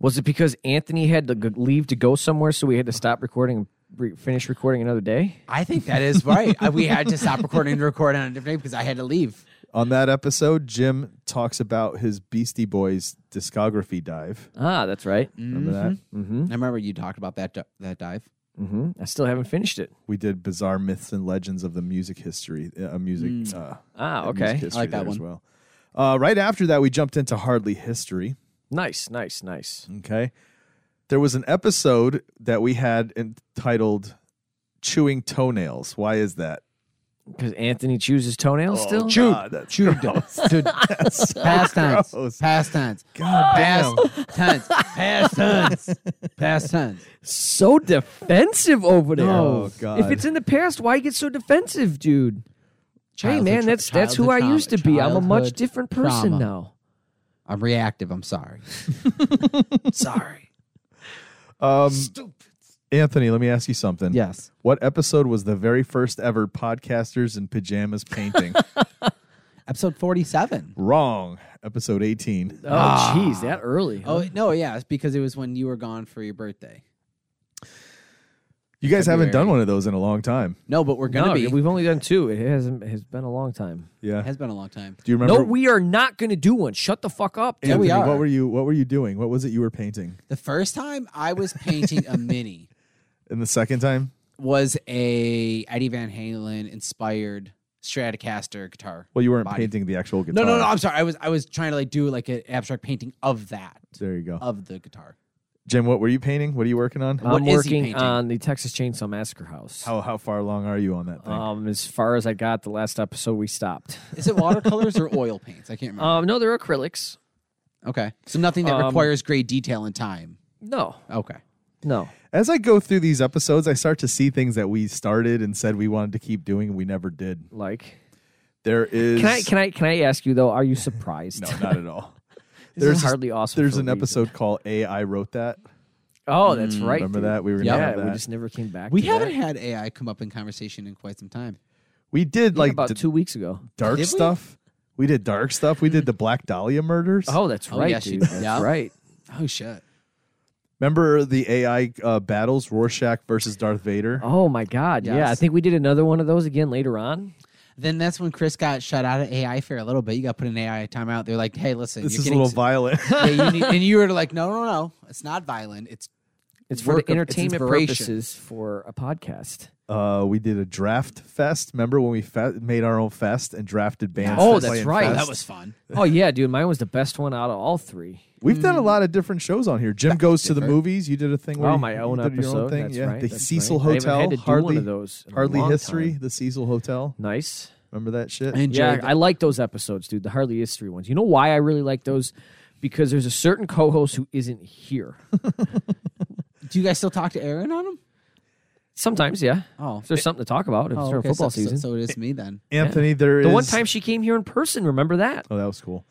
[SPEAKER 2] Was it because Anthony had to g- leave to go somewhere, so we had to stop recording and re- finish recording another day?
[SPEAKER 6] I think that is right. I- we had to stop recording and record on a different day because I had to leave.
[SPEAKER 5] on that episode, Jim talks about his Beastie Boys discography dive.
[SPEAKER 2] Ah, that's right.
[SPEAKER 5] Remember that?
[SPEAKER 2] Mm-hmm.
[SPEAKER 6] I remember you talked about that di- that dive.
[SPEAKER 2] Mm-hmm. I still haven't finished it.
[SPEAKER 5] We did bizarre myths and legends of the music history, uh, music. Uh,
[SPEAKER 2] Ah,
[SPEAKER 5] music
[SPEAKER 2] okay.
[SPEAKER 5] history
[SPEAKER 6] Mm. like that
[SPEAKER 5] there as
[SPEAKER 6] one.
[SPEAKER 5] well. Uh, right after that, we jumped into hardly history.
[SPEAKER 2] Nice, nice, nice.
[SPEAKER 5] Okay, there was an episode that we had entitled "Chewing Toenails." Why is that? Ah,
[SPEAKER 2] Because Anthony chews his toenails still?
[SPEAKER 5] God, that's
[SPEAKER 6] Chewed. Dude, past tense.
[SPEAKER 5] gross.
[SPEAKER 6] Past tense.
[SPEAKER 5] God damn.
[SPEAKER 6] Past tense. Past tense. Past tense.
[SPEAKER 2] so defensive over there.
[SPEAKER 5] Oh, God.
[SPEAKER 2] If it's in the past, why get so defensive, dude? hey,
[SPEAKER 6] Childhood
[SPEAKER 2] man,
[SPEAKER 6] tra-
[SPEAKER 2] that's that's who I
[SPEAKER 6] childhood
[SPEAKER 2] used to
[SPEAKER 6] trauma.
[SPEAKER 2] be. I'm a much
[SPEAKER 6] Childhood
[SPEAKER 2] different person
[SPEAKER 6] trauma.
[SPEAKER 2] now.
[SPEAKER 6] I'm reactive. I'm sorry. sorry.
[SPEAKER 5] Um, Anthony, let me ask you something.
[SPEAKER 6] Yes.
[SPEAKER 5] What episode was the very first ever podcasters in pajamas painting?
[SPEAKER 6] Episode 47.
[SPEAKER 5] Wrong. Episode 18.
[SPEAKER 2] Oh, jeez, that early.
[SPEAKER 6] Oh no, yeah, it's because it was when you were gone for your birthday.
[SPEAKER 5] You guys haven't done
[SPEAKER 6] February.
[SPEAKER 5] one of those in a long time.
[SPEAKER 6] No, but we're gonna
[SPEAKER 2] no,
[SPEAKER 6] be.
[SPEAKER 2] we've only done two. It hasn't. It's been a long time.
[SPEAKER 5] Yeah.
[SPEAKER 6] It has been a long time.
[SPEAKER 5] Do you remember?
[SPEAKER 2] No, we are not going to do one. Shut the fuck up.
[SPEAKER 6] Yeah, we
[SPEAKER 5] Anthony,
[SPEAKER 6] are.
[SPEAKER 5] What were you What were you doing? What was it you were painting?
[SPEAKER 6] The first time I was painting a mini
[SPEAKER 5] And the second time
[SPEAKER 6] was a Eddie Van Halen inspired Stratocaster guitar.
[SPEAKER 5] Well, you weren't
[SPEAKER 6] Body.
[SPEAKER 5] painting the actual guitar.
[SPEAKER 6] No, no, no. I'm sorry. I was I was trying to like do like an abstract painting of that
[SPEAKER 5] There you go.
[SPEAKER 6] of the guitar.
[SPEAKER 5] Jim, what were you painting? What are you working on?
[SPEAKER 6] What
[SPEAKER 2] I'm
[SPEAKER 6] is he
[SPEAKER 2] working
[SPEAKER 6] painting?
[SPEAKER 2] on the Texas Chainsaw Massacre house.
[SPEAKER 5] How how far along are you on that
[SPEAKER 6] Uh,
[SPEAKER 5] thing?
[SPEAKER 2] Um, as far as I got, the last episode we stopped.
[SPEAKER 6] Is it watercolors or oil paints? I can't remember.
[SPEAKER 2] Um, no, they're acrylics.
[SPEAKER 6] okay, so nothing that
[SPEAKER 2] um,
[SPEAKER 6] requires great detail and time.
[SPEAKER 2] No,
[SPEAKER 6] Okay,
[SPEAKER 2] no.
[SPEAKER 5] As I go through these episodes, I start to see things that we started and said we wanted to keep doing and we never did.
[SPEAKER 2] Like,
[SPEAKER 5] There is
[SPEAKER 2] can I can I can I ask you though? Are you surprised?
[SPEAKER 5] No, not at all.
[SPEAKER 2] This
[SPEAKER 5] There's
[SPEAKER 2] is hardly awesome.
[SPEAKER 5] There's
[SPEAKER 2] for a
[SPEAKER 5] an
[SPEAKER 2] reason.
[SPEAKER 5] episode called AI wrote that.
[SPEAKER 2] Oh, that's right.
[SPEAKER 5] Remember
[SPEAKER 2] dude.
[SPEAKER 5] that? We were
[SPEAKER 6] Yeah,
[SPEAKER 5] gonna
[SPEAKER 2] Yeah,
[SPEAKER 5] have
[SPEAKER 2] we
[SPEAKER 5] that.
[SPEAKER 2] just never came back.
[SPEAKER 6] we
[SPEAKER 2] to
[SPEAKER 6] haven't had
[SPEAKER 2] that.
[SPEAKER 6] AI come up in conversation in quite some time.
[SPEAKER 5] we did
[SPEAKER 2] like
[SPEAKER 5] like
[SPEAKER 2] about
[SPEAKER 5] d-
[SPEAKER 2] two weeks ago.
[SPEAKER 5] dark
[SPEAKER 6] Did we?
[SPEAKER 5] stuff. We did dark stuff. We did the Black Dahlia murders.
[SPEAKER 2] Oh, that's
[SPEAKER 6] Oh,
[SPEAKER 2] right,
[SPEAKER 6] yes, you
[SPEAKER 2] dude.
[SPEAKER 6] did.
[SPEAKER 2] That's
[SPEAKER 6] Yeah.
[SPEAKER 2] right.
[SPEAKER 6] Oh shit!
[SPEAKER 5] Remember the AI uh, battles, Rorschach versus Darth Vader?
[SPEAKER 2] Oh my god. Yeah, I
[SPEAKER 6] Yes.
[SPEAKER 2] think we did another one of those again later on.
[SPEAKER 6] Then that's when Chris got shut out of AI for a little bit. You got put in AI timeout. They're like, "Hey, listen,
[SPEAKER 5] this
[SPEAKER 6] you're
[SPEAKER 5] is a
[SPEAKER 6] getting
[SPEAKER 5] little violent.
[SPEAKER 6] yeah, you need, and you were like, "No, no, no, it's not violent. It's
[SPEAKER 2] It's for
[SPEAKER 6] Work
[SPEAKER 2] the
[SPEAKER 6] of- it's
[SPEAKER 2] entertainment
[SPEAKER 6] inspiration.
[SPEAKER 2] purposes for a podcast.
[SPEAKER 5] uh, we did a draft fest. Remember when we fe- made our own fest and drafted bands?
[SPEAKER 2] Oh,
[SPEAKER 5] to
[SPEAKER 2] that's
[SPEAKER 5] play in
[SPEAKER 2] right.
[SPEAKER 6] oh,
[SPEAKER 5] fest?
[SPEAKER 6] that was fun."
[SPEAKER 2] Oh yeah, dude. Mine was the best one out of all three.
[SPEAKER 5] We've done a lot of different shows on here. Jim goes to the
[SPEAKER 6] different.
[SPEAKER 5] movies. You did a thing. Where
[SPEAKER 2] Mm. Oh,
[SPEAKER 5] you-
[SPEAKER 2] my
[SPEAKER 5] you
[SPEAKER 2] own
[SPEAKER 5] did your
[SPEAKER 2] episode.
[SPEAKER 5] thing.
[SPEAKER 2] That's
[SPEAKER 5] yeah,
[SPEAKER 2] right.
[SPEAKER 5] the
[SPEAKER 2] that's
[SPEAKER 5] Cecil
[SPEAKER 2] right. I haven't
[SPEAKER 5] Hotel.
[SPEAKER 2] had to do
[SPEAKER 5] hardly
[SPEAKER 2] one of those. in a
[SPEAKER 5] hardly
[SPEAKER 2] long
[SPEAKER 5] history.
[SPEAKER 2] time.
[SPEAKER 5] The Cecil Hotel.
[SPEAKER 2] Nice.
[SPEAKER 5] Remember that shit?
[SPEAKER 6] I enjoyed.
[SPEAKER 2] Yeah, I like those episodes, dude. The Hardly History ones. You know why I really like those? Because there's a certain co-host who isn't here.
[SPEAKER 6] Do you guys still talk to Aaron on them?
[SPEAKER 2] Sometimes, yeah.
[SPEAKER 6] Oh,
[SPEAKER 2] If
[SPEAKER 5] Eh.
[SPEAKER 2] there's something to talk about, if it's
[SPEAKER 6] oh,
[SPEAKER 2] during
[SPEAKER 6] okay,
[SPEAKER 2] football
[SPEAKER 6] so, so-
[SPEAKER 2] season.
[SPEAKER 6] So, it is me then.
[SPEAKER 5] Anthony, there is
[SPEAKER 2] the one time she came here in person, remember that?
[SPEAKER 5] Oh, that was cool.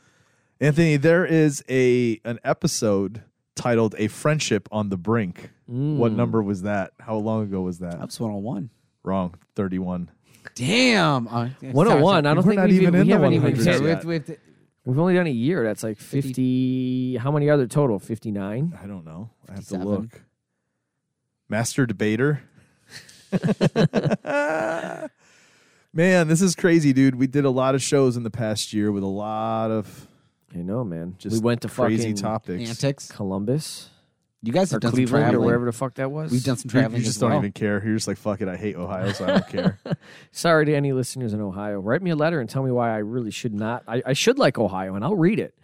[SPEAKER 5] Anthony, there is a an episode titled "A Friendship on the Brink."
[SPEAKER 2] Hmm.
[SPEAKER 5] What number was that? How long ago was that?
[SPEAKER 6] That's one on one.
[SPEAKER 5] Wrong, thirty-one.
[SPEAKER 6] Damn. Uh,
[SPEAKER 2] Mm.
[SPEAKER 6] yeah,
[SPEAKER 2] 101. I don't
[SPEAKER 5] We're
[SPEAKER 2] think
[SPEAKER 5] not
[SPEAKER 2] we've,
[SPEAKER 5] even
[SPEAKER 2] we
[SPEAKER 5] in the
[SPEAKER 2] haven't even
[SPEAKER 5] 100s
[SPEAKER 2] hit-
[SPEAKER 6] Yeah,
[SPEAKER 5] Yeah.
[SPEAKER 6] we have to- we have to-
[SPEAKER 2] We've only done a year. That's like 50. How many are there total? 59?
[SPEAKER 5] I don't know. I have to
[SPEAKER 6] 57.
[SPEAKER 5] look. Master debater. Man, this is crazy, dude. We did a lot of shows in the past year with a lot of
[SPEAKER 2] I know, man.
[SPEAKER 5] just
[SPEAKER 2] we went to
[SPEAKER 5] crazy
[SPEAKER 2] fucking
[SPEAKER 5] topics.
[SPEAKER 6] antics.
[SPEAKER 2] Columbus
[SPEAKER 6] You guys
[SPEAKER 2] or
[SPEAKER 6] have done some
[SPEAKER 2] Cleveland or
[SPEAKER 6] traveling.
[SPEAKER 2] wherever the fuck that was.
[SPEAKER 6] We've done some
[SPEAKER 5] You, you
[SPEAKER 6] traveling.
[SPEAKER 5] just
[SPEAKER 6] as
[SPEAKER 5] don't
[SPEAKER 6] well.
[SPEAKER 5] even care. You're just like, fuck it. I hate Ohio, so I don't care.
[SPEAKER 2] Sorry to any listeners in Ohio. Write me a letter and tell me why I really should not. I, I should like Ohio and I'll read it.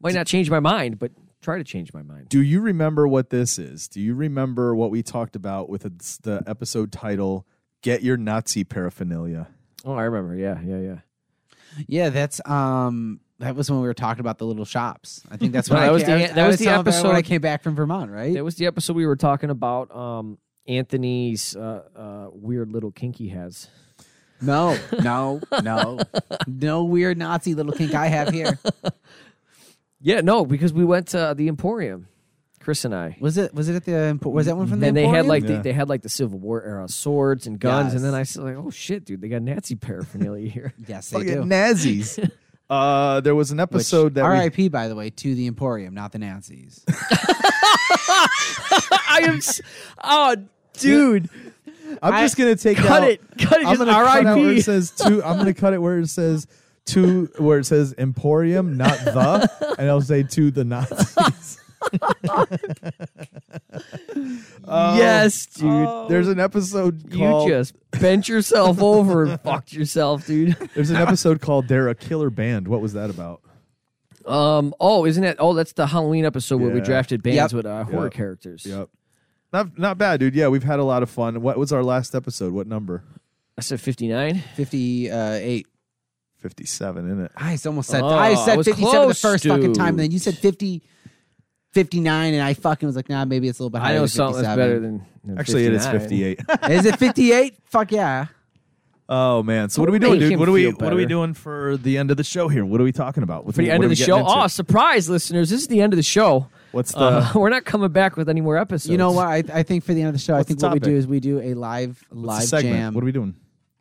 [SPEAKER 2] Might not change my mind, but try to change my mind.
[SPEAKER 5] Do you remember what this is? Do you remember what we talked about with the- the episode title "Get Your Nazi Paraphernalia"?
[SPEAKER 2] Oh, I remember. Yeah, yeah, yeah.
[SPEAKER 6] Yeah, that's um that was when we were talking about the little shops. I think that's
[SPEAKER 2] No,
[SPEAKER 6] when
[SPEAKER 2] that
[SPEAKER 6] I
[SPEAKER 2] was
[SPEAKER 6] ca-
[SPEAKER 2] the-
[SPEAKER 6] I
[SPEAKER 2] that
[SPEAKER 6] I
[SPEAKER 2] was the
[SPEAKER 6] telling everyone
[SPEAKER 2] episode-
[SPEAKER 6] I came back from Vermont, right?
[SPEAKER 2] That was the episode we were talking about. Um, Anthony's uh, uh, weird little kink he has.
[SPEAKER 6] no, no, no. no weird Nazi little kink I have here.
[SPEAKER 2] Yeah, no, because we went to the Emporium, Chris and I.
[SPEAKER 6] Was it was it at the Empo- was that one from the
[SPEAKER 2] and they had
[SPEAKER 6] Emporium?
[SPEAKER 2] like
[SPEAKER 5] Yeah.
[SPEAKER 2] the, they had like the Civil War era swords and guns, and then
[SPEAKER 6] Yes.
[SPEAKER 2] I said like, oh shit, dude, they got Nazi paraphernalia here.
[SPEAKER 6] Yes, they do.
[SPEAKER 5] Fucking Nazis. uh, there was an episode that we
[SPEAKER 6] R.I.P. By the way, to the Emporium, not the Nazis.
[SPEAKER 2] I am, s- oh dude,
[SPEAKER 5] I'm just gonna take
[SPEAKER 2] cut
[SPEAKER 5] out-
[SPEAKER 2] it, cut it,
[SPEAKER 5] I'm
[SPEAKER 2] just
[SPEAKER 5] gonna cut out where
[SPEAKER 2] R.I.P.
[SPEAKER 5] it says to. I'm gonna cut it where it says to where it says Emporium, not the, and I'll say to the Nazis. Oh,
[SPEAKER 2] yes, dude.
[SPEAKER 5] There's an episode
[SPEAKER 2] you
[SPEAKER 5] called
[SPEAKER 2] just bent yourself over and fucked yourself, dude.
[SPEAKER 5] There's an episode called They're a Killer Band. What was that about?
[SPEAKER 2] Um. Oh, isn't it? Oh, that's the Halloween episode where we
[SPEAKER 5] Yeah.
[SPEAKER 2] drafted bands
[SPEAKER 6] Yep.
[SPEAKER 2] with uh, horror
[SPEAKER 5] Yep.
[SPEAKER 2] characters.
[SPEAKER 5] Yep. Not not bad, dude. Yeah, we've had a lot of fun. What was our last episode? What number?
[SPEAKER 2] I said fifty nine.
[SPEAKER 6] Fifty-eight.
[SPEAKER 5] 57 in it.
[SPEAKER 6] I s- almost said
[SPEAKER 2] Oh,
[SPEAKER 6] I
[SPEAKER 2] I
[SPEAKER 6] said
[SPEAKER 2] was
[SPEAKER 6] 57 the
[SPEAKER 2] close,
[SPEAKER 6] first fucking time, and then you said
[SPEAKER 2] dude.
[SPEAKER 6] 50, 59, and I fucking was like, nah, maybe it's a little bit higher.
[SPEAKER 2] I know
[SPEAKER 6] than
[SPEAKER 2] something's
[SPEAKER 6] 57.
[SPEAKER 2] better than, than
[SPEAKER 5] Actually, it is
[SPEAKER 2] 59.
[SPEAKER 5] 58.
[SPEAKER 6] Is it 58? Fuck yeah.
[SPEAKER 5] oh man. So what are we
[SPEAKER 2] Make
[SPEAKER 5] doing, dude?
[SPEAKER 2] him
[SPEAKER 5] What are we
[SPEAKER 2] feel
[SPEAKER 5] what are we
[SPEAKER 2] better.
[SPEAKER 5] doing for the end of the show here? What are we talking about? What-
[SPEAKER 2] For the
[SPEAKER 5] what
[SPEAKER 2] end
[SPEAKER 5] are
[SPEAKER 2] of
[SPEAKER 5] we
[SPEAKER 2] the show.
[SPEAKER 5] getting into? Uh-huh.
[SPEAKER 2] Oh, surprise, listeners! This is the end of the show.
[SPEAKER 5] What's the
[SPEAKER 2] Uh,
[SPEAKER 6] Uh-huh.
[SPEAKER 2] we're not coming back with any more episodes.
[SPEAKER 6] You know what? I, I think for the end of the show, I
[SPEAKER 5] What's
[SPEAKER 6] think
[SPEAKER 5] the
[SPEAKER 6] what we do
[SPEAKER 5] topic?
[SPEAKER 6] is we do a live
[SPEAKER 5] what's the
[SPEAKER 6] live
[SPEAKER 5] segment?
[SPEAKER 6] jam.
[SPEAKER 5] What are we doing?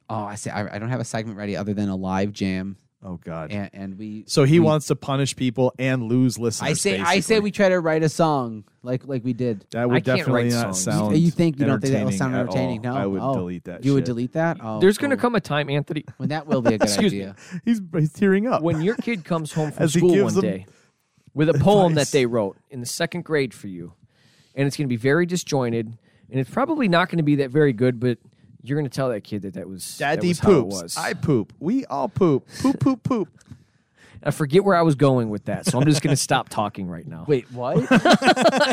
[SPEAKER 6] oh, I say I, I don't have a segment ready other than a live jam,
[SPEAKER 5] Oh god.
[SPEAKER 6] and, and we.
[SPEAKER 5] so he
[SPEAKER 6] we-
[SPEAKER 5] wants to punish people and lose listeners.
[SPEAKER 6] I say I say
[SPEAKER 5] basically.
[SPEAKER 6] we try to write a song like like we did.
[SPEAKER 5] that
[SPEAKER 2] I
[SPEAKER 5] would
[SPEAKER 2] can't
[SPEAKER 5] definitely
[SPEAKER 2] write
[SPEAKER 5] not
[SPEAKER 2] songs.
[SPEAKER 5] sound.
[SPEAKER 6] You, you think you don't think that will
[SPEAKER 5] entertaining
[SPEAKER 6] sound
[SPEAKER 5] at
[SPEAKER 6] entertaining?
[SPEAKER 5] all.
[SPEAKER 6] No,
[SPEAKER 5] I would
[SPEAKER 6] Oh.
[SPEAKER 5] delete that.
[SPEAKER 6] You would
[SPEAKER 5] shit.
[SPEAKER 6] delete that. Oh,
[SPEAKER 2] There's going to
[SPEAKER 6] cool.
[SPEAKER 2] come a time, Anthony,
[SPEAKER 6] when that will be a good
[SPEAKER 2] Excuse me.
[SPEAKER 6] idea.
[SPEAKER 5] He's, he's tearing up.
[SPEAKER 2] when your kid comes home from
[SPEAKER 5] As he
[SPEAKER 2] school
[SPEAKER 5] gives
[SPEAKER 2] one
[SPEAKER 5] them
[SPEAKER 2] day with a poem
[SPEAKER 5] advice.
[SPEAKER 2] that they wrote in the second grade for you, and it's going to be very disjointed, and it's probably not going to be that very good, but you're going to tell that kid that that was that
[SPEAKER 5] Daddy
[SPEAKER 2] was how it
[SPEAKER 5] poops.
[SPEAKER 2] was.
[SPEAKER 5] I poop. We all poop. Poop poop poop.
[SPEAKER 2] I forget where I was going with that, so I'm just going to stop talking right now.
[SPEAKER 6] Wait, what?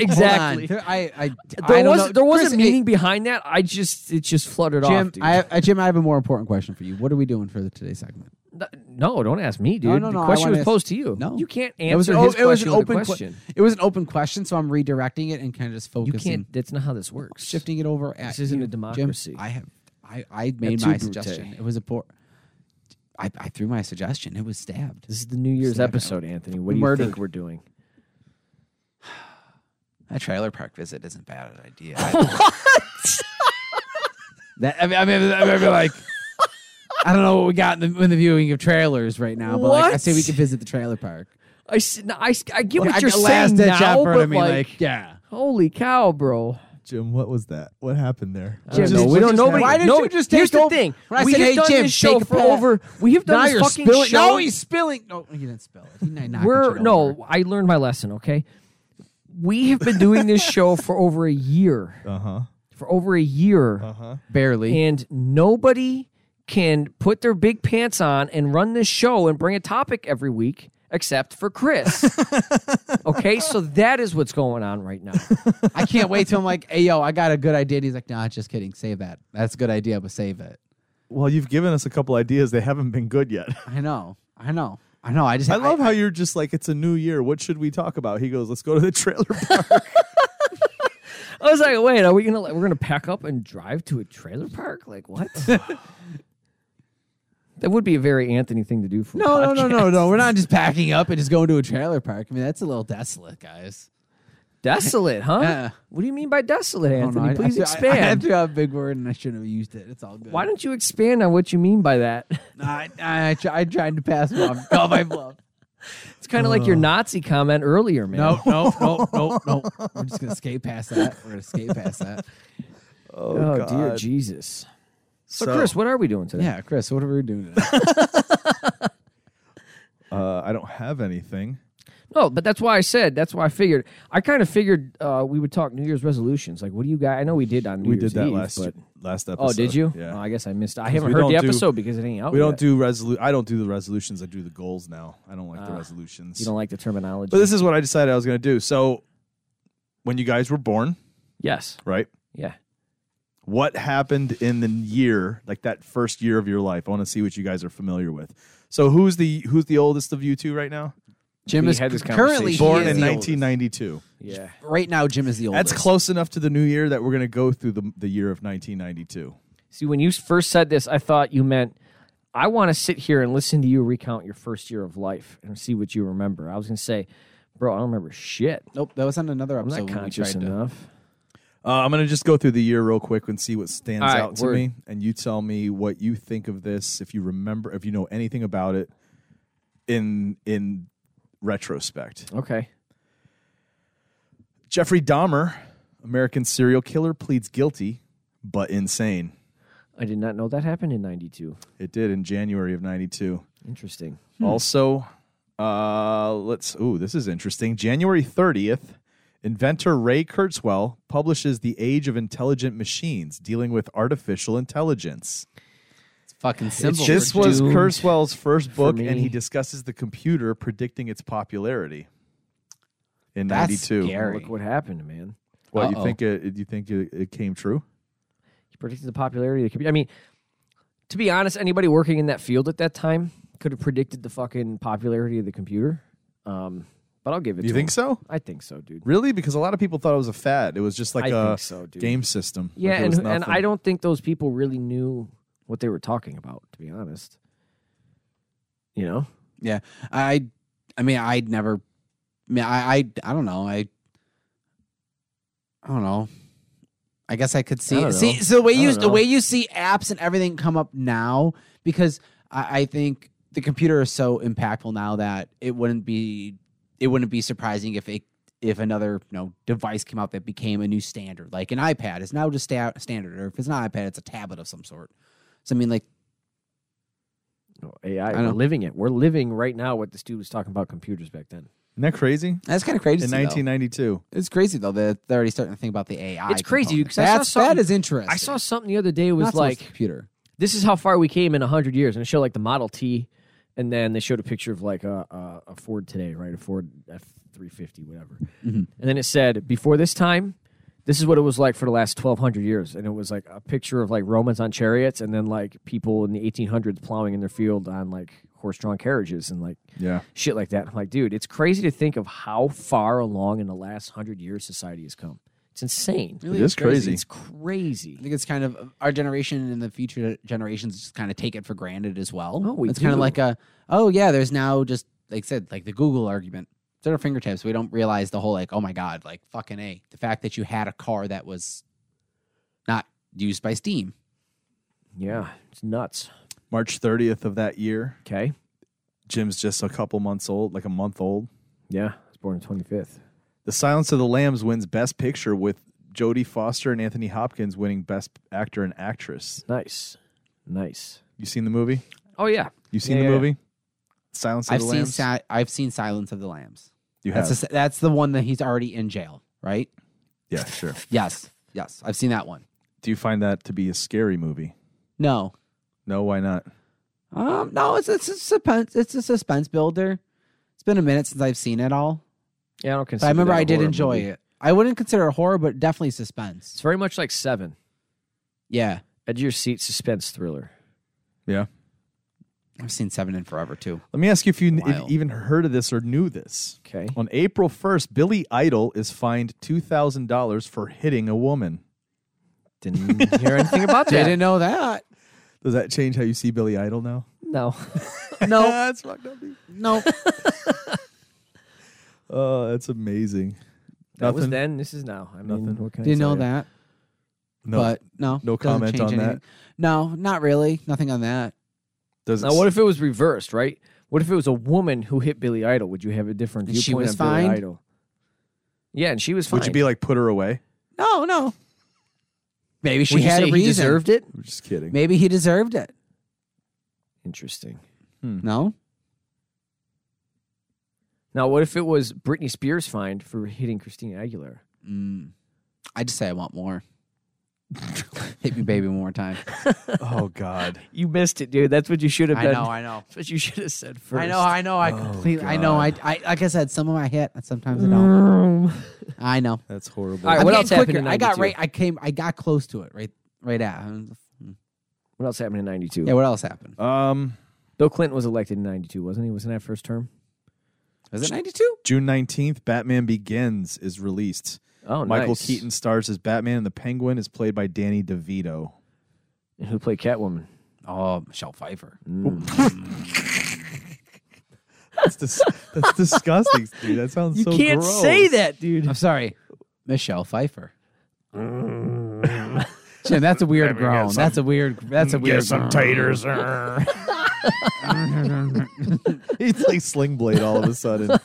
[SPEAKER 2] exactly.
[SPEAKER 6] Hold on. There- I, I, I
[SPEAKER 2] There
[SPEAKER 6] don't
[SPEAKER 2] was
[SPEAKER 6] know.
[SPEAKER 2] there was
[SPEAKER 6] Chris,
[SPEAKER 2] a meaning behind that. I just it just fluttered
[SPEAKER 6] hey, Jim,
[SPEAKER 2] off. Dude.
[SPEAKER 6] I, have- uh, Jim, I have a more important question for you. What are we doing for the today's segment?
[SPEAKER 2] no, don't ask me, dude.
[SPEAKER 6] No, no, no,
[SPEAKER 2] the
[SPEAKER 6] I
[SPEAKER 2] question
[SPEAKER 6] wanna
[SPEAKER 2] was
[SPEAKER 6] ask-
[SPEAKER 2] posed to you.
[SPEAKER 6] No,
[SPEAKER 2] you can't
[SPEAKER 6] It was
[SPEAKER 2] answer
[SPEAKER 6] an
[SPEAKER 2] his
[SPEAKER 6] op- it was
[SPEAKER 2] question
[SPEAKER 6] an
[SPEAKER 2] with a
[SPEAKER 6] open que-
[SPEAKER 2] question.
[SPEAKER 6] it was an open question, so I'm redirecting it and kind of just
[SPEAKER 2] you
[SPEAKER 6] focusing,
[SPEAKER 2] can't. That's not how this works.
[SPEAKER 6] shifting it over. At
[SPEAKER 2] This isn't
[SPEAKER 6] you.
[SPEAKER 2] a
[SPEAKER 6] Jim,
[SPEAKER 2] democracy.
[SPEAKER 6] I have, I, I made
[SPEAKER 2] too
[SPEAKER 6] my
[SPEAKER 2] brute.
[SPEAKER 6] suggestion. It was a poor. I, I threw my suggestion. It was stabbed.
[SPEAKER 2] This is the New Year's
[SPEAKER 6] Snap
[SPEAKER 2] episode, Anthony. What do you
[SPEAKER 6] Murdered.
[SPEAKER 2] think we're doing?
[SPEAKER 6] A trailer park visit isn't bad an idea. that I mean, I mean, I mean, like I don't know what we got in the, in the viewing of trailers right now, but like I say we
[SPEAKER 2] What?
[SPEAKER 6] could visit the trailer park.
[SPEAKER 2] I, s- no, I, s- I get what
[SPEAKER 6] I
[SPEAKER 2] you're
[SPEAKER 6] got last
[SPEAKER 2] saying
[SPEAKER 6] ditch
[SPEAKER 2] now,
[SPEAKER 6] effort,
[SPEAKER 2] but
[SPEAKER 6] I mean,
[SPEAKER 2] like,
[SPEAKER 6] like, yeah.
[SPEAKER 2] holy cow, bro!
[SPEAKER 5] Jim, what was that? What happened there?
[SPEAKER 2] I don't know. We don't. Nobody.
[SPEAKER 6] Why didn't
[SPEAKER 2] no,
[SPEAKER 6] you just
[SPEAKER 2] Here's
[SPEAKER 6] take
[SPEAKER 2] the
[SPEAKER 6] over-
[SPEAKER 2] thing.
[SPEAKER 6] when I
[SPEAKER 2] we
[SPEAKER 6] said,
[SPEAKER 2] have
[SPEAKER 6] "Hey,
[SPEAKER 2] done
[SPEAKER 6] Jim,
[SPEAKER 2] this show
[SPEAKER 6] take a
[SPEAKER 2] for
[SPEAKER 6] pass."
[SPEAKER 2] over. We have done
[SPEAKER 6] now
[SPEAKER 2] this
[SPEAKER 6] you're
[SPEAKER 2] fucking
[SPEAKER 6] spilling.
[SPEAKER 2] show.
[SPEAKER 6] No, he's spilling. No, he didn't spill it. He didn't knock
[SPEAKER 2] We're
[SPEAKER 6] it over.
[SPEAKER 2] no. I learned my lesson. Okay, we have been doing this show for over a year.
[SPEAKER 5] Uh huh.
[SPEAKER 2] For over a year,
[SPEAKER 5] Uh-huh.
[SPEAKER 6] barely.
[SPEAKER 2] and nobody can put their big pants on and run this show and bring a topic every week except for Chris. okay, so that is what's going on right now.
[SPEAKER 6] I can't wait till I'm like, hey yo, I got a good idea. And he's like, nah, just kidding. Save that. That's a good idea, but save it.
[SPEAKER 5] Well, you've given us a couple ideas. They haven't been good yet.
[SPEAKER 6] I know. I know. I know. I just
[SPEAKER 5] I love how you're just like, it's a new year. What should we talk about? He goes, let's go to the trailer park.
[SPEAKER 2] I was like, wait, are we gonna like, we're gonna pack up and drive to a trailer park? Like what? that would be a very Anthony thing to do for a
[SPEAKER 6] No, no, no,
[SPEAKER 2] podcast.
[SPEAKER 6] no, no. We're not just packing up and just going to a trailer park. I mean, that's a little desolate, guys.
[SPEAKER 2] Desolate, huh?
[SPEAKER 6] Uh-uh.
[SPEAKER 2] What do you mean by desolate,
[SPEAKER 6] I don't know.
[SPEAKER 2] Anthony?
[SPEAKER 6] I-
[SPEAKER 2] Please
[SPEAKER 6] I, I, I had
[SPEAKER 2] expand.
[SPEAKER 6] to have a big word and I shouldn't have used it. It's all good.
[SPEAKER 2] Why don't you expand on what you mean by that?
[SPEAKER 6] I, I, I, tr- I tried to pass off. Call Oh, my bluff.
[SPEAKER 2] It's kind of like
[SPEAKER 6] Uh.
[SPEAKER 2] your Nazi comment earlier, man.
[SPEAKER 6] No, no, no, no, no. We're just gonna skate past that. We're gonna skate past that.
[SPEAKER 2] Oh, dear Jesus. So,
[SPEAKER 5] So-
[SPEAKER 2] Chris, what are we doing today?
[SPEAKER 6] Yeah, Chris, what are we doing? Today?
[SPEAKER 5] Uh, I don't have anything.
[SPEAKER 2] No, but that's why I said. That's why I figured. I kind of figured uh, we would talk New Year's resolutions. Like, what do you guys? I know we did on New
[SPEAKER 5] we
[SPEAKER 2] Year's
[SPEAKER 5] did that
[SPEAKER 2] Eve,
[SPEAKER 5] last
[SPEAKER 2] but-
[SPEAKER 5] last episode.
[SPEAKER 2] oh, did you?
[SPEAKER 5] Yeah.
[SPEAKER 2] Oh, I guess I missed. I
[SPEAKER 5] we
[SPEAKER 2] haven't heard
[SPEAKER 5] don't
[SPEAKER 2] the
[SPEAKER 5] do-
[SPEAKER 2] episode because it ain't out.
[SPEAKER 5] we don't
[SPEAKER 2] yet.
[SPEAKER 5] do resolu. I don't do the resolutions. I do the goals now. I don't like the
[SPEAKER 2] Ah,
[SPEAKER 5] resolutions.
[SPEAKER 2] You don't like the terminology.
[SPEAKER 5] but this is what I decided I was going to do. So when you guys were born,
[SPEAKER 2] yes.
[SPEAKER 5] right?
[SPEAKER 2] Yeah.
[SPEAKER 5] What happened in the year, like that first year of your life? I want to see what you guys are familiar with. So who's the who's the oldest of you two right now?
[SPEAKER 6] Jim
[SPEAKER 2] We
[SPEAKER 6] is
[SPEAKER 2] had this
[SPEAKER 6] currently
[SPEAKER 2] conversation.
[SPEAKER 5] Born
[SPEAKER 6] he is
[SPEAKER 5] in
[SPEAKER 6] the
[SPEAKER 5] 1992.
[SPEAKER 2] Yeah.
[SPEAKER 6] oldest. Right now, Jim is the oldest.
[SPEAKER 5] That's close enough to the new year that we're going to go through the, the year of 1992.
[SPEAKER 2] See, when you first said this, I thought you meant I want to sit here and listen to you recount your first year of life and see what you remember. I was gonna say, bro, I don't remember shit.
[SPEAKER 6] Nope, that was on another
[SPEAKER 2] I'm
[SPEAKER 6] episode.
[SPEAKER 2] not
[SPEAKER 6] when we
[SPEAKER 2] conscious
[SPEAKER 6] tried to-
[SPEAKER 2] enough.
[SPEAKER 5] Uh, I'm going to just go through the year real quick and see what stands
[SPEAKER 2] All right,
[SPEAKER 5] out to
[SPEAKER 2] word.
[SPEAKER 5] me. And you tell me what you think of this, if you remember, if you know anything about it in in retrospect.
[SPEAKER 2] Okay.
[SPEAKER 5] Jeffrey Dahmer, American serial killer, pleads guilty but insane.
[SPEAKER 2] I did not know that happened in '92.
[SPEAKER 5] It did in January of 92.
[SPEAKER 2] Interesting.
[SPEAKER 5] Also, uh, let's. Ooh, this is interesting. January 30th, inventor Ray Kurzweil publishes The Age of Intelligent Machines, dealing with artificial intelligence.
[SPEAKER 6] It's fucking simple.
[SPEAKER 5] this
[SPEAKER 2] for
[SPEAKER 5] was
[SPEAKER 2] doomed
[SPEAKER 5] Kurzweil's first book,
[SPEAKER 2] me.
[SPEAKER 5] and he discusses the computer predicting its popularity in
[SPEAKER 6] That's
[SPEAKER 5] 92.
[SPEAKER 6] scary.
[SPEAKER 2] Look what happened, man.
[SPEAKER 5] What you
[SPEAKER 6] Uh-oh.
[SPEAKER 5] think? It, you think it, it came true?
[SPEAKER 2] He predicted the popularity of the computer. I mean, to be honest, anybody working in that field at that time could have predicted the fucking popularity of the computer. Um, but I'll give it.
[SPEAKER 5] You
[SPEAKER 2] to
[SPEAKER 5] think
[SPEAKER 2] him.
[SPEAKER 5] so?
[SPEAKER 2] I think so, dude.
[SPEAKER 5] Really? Because a lot of people thought it was a fad. It was just like
[SPEAKER 2] I
[SPEAKER 5] a
[SPEAKER 2] think so, dude.
[SPEAKER 5] game system. Like,
[SPEAKER 2] Yeah,
[SPEAKER 5] it
[SPEAKER 2] and
[SPEAKER 5] was
[SPEAKER 2] who- and
[SPEAKER 5] nothing.
[SPEAKER 2] I don't think those people really knew what they were talking about, to be honest. You know,
[SPEAKER 6] Yeah, I, I mean, I'd never. I mean, I, I, I don't know. I, I don't know. I guess I could
[SPEAKER 2] I
[SPEAKER 6] see
[SPEAKER 2] don't
[SPEAKER 6] see
[SPEAKER 2] know.
[SPEAKER 6] so the way
[SPEAKER 2] I
[SPEAKER 6] you
[SPEAKER 2] don't
[SPEAKER 6] the
[SPEAKER 2] know.
[SPEAKER 6] way you see apps and everything come up now because I, I think the computer is so impactful now that it wouldn't be it wouldn't be surprising if it if another you know device came out that became a new standard like an iPad is now just sta- standard or if it's not iPad it's a tablet of some sort. So I mean like
[SPEAKER 2] no, AI.
[SPEAKER 6] I
[SPEAKER 2] We're
[SPEAKER 6] know.
[SPEAKER 2] living it. We're living right now what this dude was talking about computers back then.
[SPEAKER 5] Isn't that crazy?
[SPEAKER 6] that's kind of crazy.
[SPEAKER 5] In
[SPEAKER 6] though.
[SPEAKER 5] 1992.
[SPEAKER 6] It's crazy though that they're already starting to think about the AI.
[SPEAKER 2] It's crazy,
[SPEAKER 6] component.
[SPEAKER 2] 'cause I saw
[SPEAKER 6] That's- that
[SPEAKER 2] something-
[SPEAKER 6] is interesting.
[SPEAKER 2] I saw something the other day it
[SPEAKER 6] Not
[SPEAKER 2] was
[SPEAKER 6] so much
[SPEAKER 2] like
[SPEAKER 6] the computer.
[SPEAKER 2] this is how far we came in 100 years and it showed like the model t and then they showed a picture of like a, a, a ford today right a ford f350 whatever
[SPEAKER 5] Mm-hmm.
[SPEAKER 2] and then it said before this time this is what it was like for the last 1200 years and it was like a picture of like romans on chariots and then like people in the 1800s plowing in their field on like horse-drawn carriages and like
[SPEAKER 5] Yeah.
[SPEAKER 2] shit like that i'm like dude it's crazy to think of how far along in the last 100 years society has come it's insane
[SPEAKER 6] Really,
[SPEAKER 5] it is crazy.
[SPEAKER 2] it's crazy
[SPEAKER 6] I think it's kind of our generation and the future generations just kind of take it for granted as well.
[SPEAKER 2] Oh, we
[SPEAKER 6] it's kind of
[SPEAKER 2] do.
[SPEAKER 6] like a oh yeah, there's now just like I said like the Google argument. It's at our fingertips. We don't realize the whole like oh my god like fucking a the fact that you had a car that was not used by Steam.
[SPEAKER 2] yeah it's nuts
[SPEAKER 5] March 30th of that year.
[SPEAKER 2] okay
[SPEAKER 5] Jim's just a couple months old, like a month old.
[SPEAKER 2] Yeah, I was born the twenty fifth.
[SPEAKER 5] The Silence of the Lambs wins Best Picture with Jodie Foster and Anthony Hopkins winning Best Actor and Actress.
[SPEAKER 2] Nice, nice.
[SPEAKER 5] You seen the movie?
[SPEAKER 2] Oh yeah,
[SPEAKER 5] You seen
[SPEAKER 2] Yeah,
[SPEAKER 5] the
[SPEAKER 2] yeah.
[SPEAKER 5] movie? Silence of
[SPEAKER 6] I've
[SPEAKER 5] the
[SPEAKER 6] seen
[SPEAKER 5] Lambs.
[SPEAKER 6] si- I've seen Silence of the Lambs.
[SPEAKER 5] you have.
[SPEAKER 6] That's the s- that's the one that he's already in jail, right?
[SPEAKER 5] yeah, sure.
[SPEAKER 6] Yes, yes, I've seen that one.
[SPEAKER 5] Do you find that to be a scary movie?
[SPEAKER 6] No,
[SPEAKER 5] No, why not?
[SPEAKER 6] Um, no, it's it's a suspense. It's a suspense builder. It's been a minute since I've seen it all,
[SPEAKER 2] yeah. I don't
[SPEAKER 6] but
[SPEAKER 2] consider.
[SPEAKER 6] I remember
[SPEAKER 2] that a
[SPEAKER 6] I did
[SPEAKER 2] horror
[SPEAKER 6] enjoy
[SPEAKER 2] movie.
[SPEAKER 6] it. I wouldn't consider it horror, but definitely
[SPEAKER 2] It's
[SPEAKER 6] suspense.
[SPEAKER 2] very much like Seven,
[SPEAKER 6] Yeah,
[SPEAKER 2] edge of your seat suspense thriller.
[SPEAKER 6] I've seen Seven in forever too.
[SPEAKER 5] Let me ask you if you if you
[SPEAKER 6] Wild.
[SPEAKER 5] even heard of this or knew this.
[SPEAKER 2] Okay,
[SPEAKER 5] On April 1st, Billy Idol is fined $2,000 for hitting a woman.
[SPEAKER 2] didn't hear anything about that.
[SPEAKER 6] Didn't know that.
[SPEAKER 5] Does that change how you see Billy Idol now?
[SPEAKER 2] No,
[SPEAKER 6] No,
[SPEAKER 5] That's fucked up. dude.
[SPEAKER 6] no.
[SPEAKER 5] Oh, that's amazing.
[SPEAKER 2] that was
[SPEAKER 5] Nothing.
[SPEAKER 2] then. This is now. I mean,
[SPEAKER 5] Nothing.
[SPEAKER 2] what can I
[SPEAKER 6] Didn't know
[SPEAKER 2] tell ya?
[SPEAKER 6] that.
[SPEAKER 5] No.
[SPEAKER 6] but no,
[SPEAKER 5] no
[SPEAKER 6] doesn't
[SPEAKER 5] comment
[SPEAKER 6] change
[SPEAKER 5] on that.
[SPEAKER 6] anything. No, not really. Nothing on that.
[SPEAKER 5] Does
[SPEAKER 2] Now, what if it was reversed? Right? What if it was a woman who hit Billy Idol? Would you have a different
[SPEAKER 6] And she
[SPEAKER 2] viewpoint
[SPEAKER 6] was
[SPEAKER 2] on
[SPEAKER 6] fined?
[SPEAKER 2] Billy Idol? Yeah, and she was fined.
[SPEAKER 5] Would you be like put her away?
[SPEAKER 6] No, no. Maybe she
[SPEAKER 2] Would you
[SPEAKER 6] had
[SPEAKER 2] say
[SPEAKER 6] a
[SPEAKER 2] he
[SPEAKER 6] reason.
[SPEAKER 2] deserved it?
[SPEAKER 5] I'm just kidding.
[SPEAKER 6] Maybe he deserved it.
[SPEAKER 2] Interesting.
[SPEAKER 6] No,
[SPEAKER 2] Now, what if it was Britney Spears fined for hitting Christina Aguilera?
[SPEAKER 6] mm. I just say I want more. Hit me, baby, one more time.
[SPEAKER 5] oh God.
[SPEAKER 2] You missed it, dude. That's what you should have
[SPEAKER 6] I
[SPEAKER 2] done.
[SPEAKER 6] know, I know.
[SPEAKER 2] That's what you should have said first.
[SPEAKER 6] I know, I know, I
[SPEAKER 5] Oh,
[SPEAKER 6] completely, I know, I,
[SPEAKER 5] God.
[SPEAKER 6] I, like I said, some of I hit, and sometimes I don't.
[SPEAKER 2] Um,
[SPEAKER 6] I know.
[SPEAKER 5] That's horrible.
[SPEAKER 2] All right,
[SPEAKER 6] I'm
[SPEAKER 2] what
[SPEAKER 6] getting
[SPEAKER 2] else happened in
[SPEAKER 6] I got
[SPEAKER 2] 92?
[SPEAKER 6] right. I came. I got close to it. Right. right out.
[SPEAKER 2] What else happened in '92?
[SPEAKER 6] Yeah, what else happened?
[SPEAKER 1] Um,
[SPEAKER 2] Bill Clinton was elected in '92, wasn't he? Wasn't that first term?
[SPEAKER 6] Was it 92?
[SPEAKER 5] June 19th, Batman Begins is released.
[SPEAKER 2] Oh,
[SPEAKER 5] Michael
[SPEAKER 2] nice.
[SPEAKER 5] Keaton stars as Batman, and the Penguin is played by Danny DeVito.
[SPEAKER 2] And who played Catwoman? Mm.
[SPEAKER 6] Oh, Michelle Pfeiffer.
[SPEAKER 5] That's, dis- that's disgusting, dude. That sounds
[SPEAKER 2] You
[SPEAKER 5] so
[SPEAKER 2] can't
[SPEAKER 5] gross.
[SPEAKER 2] say that, dude.
[SPEAKER 6] I'm sorry, Michelle Pfeiffer. Jim, that's a weird groan. That's a weird. That's a weird. groan.
[SPEAKER 5] taters. He's like Sling Blade all of a sudden.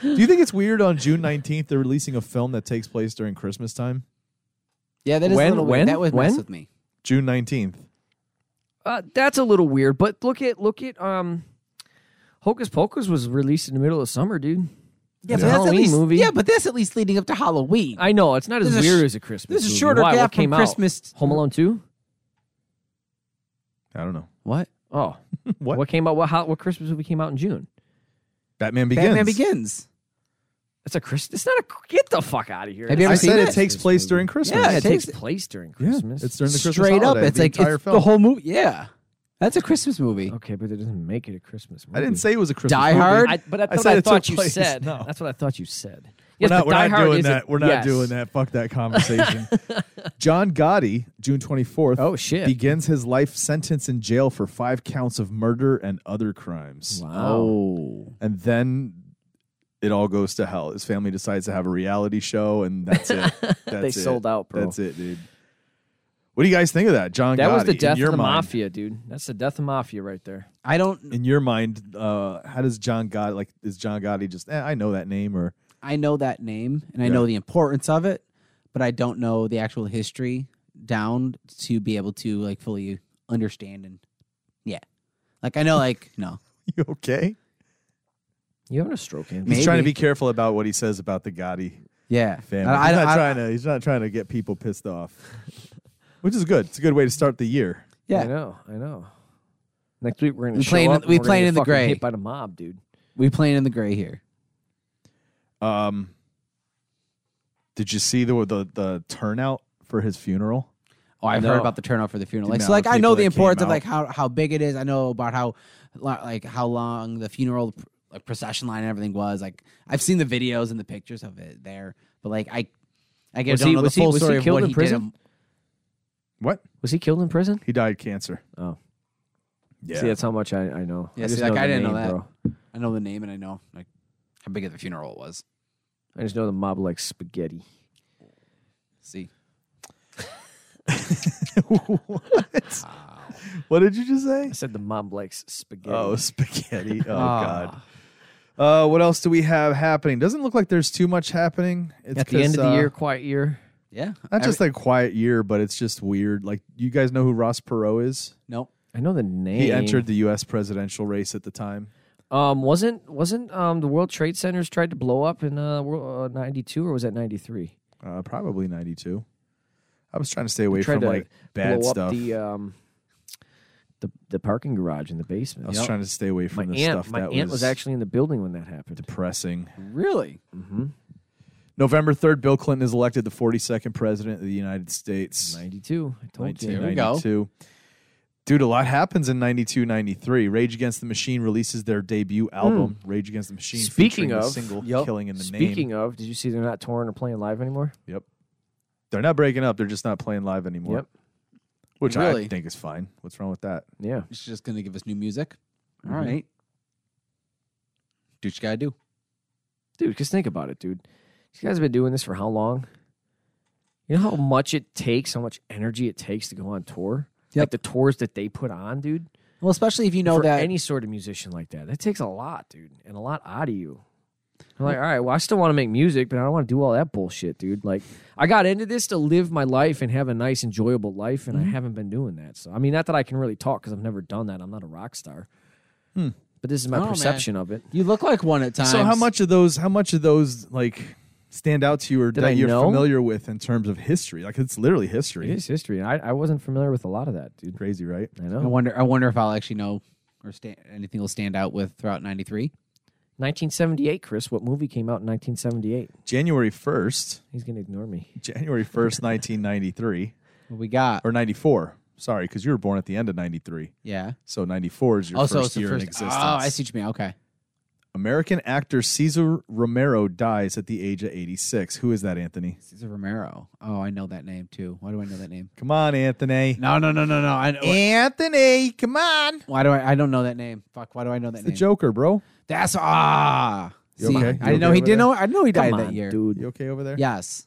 [SPEAKER 5] Do you think it's weird on June 19th they're releasing a film that takes place during Christmas time?
[SPEAKER 6] Yeah, that is
[SPEAKER 2] When-
[SPEAKER 6] a little weird.
[SPEAKER 2] when-
[SPEAKER 6] That would mess
[SPEAKER 2] when?
[SPEAKER 6] with me.
[SPEAKER 5] June 19th.
[SPEAKER 2] Uh, that's a little weird, but look at look at um, Hocus Pocus was released in the middle of summer, dude.
[SPEAKER 6] Yeah, but
[SPEAKER 2] It's
[SPEAKER 6] that's
[SPEAKER 2] a
[SPEAKER 6] at
[SPEAKER 2] Halloween
[SPEAKER 6] least,
[SPEAKER 2] movie.
[SPEAKER 6] Yeah, but that's at least leading up to Halloween.
[SPEAKER 2] I know it's not as
[SPEAKER 6] There's a
[SPEAKER 2] weird
[SPEAKER 6] sh-
[SPEAKER 2] as a Christmas.
[SPEAKER 6] there's a
[SPEAKER 2] movie.
[SPEAKER 6] shorter
[SPEAKER 2] Why?
[SPEAKER 6] gap
[SPEAKER 2] what
[SPEAKER 6] from
[SPEAKER 2] came out?
[SPEAKER 6] Christmas-
[SPEAKER 2] Home Alone two.
[SPEAKER 5] I don't know.
[SPEAKER 6] what?
[SPEAKER 2] Oh,
[SPEAKER 5] What?
[SPEAKER 2] what? came out? What how, what Christmas movie came out in June?
[SPEAKER 5] Batman Begins.
[SPEAKER 6] Batman Begins.
[SPEAKER 2] It's a Christmas. It's not a. Get the fuck out of here.
[SPEAKER 6] Have
[SPEAKER 5] I
[SPEAKER 6] you ever
[SPEAKER 2] It's
[SPEAKER 6] seen
[SPEAKER 5] said
[SPEAKER 6] it?
[SPEAKER 5] it takes place during Christmas.
[SPEAKER 6] Yeah,
[SPEAKER 2] not-
[SPEAKER 6] it
[SPEAKER 2] it takes
[SPEAKER 6] takes-
[SPEAKER 2] place during
[SPEAKER 5] Yeah,
[SPEAKER 2] Christmas.
[SPEAKER 5] it's during the Christmas
[SPEAKER 6] Straight up,
[SPEAKER 5] holiday,
[SPEAKER 6] it's
[SPEAKER 5] the
[SPEAKER 6] like
[SPEAKER 5] entire
[SPEAKER 6] it's
[SPEAKER 5] film.
[SPEAKER 6] the whole movie. Yeah, that's a Christmas movie.
[SPEAKER 2] okay, but it doesn't make it a Christmas. Movie.
[SPEAKER 5] I didn't say it was a Christmas.
[SPEAKER 6] Die
[SPEAKER 5] movie.
[SPEAKER 6] Hard?
[SPEAKER 2] I, but I,
[SPEAKER 5] I
[SPEAKER 2] thought
[SPEAKER 5] said
[SPEAKER 2] I
[SPEAKER 5] it took
[SPEAKER 2] thought you
[SPEAKER 5] place.
[SPEAKER 2] said.
[SPEAKER 5] No.
[SPEAKER 2] That's what I thought you said.
[SPEAKER 5] We're
[SPEAKER 2] Yes,
[SPEAKER 5] not,
[SPEAKER 2] but
[SPEAKER 5] we're
[SPEAKER 2] Die
[SPEAKER 5] not
[SPEAKER 2] Hard
[SPEAKER 5] doing
[SPEAKER 2] is a-
[SPEAKER 5] that. We're not
[SPEAKER 2] yes.
[SPEAKER 5] doing that. Fuck that conversation. John Gotti, June 24th,
[SPEAKER 2] Oh shit!
[SPEAKER 5] begins his life sentence in jail for five counts of murder and other crimes.
[SPEAKER 2] wow.
[SPEAKER 5] And then it all goes to hell. His family decides to have a reality show, and that's it. That's
[SPEAKER 2] They
[SPEAKER 5] it.
[SPEAKER 2] sold out, bro.
[SPEAKER 5] That's it, dude. What do you guys think of that, John?
[SPEAKER 2] That was
[SPEAKER 5] Gotti,
[SPEAKER 2] the
[SPEAKER 5] in
[SPEAKER 2] death of
[SPEAKER 5] your
[SPEAKER 2] the
[SPEAKER 5] mind-
[SPEAKER 2] mafia, dude. That's the death of mafia right there.
[SPEAKER 6] I don't.
[SPEAKER 5] In your mind, uh, how does John Gotti like? Is John Gotti just? Eh, I know that name, or
[SPEAKER 6] I know that name and I
[SPEAKER 5] Yeah.
[SPEAKER 6] know the importance of it, but I don't know the actual history down to be able to like fully understand and yeah, like I know like no.
[SPEAKER 5] you okay?
[SPEAKER 2] You having a stroke, Andy?
[SPEAKER 6] Maybe.
[SPEAKER 5] He's trying to be careful about what he says about the Gotti
[SPEAKER 6] Yeah,
[SPEAKER 5] family.
[SPEAKER 6] I, I,
[SPEAKER 5] he's not
[SPEAKER 6] I-
[SPEAKER 5] trying to. He's not trying to get people pissed off, which is good. It's a good way to start the year.
[SPEAKER 2] I
[SPEAKER 6] yeah.
[SPEAKER 2] know. I know. Next week we're gonna
[SPEAKER 6] We
[SPEAKER 2] show
[SPEAKER 6] playing-
[SPEAKER 2] up and
[SPEAKER 6] we
[SPEAKER 2] we're gonna
[SPEAKER 6] playing
[SPEAKER 2] get
[SPEAKER 6] in the
[SPEAKER 2] fucking
[SPEAKER 6] gray.
[SPEAKER 2] hit by the mob, dude.
[SPEAKER 6] We playing in the gray here.
[SPEAKER 5] Um, did you see the the the turnout for his funeral?
[SPEAKER 6] Oh, I've heard
[SPEAKER 2] No.
[SPEAKER 6] about the turnout for the funeral. Like, so,
[SPEAKER 5] amount
[SPEAKER 6] like
[SPEAKER 5] of
[SPEAKER 6] I
[SPEAKER 5] people
[SPEAKER 6] know the
[SPEAKER 5] that came
[SPEAKER 6] importance of
[SPEAKER 5] out.
[SPEAKER 6] like how how big it is. I know about how lo- like how long the funeral like procession line and everything was. Like, I've seen the videos and the pictures of it there, but like I, I guess
[SPEAKER 2] Was
[SPEAKER 6] don't
[SPEAKER 2] he-
[SPEAKER 6] know the
[SPEAKER 2] was he-
[SPEAKER 6] full
[SPEAKER 2] was he
[SPEAKER 6] story of
[SPEAKER 2] killed
[SPEAKER 6] what
[SPEAKER 2] in
[SPEAKER 6] he
[SPEAKER 2] prison?
[SPEAKER 6] did.
[SPEAKER 5] What?
[SPEAKER 2] Was he killed in prison?
[SPEAKER 5] He died of cancer.
[SPEAKER 2] Oh.
[SPEAKER 5] Yeah.
[SPEAKER 2] See, that's how much I, I know.
[SPEAKER 6] Yeah,
[SPEAKER 2] I
[SPEAKER 6] see,
[SPEAKER 2] just
[SPEAKER 6] like,
[SPEAKER 2] know
[SPEAKER 6] I
[SPEAKER 2] the
[SPEAKER 6] didn't know
[SPEAKER 2] name,
[SPEAKER 6] that.
[SPEAKER 2] Bro.
[SPEAKER 6] I know the name and I know like how big of the funeral it was.
[SPEAKER 2] I just know the mob likes spaghetti.
[SPEAKER 6] See,
[SPEAKER 5] what? What did you just say?
[SPEAKER 2] I said the mob likes spaghetti.
[SPEAKER 5] Oh, spaghetti. Oh, God. Uh, what else do we have happening? Doesn't look like there's too much happening. It's
[SPEAKER 2] At the end
[SPEAKER 5] 'cause,
[SPEAKER 2] of the
[SPEAKER 5] uh,
[SPEAKER 2] year, quiet year.
[SPEAKER 6] yeah,
[SPEAKER 5] Not just like quiet year, but it's just weird. Like you guys know who Ross Perot is?
[SPEAKER 6] nope.
[SPEAKER 2] I know the name.
[SPEAKER 5] He entered the U.S. presidential race at the time.
[SPEAKER 2] Um, wasn't wasn't um the World Trade Centers tried to blow up in uh, World, uh 92 or was that 93?
[SPEAKER 5] Uh, probably '92. I was trying to stay away
[SPEAKER 2] tried
[SPEAKER 5] from
[SPEAKER 2] to
[SPEAKER 5] like bad
[SPEAKER 2] blow
[SPEAKER 5] stuff.
[SPEAKER 2] up the um the the parking garage in the
[SPEAKER 5] I
[SPEAKER 2] basement.
[SPEAKER 5] was trying to stay away
[SPEAKER 2] my
[SPEAKER 5] from the
[SPEAKER 2] aunt,
[SPEAKER 5] stuff
[SPEAKER 2] my
[SPEAKER 5] that
[SPEAKER 2] aunt was,
[SPEAKER 5] was,
[SPEAKER 2] actually in the building when that happened.
[SPEAKER 5] depressing.
[SPEAKER 6] Really?
[SPEAKER 2] mm-hmm.
[SPEAKER 5] November 3rd, Bill Clinton is elected the 42nd president of the United States.
[SPEAKER 2] 92. Mm-hmm. I told you.
[SPEAKER 6] we go.
[SPEAKER 5] 1992. Dude, a lot happens in 92, 93. Rage Against the Machine releases their debut album, Rage Against the Machine,
[SPEAKER 2] Hmm. Speaking
[SPEAKER 5] featuring the
[SPEAKER 2] of-
[SPEAKER 5] single
[SPEAKER 6] Yup.
[SPEAKER 5] Killing in the
[SPEAKER 2] Speaking
[SPEAKER 5] Name.
[SPEAKER 2] of, did you see they're not touring or playing live anymore?
[SPEAKER 5] Yep. They're not breaking up. They're just not playing live anymore.
[SPEAKER 2] Yep.
[SPEAKER 5] Which I
[SPEAKER 6] Really?
[SPEAKER 5] think is fine. What's wrong with that?
[SPEAKER 2] Yeah.
[SPEAKER 6] It's just gonna give us new music. All right. Do what you gotta do.
[SPEAKER 2] Dude, because think about it, dude. These guys have been doing this for how long? You know how much it takes, how much energy it takes to go on tour? Like
[SPEAKER 6] Yep.
[SPEAKER 2] the tours that they put on, dude.
[SPEAKER 6] Well, especially if you know
[SPEAKER 2] for
[SPEAKER 6] that
[SPEAKER 2] any sort of musician like that. That takes a lot, dude, and a lot out of you. I'm like, all right, well, I still want to make music, but I don't want to do all that bullshit, dude. Like, I got into this to live my life and have a nice, enjoyable life,
[SPEAKER 6] Mm-hmm.
[SPEAKER 2] and I haven't been doing that. So, I mean, not that I can really talk because I've never done that. I'm not a rock star, but this is my
[SPEAKER 6] Oh, man.
[SPEAKER 2] perception of it.
[SPEAKER 6] you look like one at times.
[SPEAKER 5] So how much of those how much of those like stand out to you or
[SPEAKER 2] Did I
[SPEAKER 5] that you're
[SPEAKER 2] know?
[SPEAKER 5] familiar with in terms of history? Like it's literally history.
[SPEAKER 2] It is history, and I, I wasn't familiar with a lot of that, dude.
[SPEAKER 5] Crazy, right?
[SPEAKER 2] I
[SPEAKER 6] I
[SPEAKER 2] know.
[SPEAKER 6] wonder. I wonder if I'll actually know or stand, anything will stand out with throughout '93.
[SPEAKER 2] 1978, Chris. What movie came out in 1978?
[SPEAKER 5] January 1st,
[SPEAKER 2] He's gonna ignore me.
[SPEAKER 5] January 1st, 1993.
[SPEAKER 6] What we got?
[SPEAKER 5] or 94. Sorry, because you were born at the end of 93.
[SPEAKER 6] Yeah.
[SPEAKER 5] So 94 is your
[SPEAKER 6] also, it's
[SPEAKER 5] first
[SPEAKER 6] the
[SPEAKER 5] year
[SPEAKER 6] first.
[SPEAKER 5] in existence.
[SPEAKER 6] Oh, I see what you mean. Okay.
[SPEAKER 5] American actor Cesar Romero dies at the age of 86. Who is that, Anthony?
[SPEAKER 6] Cesar Romero. Oh, I know that name too. Why do I know that name?
[SPEAKER 5] Come on, Anthony.
[SPEAKER 6] No, no, no, no, no. I,
[SPEAKER 5] Anthony, come on.
[SPEAKER 6] why do I? I don't know that name. Fuck. Why do I know that
[SPEAKER 5] The
[SPEAKER 6] name?
[SPEAKER 5] Joker, bro.
[SPEAKER 6] That's ah.
[SPEAKER 5] You
[SPEAKER 6] See,
[SPEAKER 5] okay?
[SPEAKER 6] I
[SPEAKER 5] You
[SPEAKER 6] didn't
[SPEAKER 5] okay
[SPEAKER 6] know he
[SPEAKER 5] over
[SPEAKER 6] didn't
[SPEAKER 5] there?
[SPEAKER 6] know. I didn't know he died
[SPEAKER 2] Come on,
[SPEAKER 6] that year.
[SPEAKER 2] dude.
[SPEAKER 5] You okay over there?
[SPEAKER 6] Yes.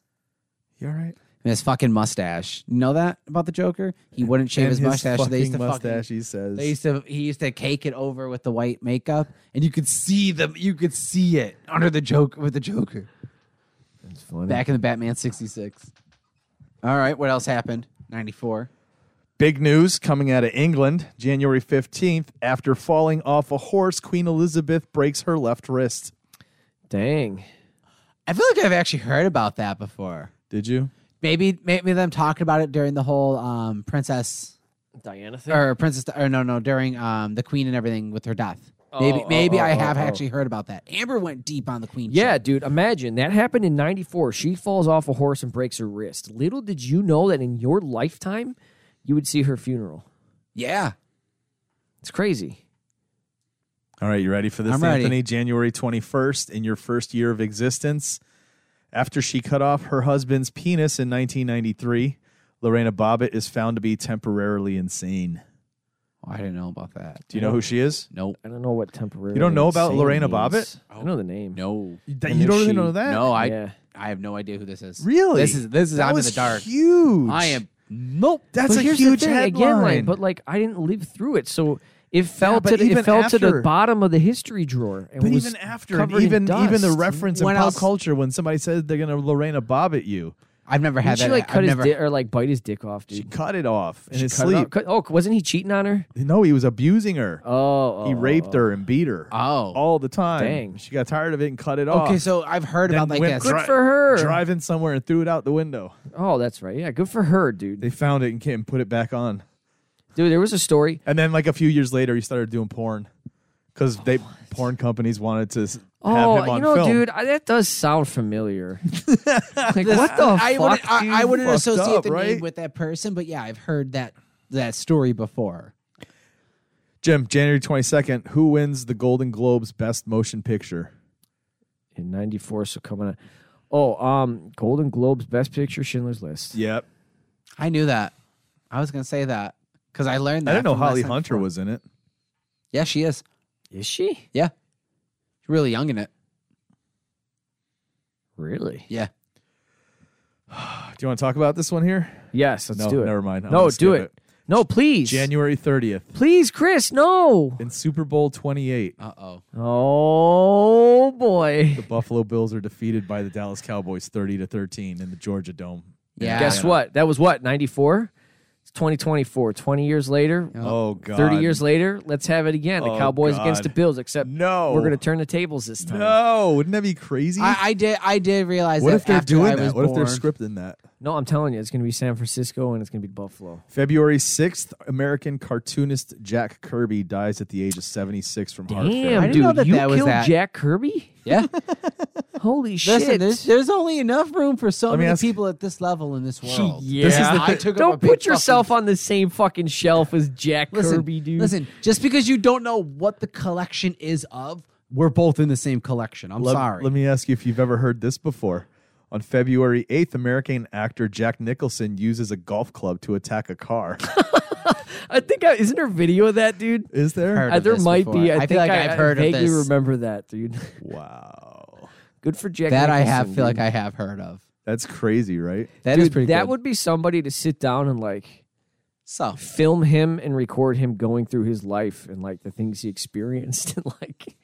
[SPEAKER 5] You all right?
[SPEAKER 6] And his fucking mustache. You know that about the Joker? He wouldn't shave
[SPEAKER 5] And
[SPEAKER 6] his, mustache. so They used to
[SPEAKER 5] fucking mustache,
[SPEAKER 6] fucking.
[SPEAKER 5] he says.
[SPEAKER 6] They used to. He used to cake it over with the white makeup, and you could see them. You could see it under the joke with the Joker.
[SPEAKER 2] That's funny.
[SPEAKER 6] Back in the Batman '66. All right. What else happened? '94.
[SPEAKER 5] Big news coming out of England, January 15th. After falling off a horse, Queen Elizabeth breaks her left wrist.
[SPEAKER 2] Dang.
[SPEAKER 6] I feel like I've actually heard about that before.
[SPEAKER 5] Did you?
[SPEAKER 6] Maybe maybe them talking about it during the whole um, princess
[SPEAKER 2] Diana thing.
[SPEAKER 6] or princess or no no during um, the queen and everything with her death. Maybe
[SPEAKER 2] Oh,
[SPEAKER 6] maybe
[SPEAKER 2] oh,
[SPEAKER 6] I
[SPEAKER 2] oh,
[SPEAKER 6] have
[SPEAKER 2] oh, oh.
[SPEAKER 6] actually heard about that. Amber went deep on the queen.
[SPEAKER 2] Yeah,
[SPEAKER 6] shit.
[SPEAKER 2] dude, imagine that happened in 94. She falls off a horse and breaks her wrist. Little did you know that in your lifetime, you would see her funeral.
[SPEAKER 6] yeah.
[SPEAKER 2] It's crazy.
[SPEAKER 5] All right, you ready for this,
[SPEAKER 6] I'm ready.
[SPEAKER 5] Anthony? January 21st, in your first year of existence. After she cut off her husband's penis in 1993, Lorena Bobbitt is found to be temporarily insane.
[SPEAKER 6] Oh, I didn't know about that.
[SPEAKER 5] Do you know who she is?
[SPEAKER 6] Nope.
[SPEAKER 2] I don't know what temporary.
[SPEAKER 5] You don't know about Lorena Bobbitt?
[SPEAKER 2] I know the name.
[SPEAKER 6] No.
[SPEAKER 5] That,
[SPEAKER 2] And
[SPEAKER 5] you
[SPEAKER 2] then
[SPEAKER 5] don't really
[SPEAKER 2] she-
[SPEAKER 5] know that?
[SPEAKER 6] No. I
[SPEAKER 2] Yeah.
[SPEAKER 6] I have no idea who this is.
[SPEAKER 5] Really?
[SPEAKER 6] This is this is
[SPEAKER 5] That
[SPEAKER 6] I'm in
[SPEAKER 5] was
[SPEAKER 6] the dark.
[SPEAKER 5] Huge.
[SPEAKER 6] I am. Nope.
[SPEAKER 5] That's
[SPEAKER 2] but
[SPEAKER 5] a
[SPEAKER 2] here's
[SPEAKER 5] huge
[SPEAKER 2] the thing,
[SPEAKER 5] headline.
[SPEAKER 2] again, like, but like I didn't live through it, so it fell
[SPEAKER 5] but
[SPEAKER 2] to the,
[SPEAKER 5] even
[SPEAKER 2] it fell to the
[SPEAKER 5] after-
[SPEAKER 2] bottom of the history drawer. And
[SPEAKER 5] But
[SPEAKER 2] was
[SPEAKER 5] even after, and
[SPEAKER 2] covered in
[SPEAKER 5] even even the
[SPEAKER 2] dust.
[SPEAKER 5] reference
[SPEAKER 6] When
[SPEAKER 5] in pop
[SPEAKER 6] else-
[SPEAKER 5] culture when somebody says they're gonna Lorena Bobbitt you,
[SPEAKER 6] I've never
[SPEAKER 2] Didn't
[SPEAKER 6] had
[SPEAKER 2] she
[SPEAKER 6] that.
[SPEAKER 2] like
[SPEAKER 6] I've
[SPEAKER 2] cut his
[SPEAKER 6] never-
[SPEAKER 2] dick or like bite his dick off,
[SPEAKER 5] she
[SPEAKER 2] dude?
[SPEAKER 5] cut it off in his
[SPEAKER 2] Cut it off.
[SPEAKER 5] sleep.
[SPEAKER 2] Cut- oh, wasn't he cheating on her?
[SPEAKER 5] No, he was abusing her.
[SPEAKER 2] Oh,
[SPEAKER 5] he
[SPEAKER 2] oh,
[SPEAKER 5] raped her and beat her
[SPEAKER 6] Oh.
[SPEAKER 5] all the time.
[SPEAKER 2] Dang.
[SPEAKER 5] She got tired of it and cut it off.
[SPEAKER 6] Okay, so I've heard
[SPEAKER 5] Then
[SPEAKER 6] about like
[SPEAKER 5] went
[SPEAKER 6] this.
[SPEAKER 5] dri-
[SPEAKER 2] Good for her.
[SPEAKER 5] Driving somewhere and threw it out the window.
[SPEAKER 2] Oh, that's right. Yeah, good for her, dude.
[SPEAKER 5] They found it and came and put it back on.
[SPEAKER 2] Dude, there was a story.
[SPEAKER 5] And then like a few years later, he started doing porn because they porn companies wanted to s- have him
[SPEAKER 2] Oh,
[SPEAKER 5] on
[SPEAKER 2] you know,
[SPEAKER 5] film.
[SPEAKER 2] dude, I, that does sound familiar. like, what the
[SPEAKER 6] I
[SPEAKER 2] fuck?
[SPEAKER 6] wouldn't, I, I
[SPEAKER 5] dude?
[SPEAKER 6] wouldn't
[SPEAKER 5] Fucked
[SPEAKER 6] associate
[SPEAKER 5] up,
[SPEAKER 6] the name
[SPEAKER 5] right?
[SPEAKER 6] with that person, but yeah, I've heard that that story before.
[SPEAKER 5] Jim, January twenty second. Who wins the Golden Globes Best Motion Picture?
[SPEAKER 2] In '94, so coming on. Oh, um, Golden Globes Best Picture, Schindler's List.
[SPEAKER 5] Yep.
[SPEAKER 6] I knew that. I was gonna say that because I learned
[SPEAKER 5] I
[SPEAKER 6] that.
[SPEAKER 5] didn't know
[SPEAKER 6] from last
[SPEAKER 5] Holly
[SPEAKER 6] night
[SPEAKER 5] Hunter
[SPEAKER 6] before.
[SPEAKER 5] was in it.
[SPEAKER 6] Yeah, she is.
[SPEAKER 2] Is she
[SPEAKER 6] Yeah, she's really young in it.
[SPEAKER 2] really?
[SPEAKER 6] Yeah,
[SPEAKER 5] Do you want to talk about this one here?
[SPEAKER 2] Yes, let's
[SPEAKER 5] No,
[SPEAKER 2] do it.
[SPEAKER 5] never mind. I'm
[SPEAKER 2] no,
[SPEAKER 5] gonna
[SPEAKER 2] do
[SPEAKER 5] skip
[SPEAKER 2] it. No, please.
[SPEAKER 5] January 30th
[SPEAKER 2] please, Chris. No.
[SPEAKER 5] in Super Bowl 28,
[SPEAKER 6] uh oh.
[SPEAKER 2] Oh boy.
[SPEAKER 5] the Buffalo Bills are defeated by the Dallas Cowboys 30 to 13 in the Georgia Dome.
[SPEAKER 6] Yeah,
[SPEAKER 2] Guess what? That was what 94. It's 2024. 20 years later.
[SPEAKER 5] Oh god.
[SPEAKER 2] 30 years later, let's have it again. The
[SPEAKER 5] Oh,
[SPEAKER 2] Cowboys
[SPEAKER 5] God.
[SPEAKER 2] against the Bills, except
[SPEAKER 5] No.
[SPEAKER 2] we're going to turn the tables this time.
[SPEAKER 5] No, wouldn't that be crazy?
[SPEAKER 6] I, I did. I did realize
[SPEAKER 5] what
[SPEAKER 6] that
[SPEAKER 5] if they're
[SPEAKER 6] after I
[SPEAKER 5] doing
[SPEAKER 6] was
[SPEAKER 5] that? What if they're
[SPEAKER 6] born-
[SPEAKER 5] scripting that?
[SPEAKER 2] No, I'm telling you, it's going to be San Francisco and it's going to be Buffalo.
[SPEAKER 5] February 6th, American cartoonist Jack Kirby dies at the age of 76 from heart failure.
[SPEAKER 6] I didn't
[SPEAKER 2] dude,
[SPEAKER 6] know that
[SPEAKER 2] you
[SPEAKER 6] that was
[SPEAKER 2] killed
[SPEAKER 6] that.
[SPEAKER 2] Jack Kirby?
[SPEAKER 6] Yeah,
[SPEAKER 2] Holy
[SPEAKER 6] listen.
[SPEAKER 2] shit!
[SPEAKER 6] There's, there's only enough room for so
[SPEAKER 5] Let me
[SPEAKER 6] many
[SPEAKER 5] ask-
[SPEAKER 6] people at this level in this
[SPEAKER 2] Gee,
[SPEAKER 6] world.
[SPEAKER 2] yeah,
[SPEAKER 5] This is the
[SPEAKER 6] I took up a
[SPEAKER 2] don't
[SPEAKER 6] big
[SPEAKER 2] put
[SPEAKER 6] fucking-
[SPEAKER 2] yourself on the same fucking shelf as Jack
[SPEAKER 6] Listen,
[SPEAKER 2] Kirby, dude.
[SPEAKER 6] listen. Just because you don't know what the collection is of, we're both in the same collection. I'm
[SPEAKER 5] Let-
[SPEAKER 6] sorry.
[SPEAKER 5] Let me ask you if you've ever heard this before. On February 8th, American actor Jack Nicholson uses a golf club to attack a car.
[SPEAKER 2] I think I, isn't there a video of that, dude?
[SPEAKER 5] Is there?
[SPEAKER 6] Heard.
[SPEAKER 2] Uh,
[SPEAKER 6] of
[SPEAKER 2] there
[SPEAKER 6] this
[SPEAKER 2] might be.
[SPEAKER 6] before.
[SPEAKER 2] I,
[SPEAKER 6] I feel
[SPEAKER 2] think
[SPEAKER 6] like
[SPEAKER 2] I,
[SPEAKER 6] I've heard of
[SPEAKER 2] I vaguely
[SPEAKER 6] this.
[SPEAKER 2] remember that, dude.
[SPEAKER 5] Wow.
[SPEAKER 2] Good for Jack.
[SPEAKER 6] that I have
[SPEAKER 2] Nicholson,
[SPEAKER 6] feel
[SPEAKER 2] dude.
[SPEAKER 6] like I have heard of.
[SPEAKER 5] That's crazy, right?
[SPEAKER 6] That is
[SPEAKER 2] dude,
[SPEAKER 6] pretty.
[SPEAKER 2] That
[SPEAKER 6] good.
[SPEAKER 2] would be somebody to sit down and like
[SPEAKER 6] so.
[SPEAKER 2] film him and record him going through his life and like the things he experienced and like,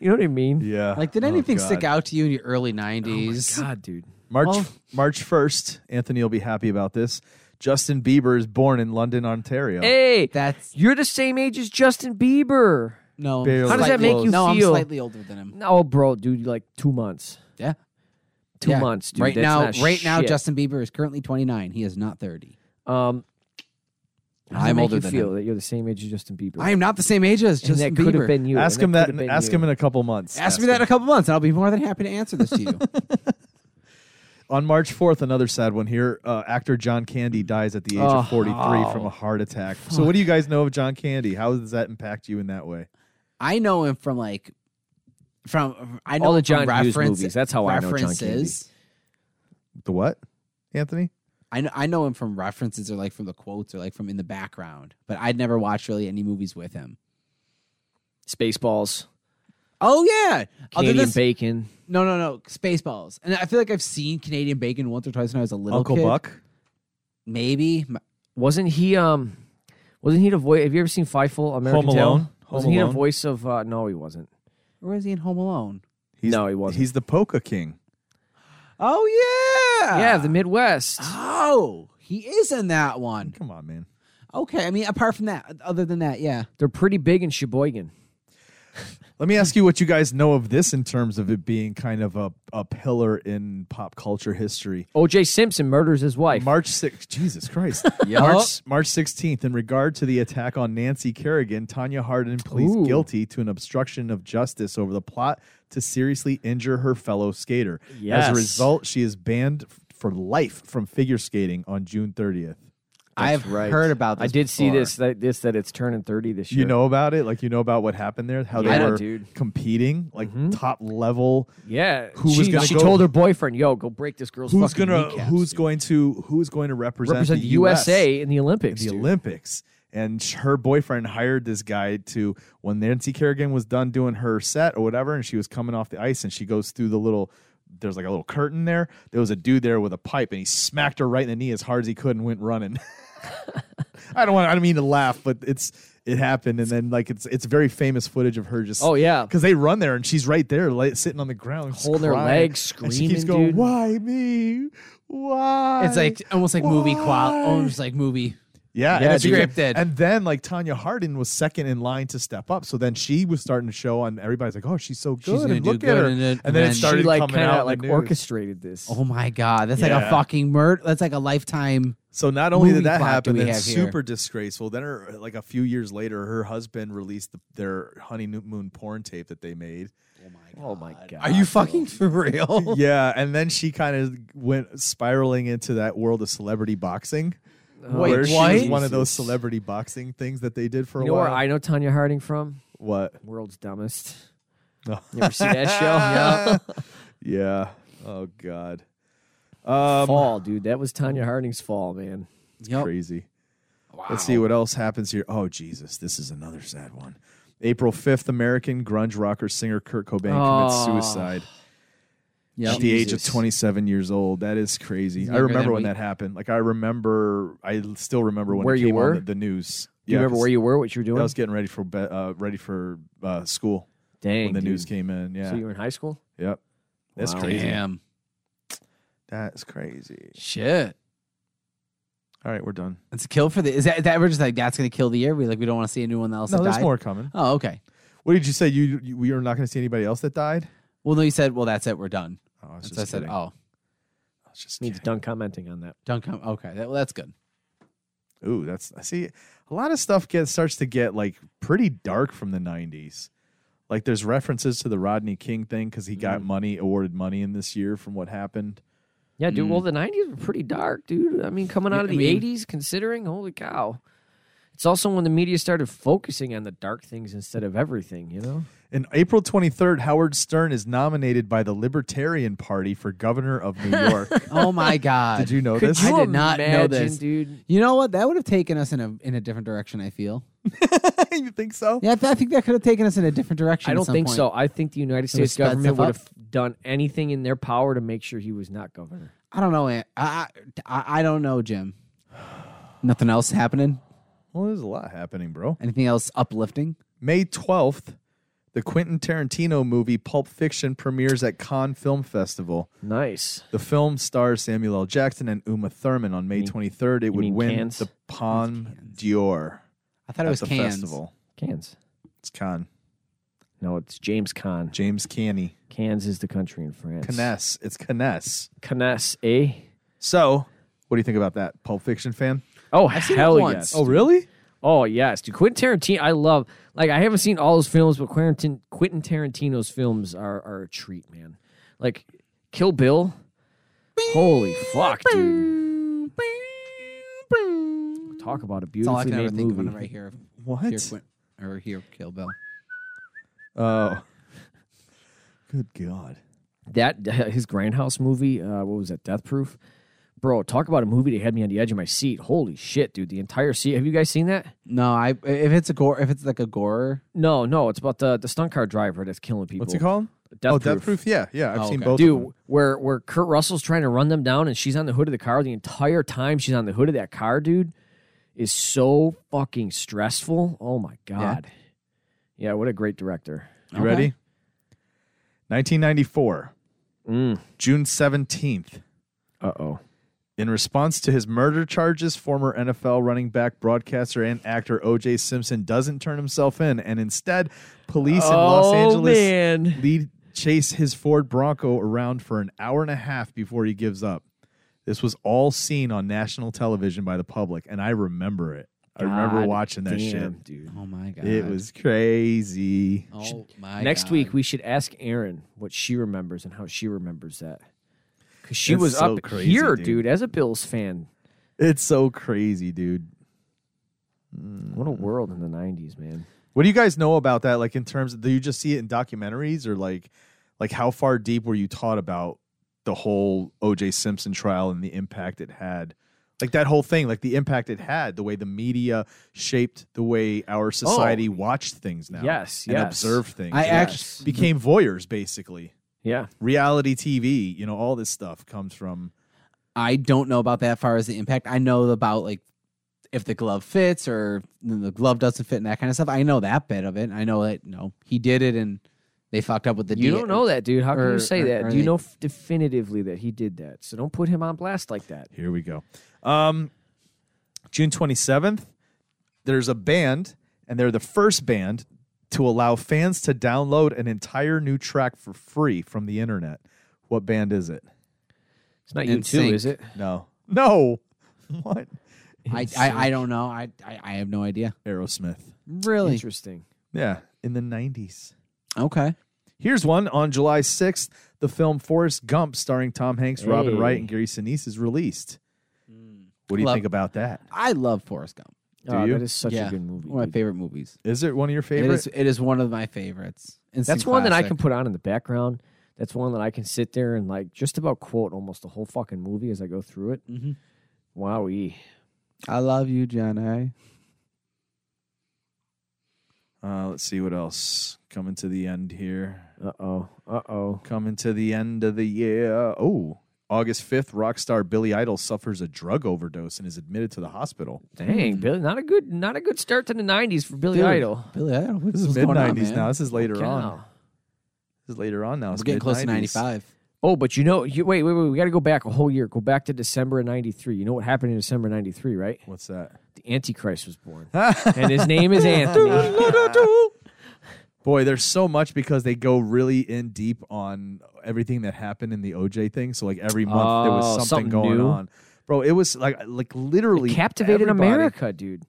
[SPEAKER 2] you know what I mean?
[SPEAKER 5] Yeah. Oh,
[SPEAKER 6] Like, did anything stick out to you in your early '90s?
[SPEAKER 2] God, dude.
[SPEAKER 5] March
[SPEAKER 6] Well-
[SPEAKER 5] March 1st, Anthony will be happy about this. Justin Bieber is born in London, Ontario.
[SPEAKER 2] Hey,
[SPEAKER 6] That's
[SPEAKER 2] you're the same age as Justin Bieber.
[SPEAKER 6] no. I'm
[SPEAKER 5] Barely How does that
[SPEAKER 6] slightly-
[SPEAKER 2] make you
[SPEAKER 6] no,
[SPEAKER 2] feel?
[SPEAKER 6] I'm slightly older than him.
[SPEAKER 2] No, bro, dude, like two months.
[SPEAKER 6] Yeah.
[SPEAKER 2] Two
[SPEAKER 6] Yeah.
[SPEAKER 2] months, dude.
[SPEAKER 6] right
[SPEAKER 2] That's
[SPEAKER 6] now, right
[SPEAKER 2] not
[SPEAKER 6] now,
[SPEAKER 2] shit.
[SPEAKER 6] Justin Bieber is currently 29. He is not 30.
[SPEAKER 2] Um, how does
[SPEAKER 6] I'm
[SPEAKER 2] it make
[SPEAKER 6] older
[SPEAKER 2] you
[SPEAKER 6] than
[SPEAKER 2] feel
[SPEAKER 6] him.
[SPEAKER 2] that you're the same age as Justin Bieber.
[SPEAKER 6] I am not the same age as
[SPEAKER 2] and
[SPEAKER 6] Justin
[SPEAKER 2] that could
[SPEAKER 6] Bieber.
[SPEAKER 2] have been you.
[SPEAKER 5] ask him
[SPEAKER 2] and
[SPEAKER 5] that.
[SPEAKER 2] could have been
[SPEAKER 5] ask
[SPEAKER 2] you.
[SPEAKER 5] him in a couple months.
[SPEAKER 6] Ask me that in a couple months, and I'll be more than happy to answer this to you.
[SPEAKER 5] On March 4th, another sad one here. Uh, actor John Candy dies at the age of 43 from a heart attack. So, what do you guys know of John Candy? How does that impact you in that way?
[SPEAKER 6] I know him from like from I know
[SPEAKER 2] All the
[SPEAKER 6] him
[SPEAKER 2] John
[SPEAKER 6] from
[SPEAKER 2] Hughes
[SPEAKER 6] reference-
[SPEAKER 2] movies. That's how I know John Candy.
[SPEAKER 6] references.
[SPEAKER 5] The what, Anthony?
[SPEAKER 6] I know I know him from references or like from the quotes or like from in the background, but I'd never watched really any movies with him.
[SPEAKER 2] Spaceballs,
[SPEAKER 6] Oh yeah, Other
[SPEAKER 2] Canadian
[SPEAKER 6] than-
[SPEAKER 2] bacon.
[SPEAKER 6] no no no Spaceballs, and I feel like I've seen Canadian Bacon once or twice when I was a little
[SPEAKER 5] Uncle
[SPEAKER 6] kid.
[SPEAKER 5] Buck?
[SPEAKER 6] maybe. M-
[SPEAKER 2] Wasn't he? Um, wasn't he the voice? Have you ever seen Fightful American
[SPEAKER 5] Home
[SPEAKER 2] Tail?
[SPEAKER 5] Alone? Home
[SPEAKER 2] wasn't he the
[SPEAKER 5] Alone?
[SPEAKER 2] voice of? Uh, no, he wasn't.
[SPEAKER 6] Or was he in Home Alone?
[SPEAKER 5] He's,
[SPEAKER 2] No, he wasn't.
[SPEAKER 5] He's the Polka King.
[SPEAKER 6] Oh yeah,
[SPEAKER 2] yeah, the Midwest.
[SPEAKER 5] Ah.
[SPEAKER 6] oh he is in that one.
[SPEAKER 5] Come on, man.
[SPEAKER 6] Okay, I mean apart from that, other than that, yeah.
[SPEAKER 2] They're pretty big in Sheboygan.
[SPEAKER 5] Let me ask you what you guys know of this in terms of it being kind of a, a pillar in pop culture history.
[SPEAKER 2] O.J. Simpson murders his wife.
[SPEAKER 5] March 6th, Jesus Christ.
[SPEAKER 6] Yup.
[SPEAKER 5] March, March 16th, in regard to the attack on Nancy Kerrigan, Tanya Hardin pleads
[SPEAKER 2] Ooh.
[SPEAKER 5] guilty to an obstruction of justice over the plot to seriously injure her fellow skater. As
[SPEAKER 2] Yes.
[SPEAKER 5] a result, she is banned f- for life from figure skating on June 30th.
[SPEAKER 6] I've
[SPEAKER 2] right.
[SPEAKER 6] heard about this.
[SPEAKER 2] I did see
[SPEAKER 6] before.
[SPEAKER 2] this that this that it's turning thirty this year.
[SPEAKER 5] You know about it? Like, you know about what happened there? How
[SPEAKER 2] Yeah, Mm-hmm.
[SPEAKER 5] they were
[SPEAKER 2] dude.
[SPEAKER 5] competing, like top level.
[SPEAKER 2] yeah.
[SPEAKER 5] Who was
[SPEAKER 2] she,
[SPEAKER 5] gonna
[SPEAKER 2] she
[SPEAKER 5] go-
[SPEAKER 2] told her boyfriend, "Yo, go break this girl's
[SPEAKER 5] Who's
[SPEAKER 2] fucking
[SPEAKER 5] gonna
[SPEAKER 2] kneecaps,
[SPEAKER 5] who's
[SPEAKER 2] dude.
[SPEAKER 5] going to who's going to represent,
[SPEAKER 2] represent the
[SPEAKER 5] the US?
[SPEAKER 2] USA in the Olympics?"
[SPEAKER 5] the
[SPEAKER 2] dude.
[SPEAKER 5] Olympics. And sh- her boyfriend hired this guy to when Nancy Kerrigan was done doing her set or whatever, and she was coming off the ice, and she goes through the little. There's like a little curtain there. There was a dude there with a pipe, and he smacked her right in the knee as hard as he could and went running. I don't want. I don't mean to laugh, but it's it happened, and then like it's it's very famous footage of her just.
[SPEAKER 2] Oh yeah,
[SPEAKER 5] Because they run there and she's right there, like, sitting on the ground, just
[SPEAKER 2] Holding her
[SPEAKER 5] crying.
[SPEAKER 2] legs,
[SPEAKER 5] And she keeps going,
[SPEAKER 2] screaming, dude.
[SPEAKER 5] "Why me? Why?"
[SPEAKER 6] It's like almost like movie qual,
[SPEAKER 5] Why?
[SPEAKER 6] almost like movie.
[SPEAKER 5] Yeah,
[SPEAKER 2] Yeah,
[SPEAKER 5] and it's
[SPEAKER 2] dude.
[SPEAKER 5] like-
[SPEAKER 6] Scripted.
[SPEAKER 5] And then like Tanya Hardin was second in line to step up, so then she was starting to show, and everybody's like, "Oh, she's so
[SPEAKER 6] She's
[SPEAKER 5] good!"
[SPEAKER 6] gonna
[SPEAKER 5] and
[SPEAKER 6] do
[SPEAKER 5] look at
[SPEAKER 6] good,
[SPEAKER 5] her.
[SPEAKER 6] and
[SPEAKER 5] And
[SPEAKER 6] then-
[SPEAKER 5] then,
[SPEAKER 6] and
[SPEAKER 5] it
[SPEAKER 6] then-
[SPEAKER 5] started
[SPEAKER 2] she like
[SPEAKER 5] coming
[SPEAKER 2] kinda,
[SPEAKER 5] out in
[SPEAKER 2] like
[SPEAKER 5] the news.
[SPEAKER 2] orchestrated this.
[SPEAKER 6] Oh my god, that's like a
[SPEAKER 5] Yeah.
[SPEAKER 6] fucking murder. That's like a lifetime.
[SPEAKER 5] So not only
[SPEAKER 6] movie
[SPEAKER 5] did that
[SPEAKER 6] plot
[SPEAKER 5] happen,
[SPEAKER 6] do we
[SPEAKER 5] then
[SPEAKER 6] have here?
[SPEAKER 5] super disgraceful. Then her like a few years later, her husband released the, their honeymoon porn tape that they made.
[SPEAKER 2] Oh my god!
[SPEAKER 6] Are you fucking for real?
[SPEAKER 5] yeah, and then she kind of went spiraling into that world of celebrity boxing.
[SPEAKER 6] Wait,
[SPEAKER 5] Uh, where she was
[SPEAKER 6] what?
[SPEAKER 5] one of those celebrity boxing things that they did for
[SPEAKER 2] You
[SPEAKER 5] a
[SPEAKER 2] know where
[SPEAKER 5] while.
[SPEAKER 2] I know Tanya Harding from?
[SPEAKER 5] what?
[SPEAKER 2] World's Dumbest.
[SPEAKER 5] No.
[SPEAKER 2] You ever see that show?
[SPEAKER 5] Yeah. Oh God. Um,
[SPEAKER 2] Fall, dude. That was Tanya Harding's fall, man.
[SPEAKER 6] Yep.
[SPEAKER 5] crazy. Let's see what else happens here. Oh Jesus, this is another sad one. April 5th, American grunge rocker singer Kurt Cobain
[SPEAKER 2] Oh.
[SPEAKER 5] commits suicide
[SPEAKER 6] Yep.
[SPEAKER 5] at the age of
[SPEAKER 2] Jesus.
[SPEAKER 5] 27 years old. That is crazy. I
[SPEAKER 6] younger
[SPEAKER 5] remember
[SPEAKER 6] than
[SPEAKER 5] when
[SPEAKER 6] we-
[SPEAKER 5] that happened. Like I remember, I still remember when
[SPEAKER 2] Where
[SPEAKER 5] it
[SPEAKER 2] you
[SPEAKER 5] came on
[SPEAKER 2] were?
[SPEAKER 5] the, the news.
[SPEAKER 2] Do you remember where you were? What you were
[SPEAKER 5] I
[SPEAKER 2] doing?
[SPEAKER 5] was getting ready for be- uh, ready for uh, school
[SPEAKER 2] Dang.
[SPEAKER 5] when the news
[SPEAKER 2] dude.
[SPEAKER 5] came in. Yeah.
[SPEAKER 2] So you were in high school?
[SPEAKER 5] yep. That's
[SPEAKER 2] Wow.
[SPEAKER 5] crazy.
[SPEAKER 6] Damn.
[SPEAKER 5] That's crazy.
[SPEAKER 6] Shit.
[SPEAKER 5] All right, we're done.
[SPEAKER 6] It's a kill for the. Is that, that we're just like that's gonna kill the year? We like we don't want to see anyone else.
[SPEAKER 5] no,
[SPEAKER 6] that
[SPEAKER 5] there's
[SPEAKER 6] died?
[SPEAKER 5] more coming.
[SPEAKER 6] Oh, okay.
[SPEAKER 5] What did you say? You, you we are not going to see anybody else that died.
[SPEAKER 6] Well, no, you said. Well, that's it. We're done.
[SPEAKER 5] Oh, I was
[SPEAKER 6] So
[SPEAKER 5] just
[SPEAKER 6] I said,
[SPEAKER 5] kidding.
[SPEAKER 6] oh,
[SPEAKER 5] I was just
[SPEAKER 2] Needs
[SPEAKER 5] kidding.
[SPEAKER 2] done commenting on that.
[SPEAKER 6] don't come. Okay, that, well, that's good.
[SPEAKER 5] Ooh, that's see a lot of stuff gets starts to get like pretty dark from the '90s. Like there's references to the Rodney King thing because he
[SPEAKER 2] Mm.
[SPEAKER 5] got money, awarded money in this year from what happened.
[SPEAKER 2] Yeah, dude.
[SPEAKER 5] Mm.
[SPEAKER 2] Well, the nineties were pretty dark, dude. I mean, coming
[SPEAKER 6] Yeah,
[SPEAKER 2] out of
[SPEAKER 6] I
[SPEAKER 2] the
[SPEAKER 6] mean-
[SPEAKER 2] eighties, considering, holy cow. It's also when the media started focusing on the dark things instead of everything, you know?
[SPEAKER 5] In April 23rd, Howard Stern is nominated by the Libertarian Party for governor of New York.
[SPEAKER 6] Oh my god.
[SPEAKER 5] Did you know
[SPEAKER 2] Could
[SPEAKER 5] Oh, this?
[SPEAKER 6] I
[SPEAKER 2] you
[SPEAKER 6] did not know
[SPEAKER 2] imagine,
[SPEAKER 6] this.
[SPEAKER 2] dude.
[SPEAKER 6] You know what? That would have taken us in a in a different direction. I feel.
[SPEAKER 5] you think so?
[SPEAKER 6] Yeah, I, th- I think that could have taken us in a different direction.
[SPEAKER 2] I
[SPEAKER 6] at
[SPEAKER 2] don't
[SPEAKER 6] some
[SPEAKER 2] think
[SPEAKER 6] point.
[SPEAKER 2] so. I think the United
[SPEAKER 6] Could've
[SPEAKER 2] States
[SPEAKER 6] sped
[SPEAKER 2] government
[SPEAKER 6] stuff
[SPEAKER 2] would have done anything in their power to make sure he was not governor.
[SPEAKER 6] I don't know. Aunt. I I, I don't know, Jim. Nothing else happening.
[SPEAKER 5] Well, there's a lot happening, bro.
[SPEAKER 6] Anything else uplifting?
[SPEAKER 5] May 12th, the Quentin Tarantino movie Pulp Fiction premieres at Cannes Film Festival.
[SPEAKER 2] Nice.
[SPEAKER 5] The film stars Samuel L. Jackson and Uma Thurman. On May
[SPEAKER 2] mean-
[SPEAKER 5] 23rd, it would
[SPEAKER 2] mean
[SPEAKER 5] win
[SPEAKER 2] Cannes?
[SPEAKER 5] the Palme d'Or
[SPEAKER 6] I thought
[SPEAKER 5] at
[SPEAKER 6] it was
[SPEAKER 5] the
[SPEAKER 6] cans.
[SPEAKER 5] festival.
[SPEAKER 2] Cans.
[SPEAKER 5] It's Cannes.
[SPEAKER 2] No, it's James Kahn.
[SPEAKER 5] James Canny.
[SPEAKER 2] Cans is the country in France.
[SPEAKER 5] Kness. It's Kness.
[SPEAKER 2] Kness, eh?
[SPEAKER 5] So, what do you think about that, Pulp Fiction fan?
[SPEAKER 2] Oh,
[SPEAKER 6] seen it
[SPEAKER 2] hell
[SPEAKER 6] once.
[SPEAKER 2] yes.
[SPEAKER 5] Oh, really?
[SPEAKER 2] Oh yes, dude. Quentin Tarantino. I love. Like I haven't seen all his films, but Quentin Quentin Tarantino's films are are a treat, man. Like Kill Bill. Holy fuck, dude. Talk about a
[SPEAKER 6] That's all I
[SPEAKER 2] beautifully
[SPEAKER 6] can ever
[SPEAKER 2] made
[SPEAKER 6] think of when
[SPEAKER 2] movie.
[SPEAKER 6] I right here. Here,
[SPEAKER 5] What?
[SPEAKER 6] Quint, or here, Kill Bill.
[SPEAKER 5] Oh. Good God.
[SPEAKER 2] that his Grindhouse movie, uh, what was that? Death Proof, bro. Talk about a movie that had me on the edge of my seat. Holy shit, dude! The entire seat. Have you guys seen that?
[SPEAKER 6] No, I if it's a gore, if it's like a gore,
[SPEAKER 2] No, no. It's about the the stunt car driver that's killing people.
[SPEAKER 5] What's it called?
[SPEAKER 2] Death
[SPEAKER 5] oh,
[SPEAKER 2] Proof.
[SPEAKER 5] Death Proof. Yeah, yeah. I've
[SPEAKER 6] Oh,
[SPEAKER 5] seen
[SPEAKER 6] okay.
[SPEAKER 5] both. of
[SPEAKER 2] Dude,
[SPEAKER 5] them.
[SPEAKER 2] where where Kurt Russell's trying to run them down, and she's on the hood of the car the entire time. She's on the hood of that car, dude. Is so fucking stressful. Oh my god. Yeah, what a great director.
[SPEAKER 5] You ready? 1994,
[SPEAKER 2] Mm.
[SPEAKER 5] June 17th.
[SPEAKER 2] Uh oh.
[SPEAKER 5] In response to his murder charges, former NFL running back, broadcaster, and actor O.J. Simpson doesn't turn himself in, and instead, police in Los Angeles
[SPEAKER 2] Oh, man.
[SPEAKER 5] lead chase his Ford Bronco around for an hour and a half before he gives up. This was all seen on national television by the public, and I remember it. I remember
[SPEAKER 2] God
[SPEAKER 5] watching that
[SPEAKER 2] Damn, dude.
[SPEAKER 6] Oh my god!
[SPEAKER 5] shit. It was crazy.
[SPEAKER 6] Oh my.
[SPEAKER 2] Next
[SPEAKER 6] God.
[SPEAKER 2] week we should ask Erin what she remembers and how she remembers that. Cause she
[SPEAKER 5] That's
[SPEAKER 2] was
[SPEAKER 5] so
[SPEAKER 2] up
[SPEAKER 5] crazy,
[SPEAKER 2] here,
[SPEAKER 5] dude.
[SPEAKER 2] dude. as a Bills fan.
[SPEAKER 5] It's so crazy, dude. Mm,
[SPEAKER 2] What a world in the '90s, man.
[SPEAKER 5] What do you guys know about that? Like in terms, of, do you just see it in documentaries, or like, like how far deep were you taught about the whole O.J. Simpson trial and the impact it had? Like that whole thing, like the impact it had, the way the media shaped the way our society watched things now,
[SPEAKER 2] Oh. Yes,
[SPEAKER 5] and
[SPEAKER 2] yes.
[SPEAKER 5] observed things.
[SPEAKER 6] I
[SPEAKER 5] It
[SPEAKER 6] actually
[SPEAKER 5] became voyeurs, basically.
[SPEAKER 2] Yeah,
[SPEAKER 5] Reality TV, you know, all this stuff comes from.
[SPEAKER 6] I don't know about that far as the impact. I know about like if the glove fits or the glove doesn't fit and that kind of stuff. I know that bit of it. I know that no, he did it and they fucked up with the.
[SPEAKER 2] you
[SPEAKER 6] D-
[SPEAKER 2] don't know that, dude. How can
[SPEAKER 6] or-
[SPEAKER 2] you say
[SPEAKER 6] or-
[SPEAKER 2] that?
[SPEAKER 6] or
[SPEAKER 2] Do you
[SPEAKER 6] they-
[SPEAKER 2] know f- definitively that he did that? So don't put him on blast like that.
[SPEAKER 5] Here we go. Um, June 27th, there's a band, and they're the first band to allow fans to download an entire new track for free from the internet. What band is it?
[SPEAKER 2] It's not you too,
[SPEAKER 6] NSYNC.
[SPEAKER 2] is it?
[SPEAKER 5] No. No. What?
[SPEAKER 6] I, I I don't know. I, I I have no idea.
[SPEAKER 5] Aerosmith.
[SPEAKER 6] Really?
[SPEAKER 2] Interesting.
[SPEAKER 5] Yeah, in the 90s.
[SPEAKER 6] Okay.
[SPEAKER 5] Here's one on July 6th. The film Forrest Gump, starring Tom Hanks, Robin
[SPEAKER 2] Hey.
[SPEAKER 5] Wright, and Gary Sinise, is released. What do you
[SPEAKER 6] Love-
[SPEAKER 5] think about that?
[SPEAKER 6] I love Forrest Gump.
[SPEAKER 5] Do
[SPEAKER 2] Oh,
[SPEAKER 5] you?
[SPEAKER 2] That is such
[SPEAKER 6] Yeah.
[SPEAKER 2] a good movie.
[SPEAKER 6] One of my
[SPEAKER 2] dude.
[SPEAKER 6] favorite movies.
[SPEAKER 5] Is it one of your
[SPEAKER 6] It
[SPEAKER 5] favorites?
[SPEAKER 6] is, it is one of my favorites. Instant
[SPEAKER 2] That's one that I
[SPEAKER 6] classic.
[SPEAKER 2] can put on in the background. That's one that I can sit there and like just about quote almost the whole fucking movie as I go through it.
[SPEAKER 6] Mhm.
[SPEAKER 2] Wowee.
[SPEAKER 6] I love you, Johnny.
[SPEAKER 5] Uh, let's see what else coming to the end here.
[SPEAKER 2] Uh oh. Uh oh.
[SPEAKER 5] Coming to the end of the year. Oh, August 5th, rock star Billy Idol suffers a drug overdose and is admitted to the hospital.
[SPEAKER 2] Dang, Billy, not a good, not a good start to the '90s for Billy
[SPEAKER 6] Dude,
[SPEAKER 2] Idol.
[SPEAKER 6] Billy Idol. What
[SPEAKER 5] This
[SPEAKER 6] what's
[SPEAKER 5] is mid
[SPEAKER 6] going on,
[SPEAKER 5] 90s
[SPEAKER 6] man?
[SPEAKER 5] now. This is later on.
[SPEAKER 2] Cow.
[SPEAKER 5] This is later on now.
[SPEAKER 6] We're
[SPEAKER 5] It's
[SPEAKER 6] getting close to ninety
[SPEAKER 5] mid-nineties.
[SPEAKER 6] five.
[SPEAKER 2] Oh, but you know, you, wait, wait, wait. We got to go back a whole year. Go back to December of '93. You know what happened in December '93, right?
[SPEAKER 5] What's that?
[SPEAKER 2] The Antichrist was born, and his name is Anthony.
[SPEAKER 5] Boy, there's so much because they go really in deep on everything that happened in the OJ thing. So like every month there was
[SPEAKER 2] Oh,
[SPEAKER 5] something,
[SPEAKER 2] something
[SPEAKER 5] going
[SPEAKER 2] new.
[SPEAKER 5] on. Bro, it was like like literally
[SPEAKER 2] Captivated
[SPEAKER 5] everybody-
[SPEAKER 2] America, dude.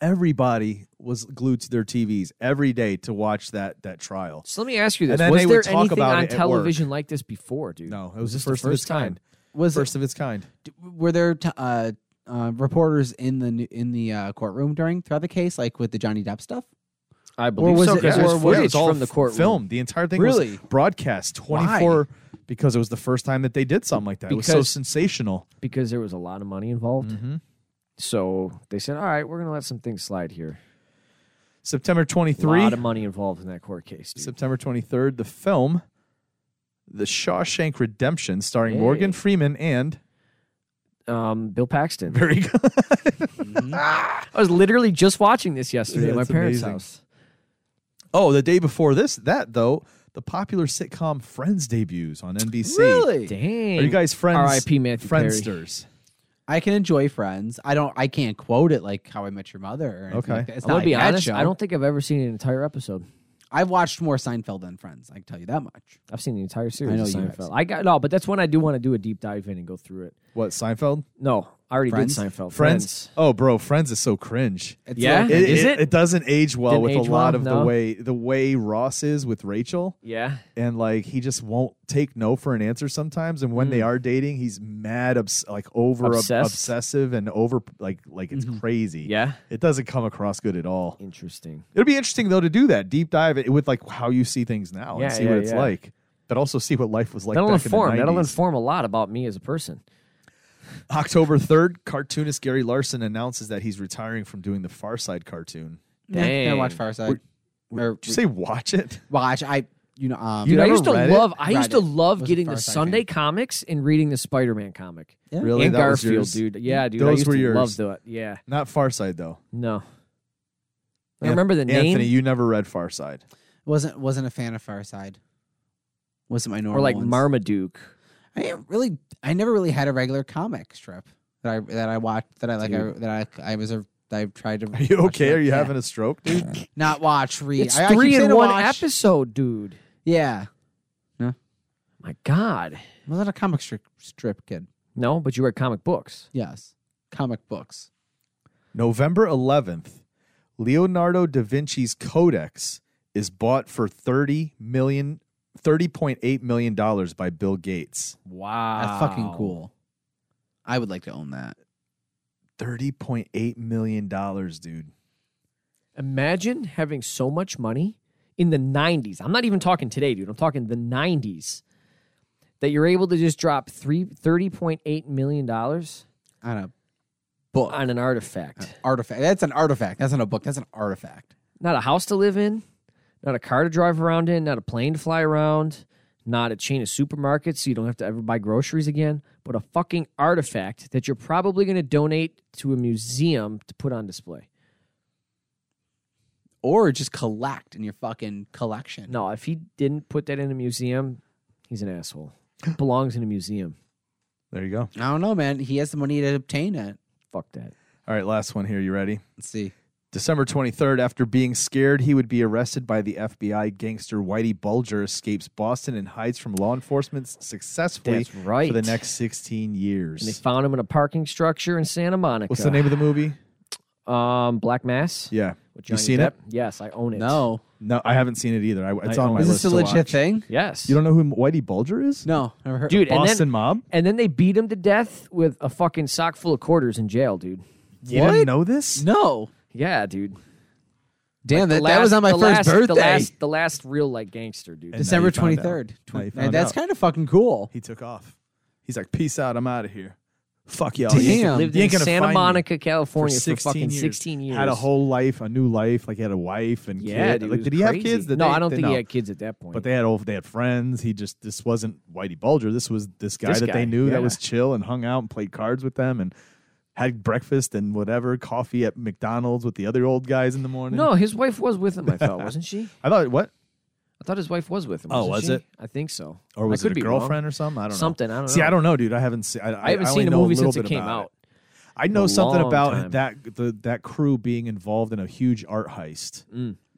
[SPEAKER 5] Everybody was glued to their TVs every day to watch that that trial.
[SPEAKER 2] So let me ask you
[SPEAKER 5] And
[SPEAKER 2] this:
[SPEAKER 5] then
[SPEAKER 2] Was
[SPEAKER 5] they
[SPEAKER 2] there
[SPEAKER 5] would talk
[SPEAKER 2] anything
[SPEAKER 5] about
[SPEAKER 2] on
[SPEAKER 5] it at work.
[SPEAKER 2] television like this before, dude?
[SPEAKER 5] No, it was,
[SPEAKER 2] this
[SPEAKER 5] the first, of its kind.
[SPEAKER 6] Was it,
[SPEAKER 5] First of its kind.
[SPEAKER 6] d- were there t- uh, uh, reporters in the n- in the uh, courtroom during throughout the case, like with the Johnny Depp stuff?
[SPEAKER 2] I believe
[SPEAKER 6] was
[SPEAKER 2] so
[SPEAKER 6] it-
[SPEAKER 2] because
[SPEAKER 6] yeah,
[SPEAKER 2] there's
[SPEAKER 6] it was
[SPEAKER 2] footage
[SPEAKER 5] all
[SPEAKER 2] from the courtroom.
[SPEAKER 5] Film. The entire thing
[SPEAKER 6] Really?
[SPEAKER 5] was broadcast 24 because it was the first time that they did something like that. it was so
[SPEAKER 2] Because-
[SPEAKER 5] sensational.
[SPEAKER 2] because there was a lot of money involved.
[SPEAKER 5] Mm-hmm.
[SPEAKER 2] So they said, "All right, we're going to let some things slide here."
[SPEAKER 5] September
[SPEAKER 2] A
[SPEAKER 5] 23,
[SPEAKER 2] lot of money involved in that court case. Dude.
[SPEAKER 5] September 23rd, the film The Shawshank Redemption starring
[SPEAKER 2] Hey.
[SPEAKER 5] Morgan Freeman and
[SPEAKER 2] um, Bill Paxton.
[SPEAKER 5] very good.
[SPEAKER 2] I was literally just watching this yesterday
[SPEAKER 5] Yeah,
[SPEAKER 2] at my
[SPEAKER 5] it's
[SPEAKER 2] parents'
[SPEAKER 5] amazing.
[SPEAKER 2] house.
[SPEAKER 5] Oh, the day before this, that though, the popular sitcom Friends debuts on NBC.
[SPEAKER 2] Dang.
[SPEAKER 5] Are you guys friends?
[SPEAKER 2] R.I.P. Matthew Perry.
[SPEAKER 5] Friendsters.
[SPEAKER 6] I can enjoy Friends. I don't. I can't quote it like How I Met Your Mother. Or anything
[SPEAKER 5] Okay.
[SPEAKER 6] like that. it's
[SPEAKER 2] I'm gonna
[SPEAKER 6] not
[SPEAKER 2] be
[SPEAKER 6] like that
[SPEAKER 2] honest.
[SPEAKER 6] show.
[SPEAKER 2] I don't think I've ever seen an entire episode.
[SPEAKER 6] I've watched more Seinfeld than Friends. I can tell you that much.
[SPEAKER 2] I've seen the entire series.
[SPEAKER 6] know
[SPEAKER 2] of
[SPEAKER 6] you have
[SPEAKER 2] Seinfeld.
[SPEAKER 6] seen
[SPEAKER 2] I got no, but that's when I do want to do a deep dive in and go through it.
[SPEAKER 5] What Seinfeld?
[SPEAKER 2] No, I already
[SPEAKER 6] Friends?
[SPEAKER 2] did Seinfeld.
[SPEAKER 5] Friends. Oh, bro, Friends is so cringe.
[SPEAKER 6] It's
[SPEAKER 2] Yeah?
[SPEAKER 6] like-
[SPEAKER 2] It-
[SPEAKER 5] It,
[SPEAKER 2] Is
[SPEAKER 5] it, it doesn't age well
[SPEAKER 2] Didn't
[SPEAKER 5] with a
[SPEAKER 2] age
[SPEAKER 5] lot
[SPEAKER 2] well?
[SPEAKER 5] of
[SPEAKER 2] No.
[SPEAKER 5] the way the way Ross is with Rachel,
[SPEAKER 2] Yeah.
[SPEAKER 5] and like he just won't take no for an answer sometimes. And when they are dating, he's mad, obs- like over ob-
[SPEAKER 2] Mm. Obsessed? Mm-hmm.
[SPEAKER 5] obsessive and over like like it's crazy.
[SPEAKER 2] Yeah.
[SPEAKER 5] it doesn't come across good at all.
[SPEAKER 2] Interesting.
[SPEAKER 5] It'll be interesting though to do that deep dive i- with like how you see things now
[SPEAKER 2] Yeah,
[SPEAKER 5] and see
[SPEAKER 2] yeah,
[SPEAKER 5] what it's
[SPEAKER 2] yeah.
[SPEAKER 5] like, but also see what life was like.
[SPEAKER 2] that'll
[SPEAKER 5] back
[SPEAKER 2] inform.
[SPEAKER 5] In the
[SPEAKER 2] That'll
[SPEAKER 5] 90s.
[SPEAKER 2] inform a lot about me as a person.
[SPEAKER 5] October third, cartoonist Gary Larson announces that he's retiring from doing the Far Side cartoon.
[SPEAKER 6] Yeah, I
[SPEAKER 2] Dang.
[SPEAKER 6] watch Fireside. Or
[SPEAKER 5] Did you say watch it?
[SPEAKER 6] watch. I you know um,
[SPEAKER 2] Dude, I
[SPEAKER 5] never
[SPEAKER 2] used to
[SPEAKER 5] read it?
[SPEAKER 2] love. I
[SPEAKER 6] Read
[SPEAKER 2] used to
[SPEAKER 6] it.
[SPEAKER 2] love
[SPEAKER 6] Wasn't
[SPEAKER 2] getting
[SPEAKER 6] far
[SPEAKER 2] the
[SPEAKER 6] side
[SPEAKER 2] Sunday
[SPEAKER 6] fan.
[SPEAKER 2] comics and reading the Spider-Man comic
[SPEAKER 5] Really,
[SPEAKER 2] and
[SPEAKER 5] That was
[SPEAKER 2] Garfield,
[SPEAKER 5] yours?
[SPEAKER 2] dude. Yeah, dude. I
[SPEAKER 5] Those
[SPEAKER 2] used
[SPEAKER 5] were
[SPEAKER 2] to
[SPEAKER 5] yours.
[SPEAKER 2] love that. Yeah.
[SPEAKER 5] Not Far Side though.
[SPEAKER 2] No. I
[SPEAKER 5] Anth-
[SPEAKER 2] remember the name
[SPEAKER 5] Anthony, you never read Far Side.
[SPEAKER 6] wasn't wasn't a fan of Fireside. Wasn't my normal
[SPEAKER 2] or like
[SPEAKER 6] ones.
[SPEAKER 2] Marmaduke.
[SPEAKER 6] I didn't really. I never really had a regular comic strip that I that I watched that I like. I, that I I was a. I tried to.
[SPEAKER 5] Are you
[SPEAKER 6] watch
[SPEAKER 5] okay?
[SPEAKER 6] that.
[SPEAKER 5] Are you
[SPEAKER 6] Yeah. Uh,
[SPEAKER 5] having a stroke, dude?
[SPEAKER 6] not watch read?
[SPEAKER 2] It's
[SPEAKER 6] I, I keep
[SPEAKER 2] three
[SPEAKER 6] saying
[SPEAKER 2] in
[SPEAKER 6] to
[SPEAKER 2] one
[SPEAKER 6] watch.
[SPEAKER 2] episode, dude.
[SPEAKER 6] Yeah,
[SPEAKER 2] My God.
[SPEAKER 6] I was not a comic strip strip kid.
[SPEAKER 2] No, but you read comic books.
[SPEAKER 6] Yes, comic books.
[SPEAKER 5] November 11th, Leonardo da Vinci's Codex is bought for 30 million 30.8 million dollars by Bill Gates.
[SPEAKER 2] Wow.
[SPEAKER 6] That's fucking cool. I would like to own that.
[SPEAKER 5] 30.8 million dollars, dude.
[SPEAKER 2] Imagine having so much money in the 90s. I'm not even talking today, dude. I'm talking the 90s that you're able to just drop three, $30.8 million on
[SPEAKER 6] On a book,
[SPEAKER 2] an artifact.
[SPEAKER 6] An artifact. That's an artifact. That's not a book. That's an artifact.
[SPEAKER 2] Not a house to live in, not a car to drive around in, not a plane to fly around, not a chain of supermarkets so you don't have to ever buy groceries again, but a fucking artifact that you're probably going to donate to a museum to put on display.
[SPEAKER 6] Or just collect in your fucking collection.
[SPEAKER 2] No, if he didn't put that in a museum, he's an asshole. It belongs in a museum.
[SPEAKER 5] There you go.
[SPEAKER 6] I don't know, man. He has the money to obtain it.
[SPEAKER 2] Fuck that.
[SPEAKER 5] All right, last one here. You ready?
[SPEAKER 6] Let's see.
[SPEAKER 5] December 23rd, after being scared he would be arrested by the FBI, gangster Whitey Bulger escapes Boston and hides from law enforcement successfully
[SPEAKER 2] That's right.
[SPEAKER 5] for the next 16
[SPEAKER 2] And they
[SPEAKER 5] years.
[SPEAKER 2] found him in a parking structure in Santa Monica.
[SPEAKER 5] What's the name of the movie?
[SPEAKER 2] Um, Black Mass.
[SPEAKER 5] uh, Yeah.
[SPEAKER 2] With
[SPEAKER 5] You
[SPEAKER 2] Johnny
[SPEAKER 5] seen
[SPEAKER 2] Depp.
[SPEAKER 5] it?
[SPEAKER 2] Yes, I own it.
[SPEAKER 6] No.
[SPEAKER 5] No, I haven't seen it either. I, it's
[SPEAKER 2] I
[SPEAKER 5] on
[SPEAKER 2] own
[SPEAKER 5] Oh my
[SPEAKER 2] it.
[SPEAKER 6] Is
[SPEAKER 5] list.
[SPEAKER 6] this
[SPEAKER 5] to
[SPEAKER 6] a legit
[SPEAKER 5] watch.
[SPEAKER 6] thing?
[SPEAKER 2] Yes.
[SPEAKER 5] You don't know who Whitey Bulger is?
[SPEAKER 6] No. Never heard
[SPEAKER 2] dude.
[SPEAKER 5] Boston
[SPEAKER 2] And then,
[SPEAKER 5] Mob?
[SPEAKER 2] and then they beat him to death with a fucking sock full of quarters in jail, dude.
[SPEAKER 5] You didn't know this?
[SPEAKER 6] No.
[SPEAKER 2] Yeah, dude.
[SPEAKER 6] Damn, that,
[SPEAKER 2] The
[SPEAKER 6] that was
[SPEAKER 2] last-
[SPEAKER 6] on my
[SPEAKER 2] the
[SPEAKER 6] first
[SPEAKER 2] last-
[SPEAKER 6] birthday.
[SPEAKER 2] The last, the last real like gangster, dude.
[SPEAKER 5] And now
[SPEAKER 6] December
[SPEAKER 5] you found out.
[SPEAKER 6] 23rd.
[SPEAKER 5] Now you
[SPEAKER 6] Tw-
[SPEAKER 5] found
[SPEAKER 6] that's
[SPEAKER 5] out.
[SPEAKER 6] kind of fucking cool.
[SPEAKER 5] He took off. He's like, peace out. I'm out of here. Fuck y'all.
[SPEAKER 6] Damn.
[SPEAKER 5] You ain't-
[SPEAKER 2] lived
[SPEAKER 5] you
[SPEAKER 2] in
[SPEAKER 5] ain't gonna
[SPEAKER 2] Santa
[SPEAKER 5] find me
[SPEAKER 2] Monica, California, for,
[SPEAKER 5] 16
[SPEAKER 2] fucking
[SPEAKER 5] years.
[SPEAKER 2] sixteen years.
[SPEAKER 5] Had a whole life, a new life. Like he had a wife and kid.
[SPEAKER 2] yeah, dude, it
[SPEAKER 5] like,
[SPEAKER 2] was
[SPEAKER 5] did he have
[SPEAKER 2] crazy.
[SPEAKER 5] kids? Did
[SPEAKER 2] no,
[SPEAKER 5] they-
[SPEAKER 2] I don't
[SPEAKER 5] they-
[SPEAKER 2] think
[SPEAKER 5] no.
[SPEAKER 2] he had kids at that point.
[SPEAKER 5] But they had old, they had friends. He just this wasn't Whitey Bulger. This was this guy
[SPEAKER 2] This
[SPEAKER 5] that
[SPEAKER 2] guy,
[SPEAKER 5] they knew
[SPEAKER 2] yeah.
[SPEAKER 5] that was chill and hung out and played cards with them and had breakfast and whatever coffee at McDonald's with the other old guys in the morning.
[SPEAKER 2] no, his wife was with him. I thought wasn't she?
[SPEAKER 5] I thought what
[SPEAKER 2] I thought his wife was with him.
[SPEAKER 5] Oh,
[SPEAKER 2] wasn't
[SPEAKER 5] was
[SPEAKER 2] she?
[SPEAKER 5] it?
[SPEAKER 2] I think so.
[SPEAKER 5] or
[SPEAKER 2] I
[SPEAKER 5] was
[SPEAKER 2] could
[SPEAKER 5] it
[SPEAKER 2] be
[SPEAKER 5] a
[SPEAKER 2] wrong.
[SPEAKER 5] girlfriend or something? I don't
[SPEAKER 2] Something. I don't
[SPEAKER 5] know.
[SPEAKER 2] know.
[SPEAKER 5] See, I don't know, dude. I haven't seen. I,
[SPEAKER 2] I haven't
[SPEAKER 5] only
[SPEAKER 2] seen the
[SPEAKER 5] know a
[SPEAKER 2] movie
[SPEAKER 5] little
[SPEAKER 2] since it
[SPEAKER 5] bit
[SPEAKER 2] came
[SPEAKER 5] about
[SPEAKER 2] out.
[SPEAKER 5] I know
[SPEAKER 2] a
[SPEAKER 5] something
[SPEAKER 2] long
[SPEAKER 5] about
[SPEAKER 2] time.
[SPEAKER 5] that the, that crew being involved in a huge art heist.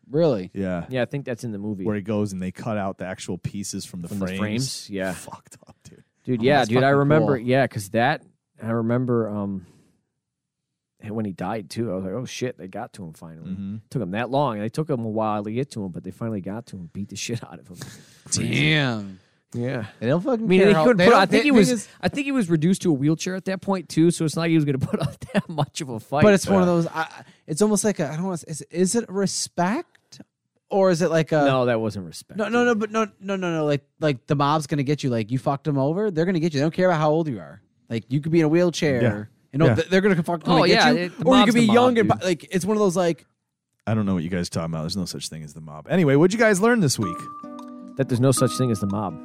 [SPEAKER 6] Really?
[SPEAKER 5] Yeah.
[SPEAKER 2] Yeah, I think that's in the movie.
[SPEAKER 5] Where he goes and they cut out the actual pieces from the
[SPEAKER 2] From the
[SPEAKER 5] frames.
[SPEAKER 2] frames, yeah.
[SPEAKER 5] Fucked up, dude.
[SPEAKER 2] dude,
[SPEAKER 6] Oh,
[SPEAKER 2] yeah,
[SPEAKER 6] that's
[SPEAKER 2] dude. I
[SPEAKER 6] fucking
[SPEAKER 2] remember.
[SPEAKER 6] cool.
[SPEAKER 2] Yeah, because that I remember. Um, and when he died too, I was like, oh shit, they got to him finally.
[SPEAKER 5] Mhm.
[SPEAKER 2] Took him that long. They took him a while to get to him, but they finally got to him. Beat the shit out of him.
[SPEAKER 6] Damn.
[SPEAKER 2] yeah.
[SPEAKER 6] They don't fucking
[SPEAKER 2] I mean,
[SPEAKER 6] care.
[SPEAKER 2] he
[SPEAKER 6] how-
[SPEAKER 2] couldn't
[SPEAKER 6] they
[SPEAKER 2] put.
[SPEAKER 6] don't-
[SPEAKER 2] I think
[SPEAKER 6] they-
[SPEAKER 2] he was.
[SPEAKER 6] thing is-
[SPEAKER 2] I think he was reduced to a wheelchair at that point too. So it's not like he was going to put up that much of a fight.
[SPEAKER 6] but it's one of those. I, I- it's almost like a. I don't want to. Is, is it respect or is it like a?
[SPEAKER 2] no, that wasn't respect.
[SPEAKER 6] uh, No, no, no, but no, no, no, no. Like, like the mob's gonna get you. Like, you fucked them over. They're gonna get you. They don't care about how old you are. Like, you could be in a wheelchair.
[SPEAKER 5] Yeah.
[SPEAKER 6] You know,
[SPEAKER 5] Yeah.
[SPEAKER 6] th- they're gonna fuck come
[SPEAKER 2] Oh,
[SPEAKER 6] and get
[SPEAKER 2] yeah,
[SPEAKER 6] you.
[SPEAKER 2] it- the
[SPEAKER 6] or you
[SPEAKER 2] mob's
[SPEAKER 6] could be
[SPEAKER 2] the mob,
[SPEAKER 6] young and
[SPEAKER 2] dude.
[SPEAKER 6] bu- like, it's one of those like.
[SPEAKER 5] I don't know what you guys are talking about. There's no such thing as the mob. Anyway, what'd you guys learn this week?
[SPEAKER 2] That there's no such thing as the mob.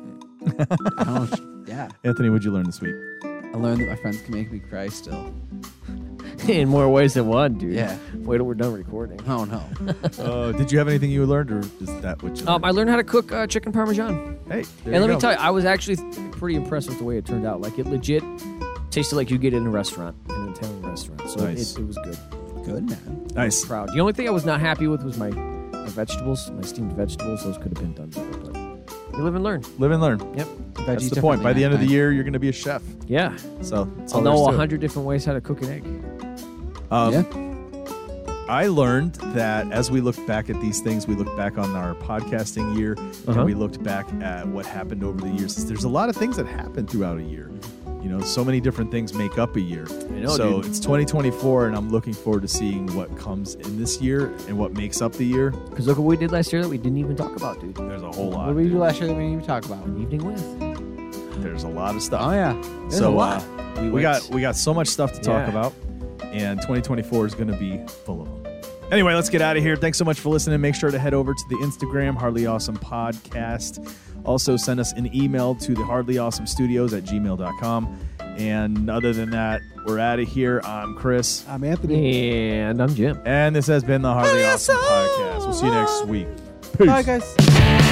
[SPEAKER 6] I don't, Oh, yeah,
[SPEAKER 5] Anthony, what'd you learn this week?
[SPEAKER 6] I learned that my friends can make me cry still.
[SPEAKER 2] in more ways than one, dude.
[SPEAKER 6] Yeah.
[SPEAKER 2] Wait till we're done recording.
[SPEAKER 6] Oh no.
[SPEAKER 5] Uh, did you have anything you learned, or is that what you?
[SPEAKER 2] Um, I learned how to cook uh, chicken parmesan,
[SPEAKER 5] hey, there
[SPEAKER 2] and
[SPEAKER 5] you
[SPEAKER 2] let
[SPEAKER 5] go.
[SPEAKER 2] me tell you, I was actually pretty impressed with the way it turned out. Like it legit tasted like you get in a restaurant, in an Italian restaurant. So
[SPEAKER 5] Nice.
[SPEAKER 2] it, it was good.
[SPEAKER 6] Good man.
[SPEAKER 5] nice.
[SPEAKER 2] Proud. The only thing I was not happy with was my, my vegetables, my steamed vegetables. Those could have been done better, but you live and learn.
[SPEAKER 5] Live and learn.
[SPEAKER 2] Yep.
[SPEAKER 6] Veggies
[SPEAKER 1] That's the point. By
[SPEAKER 6] definitely
[SPEAKER 1] the end of the
[SPEAKER 6] nice.
[SPEAKER 1] year, you're going to be a chef.
[SPEAKER 2] Yeah.
[SPEAKER 1] So that's
[SPEAKER 2] I'll
[SPEAKER 1] all there
[SPEAKER 2] know
[SPEAKER 1] is
[SPEAKER 2] a
[SPEAKER 1] to it.
[SPEAKER 2] hundred different ways how to cook an egg.
[SPEAKER 5] Um,
[SPEAKER 6] Yeah.
[SPEAKER 5] I learned that as we looked back at these things, we looked back on our podcasting year
[SPEAKER 2] Uh-huh.
[SPEAKER 5] and we looked back at what happened over the years. There's a lot of things that happen throughout a year. You know, so many different things make up a year. I
[SPEAKER 2] know,
[SPEAKER 5] so it's 2024, and I'm looking forward to seeing what comes in this year and what makes up the year.
[SPEAKER 2] Because look what we did last year that we didn't even talk about, dude.
[SPEAKER 5] There's a whole
[SPEAKER 6] What
[SPEAKER 5] lot.
[SPEAKER 6] did we do
[SPEAKER 5] dude.
[SPEAKER 6] last year that we didn't even talk about?
[SPEAKER 2] An evening with.
[SPEAKER 5] There's a lot of stuff.
[SPEAKER 6] Oh yeah, there's
[SPEAKER 5] so
[SPEAKER 6] a lot.
[SPEAKER 5] Uh, we,
[SPEAKER 2] went-
[SPEAKER 5] got we got so much stuff to talk
[SPEAKER 2] Yeah.
[SPEAKER 5] about, and 2024 is going to be full of them. Anyway, let's get out of here. Thanks so much for listening. Make sure to head over to the Instagram Hardly Awesome Podcast. Also, send us an email to the Hardly Awesome Studios at gmail.com. And other than that, we're out of here. I'm Chris,
[SPEAKER 6] I'm Anthony.
[SPEAKER 2] And I'm Jim.
[SPEAKER 5] and this has been the Hardly Awesome Podcast. We'll see you next week.
[SPEAKER 6] Bye guys.